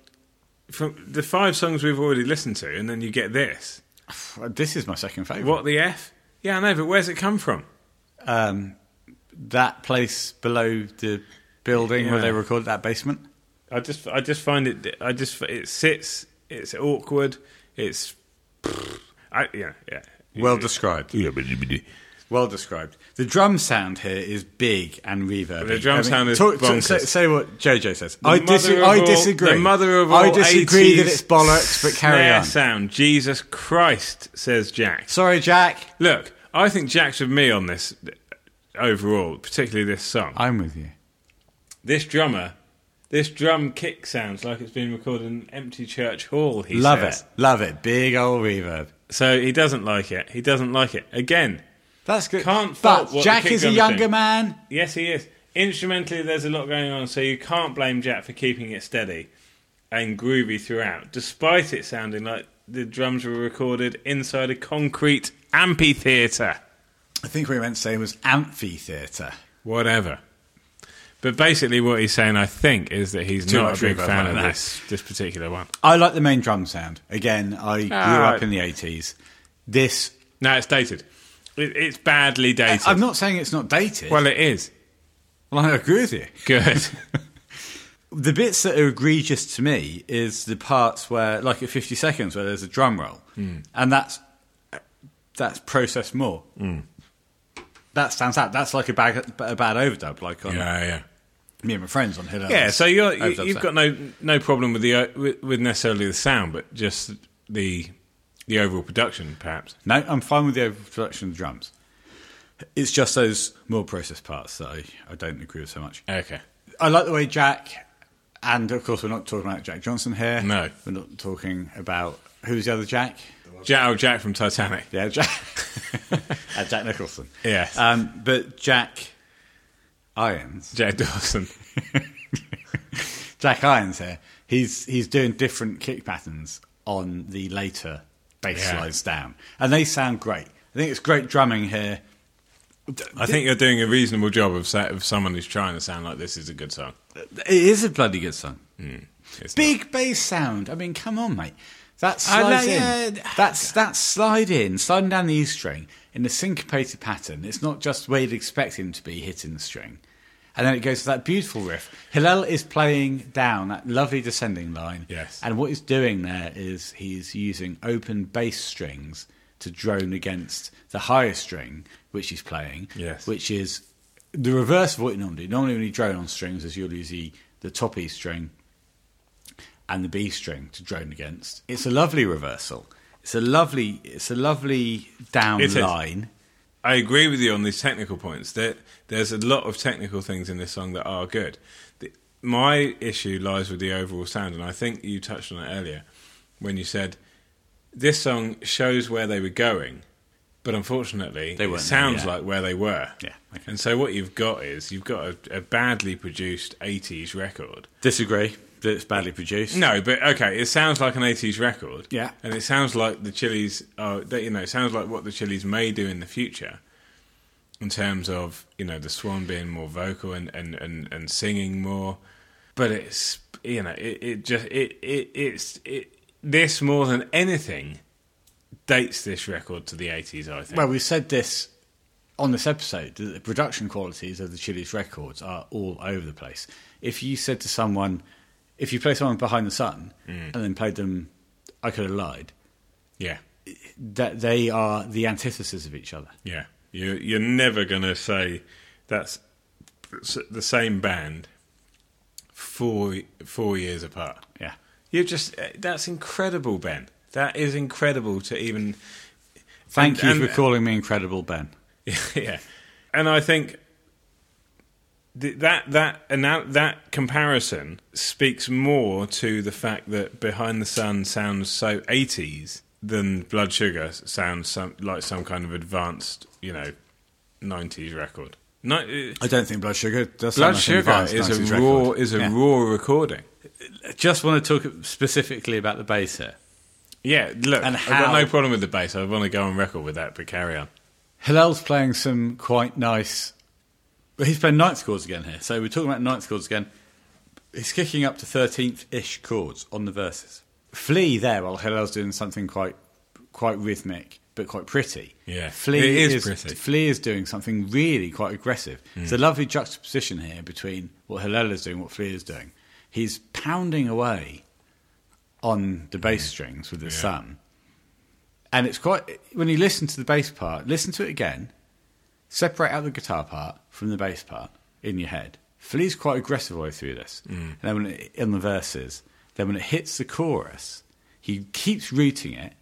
from the five songs we've already listened to, and then you get this.
Uh, This is my second favorite.
What the f? Yeah, I know, but where's it come from?
um, that place below the building where
Yeah.
they recorded that basement.
I just I just find it I just it sits. It's awkward. It's I yeah yeah.
Well described.
Yeah,
Well described. The drum sound here is big and reverb.
The drum sound is bonkers.
say, say what JoJo says. I,
mother
dis-
of
I
all-
disagree.
The mother of all
I disagree that
80s
it's bollocks, but carry
snare
on.
sound. Jesus Christ, says Jack.
Sorry, Jack.
Look, I think Jack's with me on this overall, particularly this song.
I'm with you.
this drummer, this drum kick sounds like it's been recorded in an empty church hall. He
Love
says.
it. Love it. Big old reverb.
So he doesn't like it. He doesn't like it. Again,
That's good.
Can't fault
but
what
Jack
the kid
is a
drummer's
younger
doing.
man.
yes, he is. Instrumentally, there's a lot going on, so you can't blame Jack for keeping it steady and groovy throughout, despite it sounding like the drums were recorded inside a concrete amphitheatre.
I think what he meant to say was amphitheatre.
whatever. But basically, what he's saying, I think, is that he's
Too
not
much
a big
reverb on
fan of
that.
this this particular one.
I like the main drum sound. Again, I grew
Ah.
up in the 80s. This.
No, it's dated. It, it's badly dated.
I'm not saying it's not dated.
well, it is
well I agree with you.
good.
The bits that are egregious to me is the parts where, like at 50 seconds, where there's a drum roll,
Hmm.
and that's that's processed more.
Hmm.
That stands out. That's like a bad, a bad overdub, like on
yeah.
me and my friends on Hill.
Yeah.
Islands.
So you're, you,
Overdubs
you've
that.
got no no problem with the uh, with, with necessarily the sound, but just the the overall production, perhaps.
no. I'm fine with the overproduction of the drums. It's just those more processed parts that I, I don't agree with so much.
Okay.
I like the way Jack, and of course we're not talking about Jack Johnson here.
No.
we're not talking about who's the other Jack.
Jack, oh, Jack from Titanic.
Yeah, Jack. Uh, Jack Nicholson.
Yes.
Um, but Jack Irons,
Jack Dawson.
Jack Irons here, he's he's doing different kick patterns on the later bass
Yeah.
slides down, and they sound great. I think it's great drumming here.
I think you're doing a reasonable job of sa- of someone who's trying to sound like this is a good song.
It is a bloody good song.
It's not.
Big bass sound. I mean, come on, mate. That
I
slides
know,
in.
yeah.
That's that slide in, sliding down the E string in a syncopated pattern. It's not just where you'd expect him to be hitting the string. And then it goes to that beautiful riff. Hillel is playing down that lovely descending line.
Yes.
And what he's doing there is he's using open bass strings to drone against the higher string, which he's playing,
Yes.
which is the reverse of what you normally do. Normally, when you drone on strings, is you'll use the, the top E string and the B string to drone against. It's a lovely reversal. It's a lovely, it's a lovely down
It is.
line.
I agree with you on these technical points. That there's a lot of technical things in this song that are good. The, my issue lies with the overall sound, and I think you touched on it earlier when you said this song shows where they were going, but unfortunately,
They
it
weren't there,
sounds
yeah.
like where they were.
Yeah, okay.
And so what you've got is you've got a, a badly produced '80s record.
Disagree that it's badly produced.
No, but okay, it sounds like an '80s record.
Yeah.
and it sounds like the Chili's. Are, they- you know, it sounds like what the Chili's may do in the future, in terms of you know the Swan being more vocal and and and, and singing more. But it's you know it, it just it it it's it this more than anything dates this record to the '80s. I think.
Well, we said this on this episode that the production qualities of the Chili's records are all over the place. If you said to someone, if you play someone behind the sun and then played them, I could have lied.
yeah,
That they are the antithesis of each other.
yeah. You you're never gonna say that's the same band four four years apart.
Yeah.
You're just uh, that's incredible, Ben. That is incredible to even
Thank
And-
you
and-
for calling me incredible, Ben.
yeah. And I think th- that that and that, that comparison speaks more to the fact that Behind the Sun sounds so 80s than Blood Sugar sounds some, like some kind of advanced, you know, 90s record. Ni- eh,
I don't think Blood Sugar does sound
Blood
like
Sugar
an
is
advanced
a
90s
raw
record.
is a
Yeah.
raw recording.
I just want to talk specifically about the bass here.
Yeah, look,
And
I've
how-
got no problem with the bass. I want to go on record with that, but carry on.
Hillel's playing some quite nice. But he's playing ninth chords again here. So we're talking about ninth chords again. He's kicking up to 13th ish chords on the verses. Flea there, while Hillel's doing something quite quite rhythmic but quite pretty.
Yeah,
Flea
it is
is
pretty.
Flea is doing something really quite aggressive. It's a
Mm.
lovely juxtaposition here between what Hillel is doing, what Flea is doing. He's pounding away on the bass
Mm.
strings with his
Yeah.
thumb. And it's quite, when you listen to the bass part, listen to it again, separate out the guitar part from the bass part in your head. Flea's quite aggressive all the way through this. And then when it, in the verses, then when it hits the chorus, he keeps rooting it.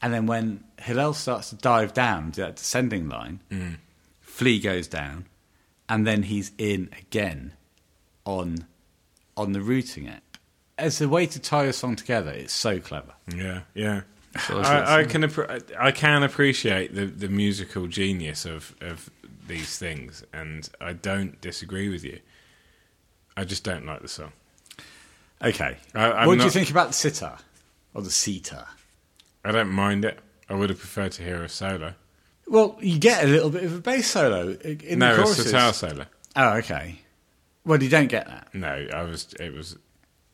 And then when Hillel starts to dive down to that descending line, Flea goes down, and then he's in again on on the rooting it. As a way to tie a song together, it's so clever.
Yeah, yeah.
that's
I, I can appre- I can appreciate the, the musical genius of, of these things, and I don't disagree with you. I just don't like the song.
Okay.
I- I'm
what do you
not-
think about the sitar or the sitar?
I don't mind it. I would have preferred to hear a solo.
Well, you get a little bit of a bass solo i- in
no,
the
a
choruses.
sitar solo.
Oh, okay. Well, you don't get that.
No, I was. It was.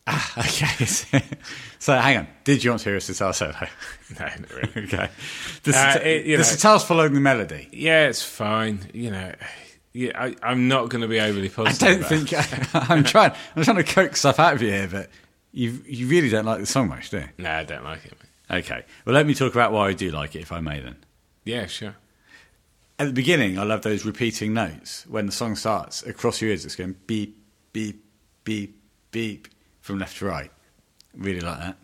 Okay. so hang on. Did you want to hear a sitar solo?
No, not really.
okay. The,
Uh,
sitar,
it- you
the
know-
sitar's following the melody.
Yeah, it's fine. You know, yeah, I, I'm not going to be overly
I
positive.
don't
about
think
it.
I'm trying. I'm trying to coax stuff out of you here, but you you really don't like the song much, do you?
No, I don't like it.
Okay. Well, let me talk about why I do like it, if I may. Then
Yeah, sure.
at the beginning, I love those repeating notes when the song starts across your ears. It's going beep, beep, beep, beep from left to right. Really like that.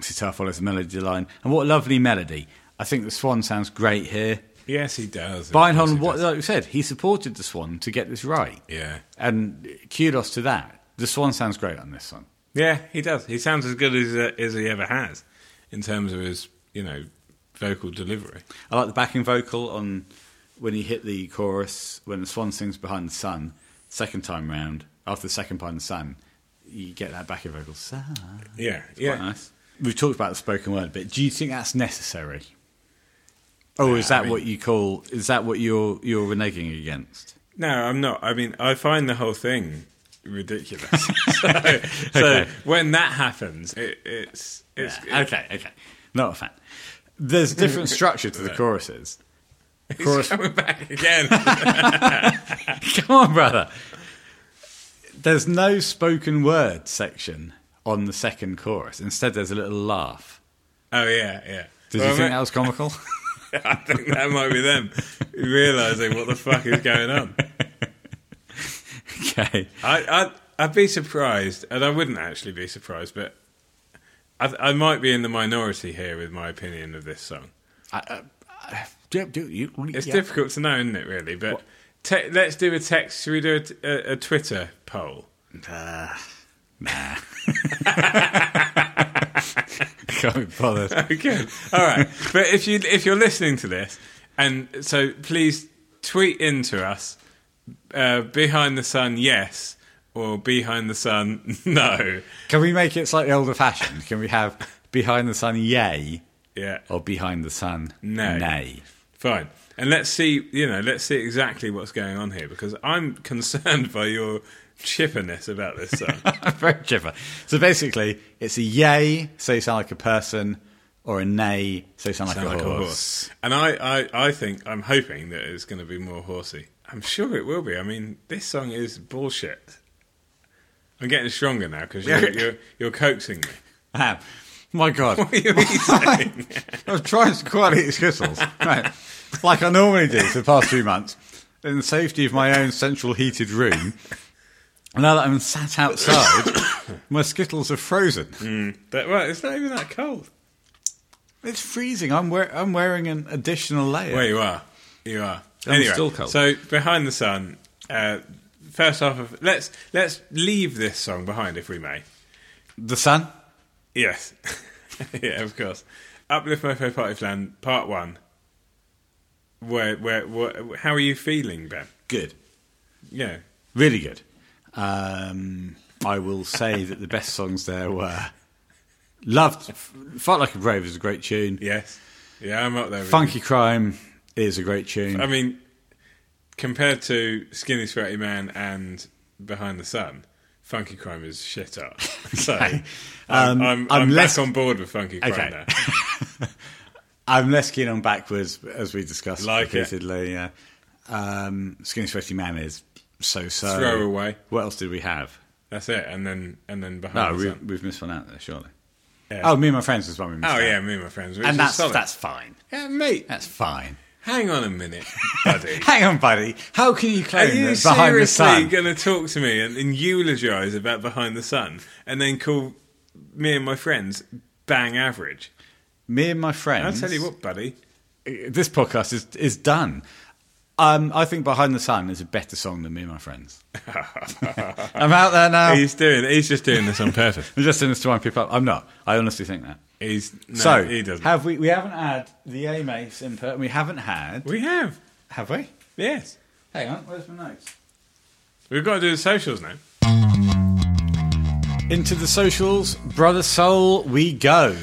Sitar follows the melody line, and what a lovely melody! I think the Swan sounds great here.
Yes, he does. Of course
Beinhorn,
he
what
does.
like we said, he supported the Swan to get this right.
Yeah.
and kudos to that. The Swan sounds great on this song.
Yeah, he does. He sounds as good as uh, as he ever has in terms of his, you know, vocal delivery.
I like the backing vocal on when he hit the chorus when the swan sings behind the sun. Second time round, after the second behind the sun, you get that backing vocal. Sun.
Yeah,
Quite nice. We've talked about the spoken word, but do you think that's necessary? Or is that
Uh, I mean-
what you call? Is that what you're you're reneging against?
No, I'm not. I mean, I find the whole thing ridiculous. so, so when that happens, it, it's it's
Yeah, Okay, okay, not a fan. There's different structure to the choruses.
it's
chorus-
coming back again.
Come on, brother. There's no spoken word section on the second chorus. Instead, there's a little laugh.
oh yeah, yeah.
Did
Well,
you think
ma-
that was comical?
I think that might be them realizing what the fuck is going on.
okay.
I, I'd, I'd be surprised, and I wouldn't actually be surprised, but I, I might be in the minority here with my opinion of this song.
I, uh, I- do, do, you,
It's
yeah.
difficult to know, isn't it, really? But te- let's do a text. Should we do a t- a, a Twitter poll?
I can't be bothered.
Okay. All right. But if you if you're listening to this, and so please tweet in to us uh, behind the sun, yes, or behind the sun, no.
Can we make it slightly older fashioned? Can we have behind the sun, yay,
Yeah.
or behind the sun,
No.
nay?
Fine. And let's see, you know, let's see exactly what's going on here because I'm concerned by your chipperness about this song.
Very chipper. So basically, it's a yay, so you sound like a person, or a nay, so you sound like,
Sound
a,
like a
horse.
horse. And I, I, I think, I'm hoping that it's going to be more horsey. I'm sure it will be. I mean, this song is bullshit. I'm getting stronger now because you're, you're, you're coaxing me.
Ah, my God.
What are you saying?
I was trying to quiet his whistles, right, like I normally do for the past few months, in the safety of my own central heated room. And Now that I'm sat outside, my skittles are frozen.
Mm. But, well, it's not even that cold.
It's freezing. I'm, wear- I'm wearing an additional layer.
Well, you are. You are.
I'm still cold.
So behind the sun. Uh, first off, of, let's let's leave this song behind if we may.
The sun?
Yes. yeah, of course. Uplift Mofo Party Plan Part One. Where, where, where, how are you feeling, Ben?
good,
Yeah.
really good. Um, I will say that the best songs there were loved. Felt like a brave is a great tune.
Yes. Yeah, I'm up there. With
Funky Crime is a great tune.
you. I mean, compared to Skinny Sweaty Man and Behind the Sun, Funky Crime is shit up. So I'm, I'm, I'm,
Um, I'm less-
less on board with Funky Crime
Okay.
now.
I'm less keen on backwards, as we discussed
Like it.
repeatedly. Yeah. Um, Skinny Sweaty Man is so so.
Throw away.
What else did we have?
That's it. And then and then
No,
Behind the
we,
Sun.
we've missed one out there, surely.
Yeah.
Oh, me and my friends was one we missed.
Oh
out.
yeah, me and my friends. Which
and
is
that's
solid.
that's fine.
yeah, mate.
That's fine.
Hang on a minute, buddy.
Hang on, buddy. How can you
Are
claim
you
that behind the
seriously
sun?
going to talk to me and, and eulogise about Behind the Sun and then call me and my friends bang average?
me and my
I'll
friends.
tell you what, buddy.
This podcast is is done. Um, I think Behind the Sun is a better song than Me and My Friends. I'm out there now.
He's doing. He's just doing this on purpose.
I'm just in this to wind people up. I'm not. I honestly think that.
He's no,
so
he doesn't.
have we? We haven't had the A Mace input, and we haven't had.
we have.
have we?
Yes,
Hang on. Where's my notes?
we've got to do the socials now.
Into the socials, brother soul, we go.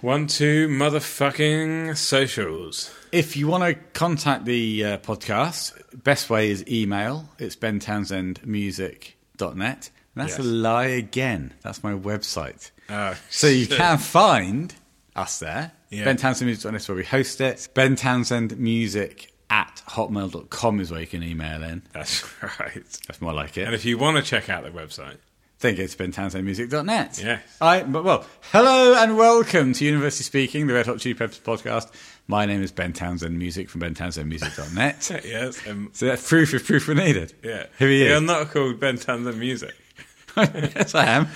One, two, motherfucking socials.
If you want to contact the uh, podcast, best way is email. It's bentownsendmusic.net. And that's
Yes.
a lie again. That's my website.
Oh,
so you
shit.
can find us there.
Yeah.
Ben Townsend Music is where we host it. Ben Townsend Music at hotmail.com is where you can email in.
That's right.
That's more like
And
it.
if you want to check out the website,
Then go to bentownsendmusic.net.
Yes.
I, but, well, hello and welcome to University Speaking, the Red Hot Chili Peppers podcast. My name is Ben Townsend Music from bentownsendmusic.net.
yes, um,
So that's proof if proof were needed.
yeah.
Who are you?
You're not called Ben Townsend Music.
yes, I am.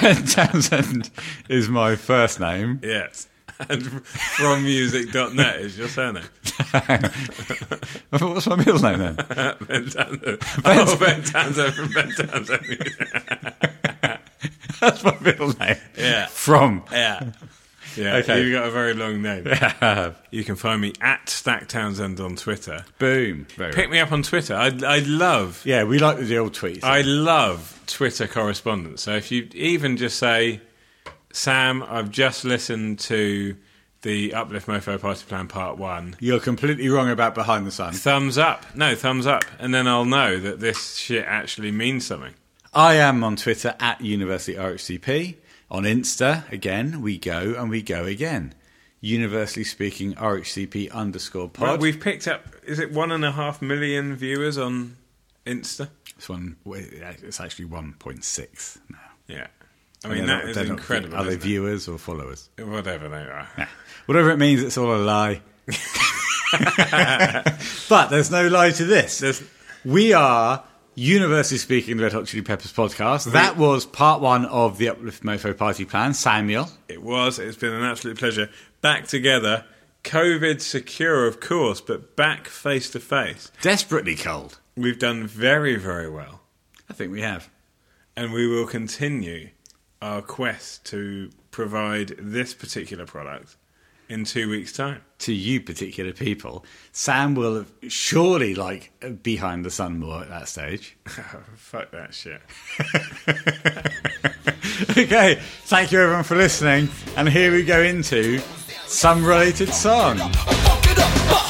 ben Townsend is my first name.
Yes. And from music.net is your surname.
What's my middle name then?
Ben Townsend. Oh, Ben Townsend from Ben Townsend Music.
That's my middle name.
Yeah.
From.
Yeah. Yeah,
Okay.
you've got a very long name. You can find me at Stack Townsend on Twitter.
Boom. Very
Pick
right.
me up on Twitter. I, I love,
Yeah, we like the old tweets.
I love Twitter correspondence. So if you even just say, Sam, I've just listened to the Uplift Mofo Party Plan Part One.
You're completely wrong about Behind the Sun.
Thumbs up. No, thumbs up. And then I'll know that this shit actually means something.
I am on Twitter at University RHCP. On Insta, again, we go and we go again. Universally speaking, RHCP underscore pod.
Well, we've picked up. Is it one and a half million viewers on Insta?
It's one. It's actually one point six now.
Yeah, I mean
They're
that
not-
is
they're not-
incredible.
Are they
isn't
viewers or followers?
it? Whatever they are.
Whatever it means, it's all a lie. but there's no lie to this.
There's-
we are. Universally speaking, the Red Hot Chili Peppers podcast. that was part one of the Uplift Mofo Party Plan. Samuel,
It was. It's been an absolute pleasure. Back together. COVID secure, of course, but back face to face.
desperately cold.
We've done very, very well,
I think we have.
and we will continue our quest to provide this particular product in two weeks' time.
to you particular people, Sam will have surely like behind the sun more at that stage.
Fuck that shit.
okay, thank you everyone for listening, and here we go into some related song.
Fuck it up, fuck.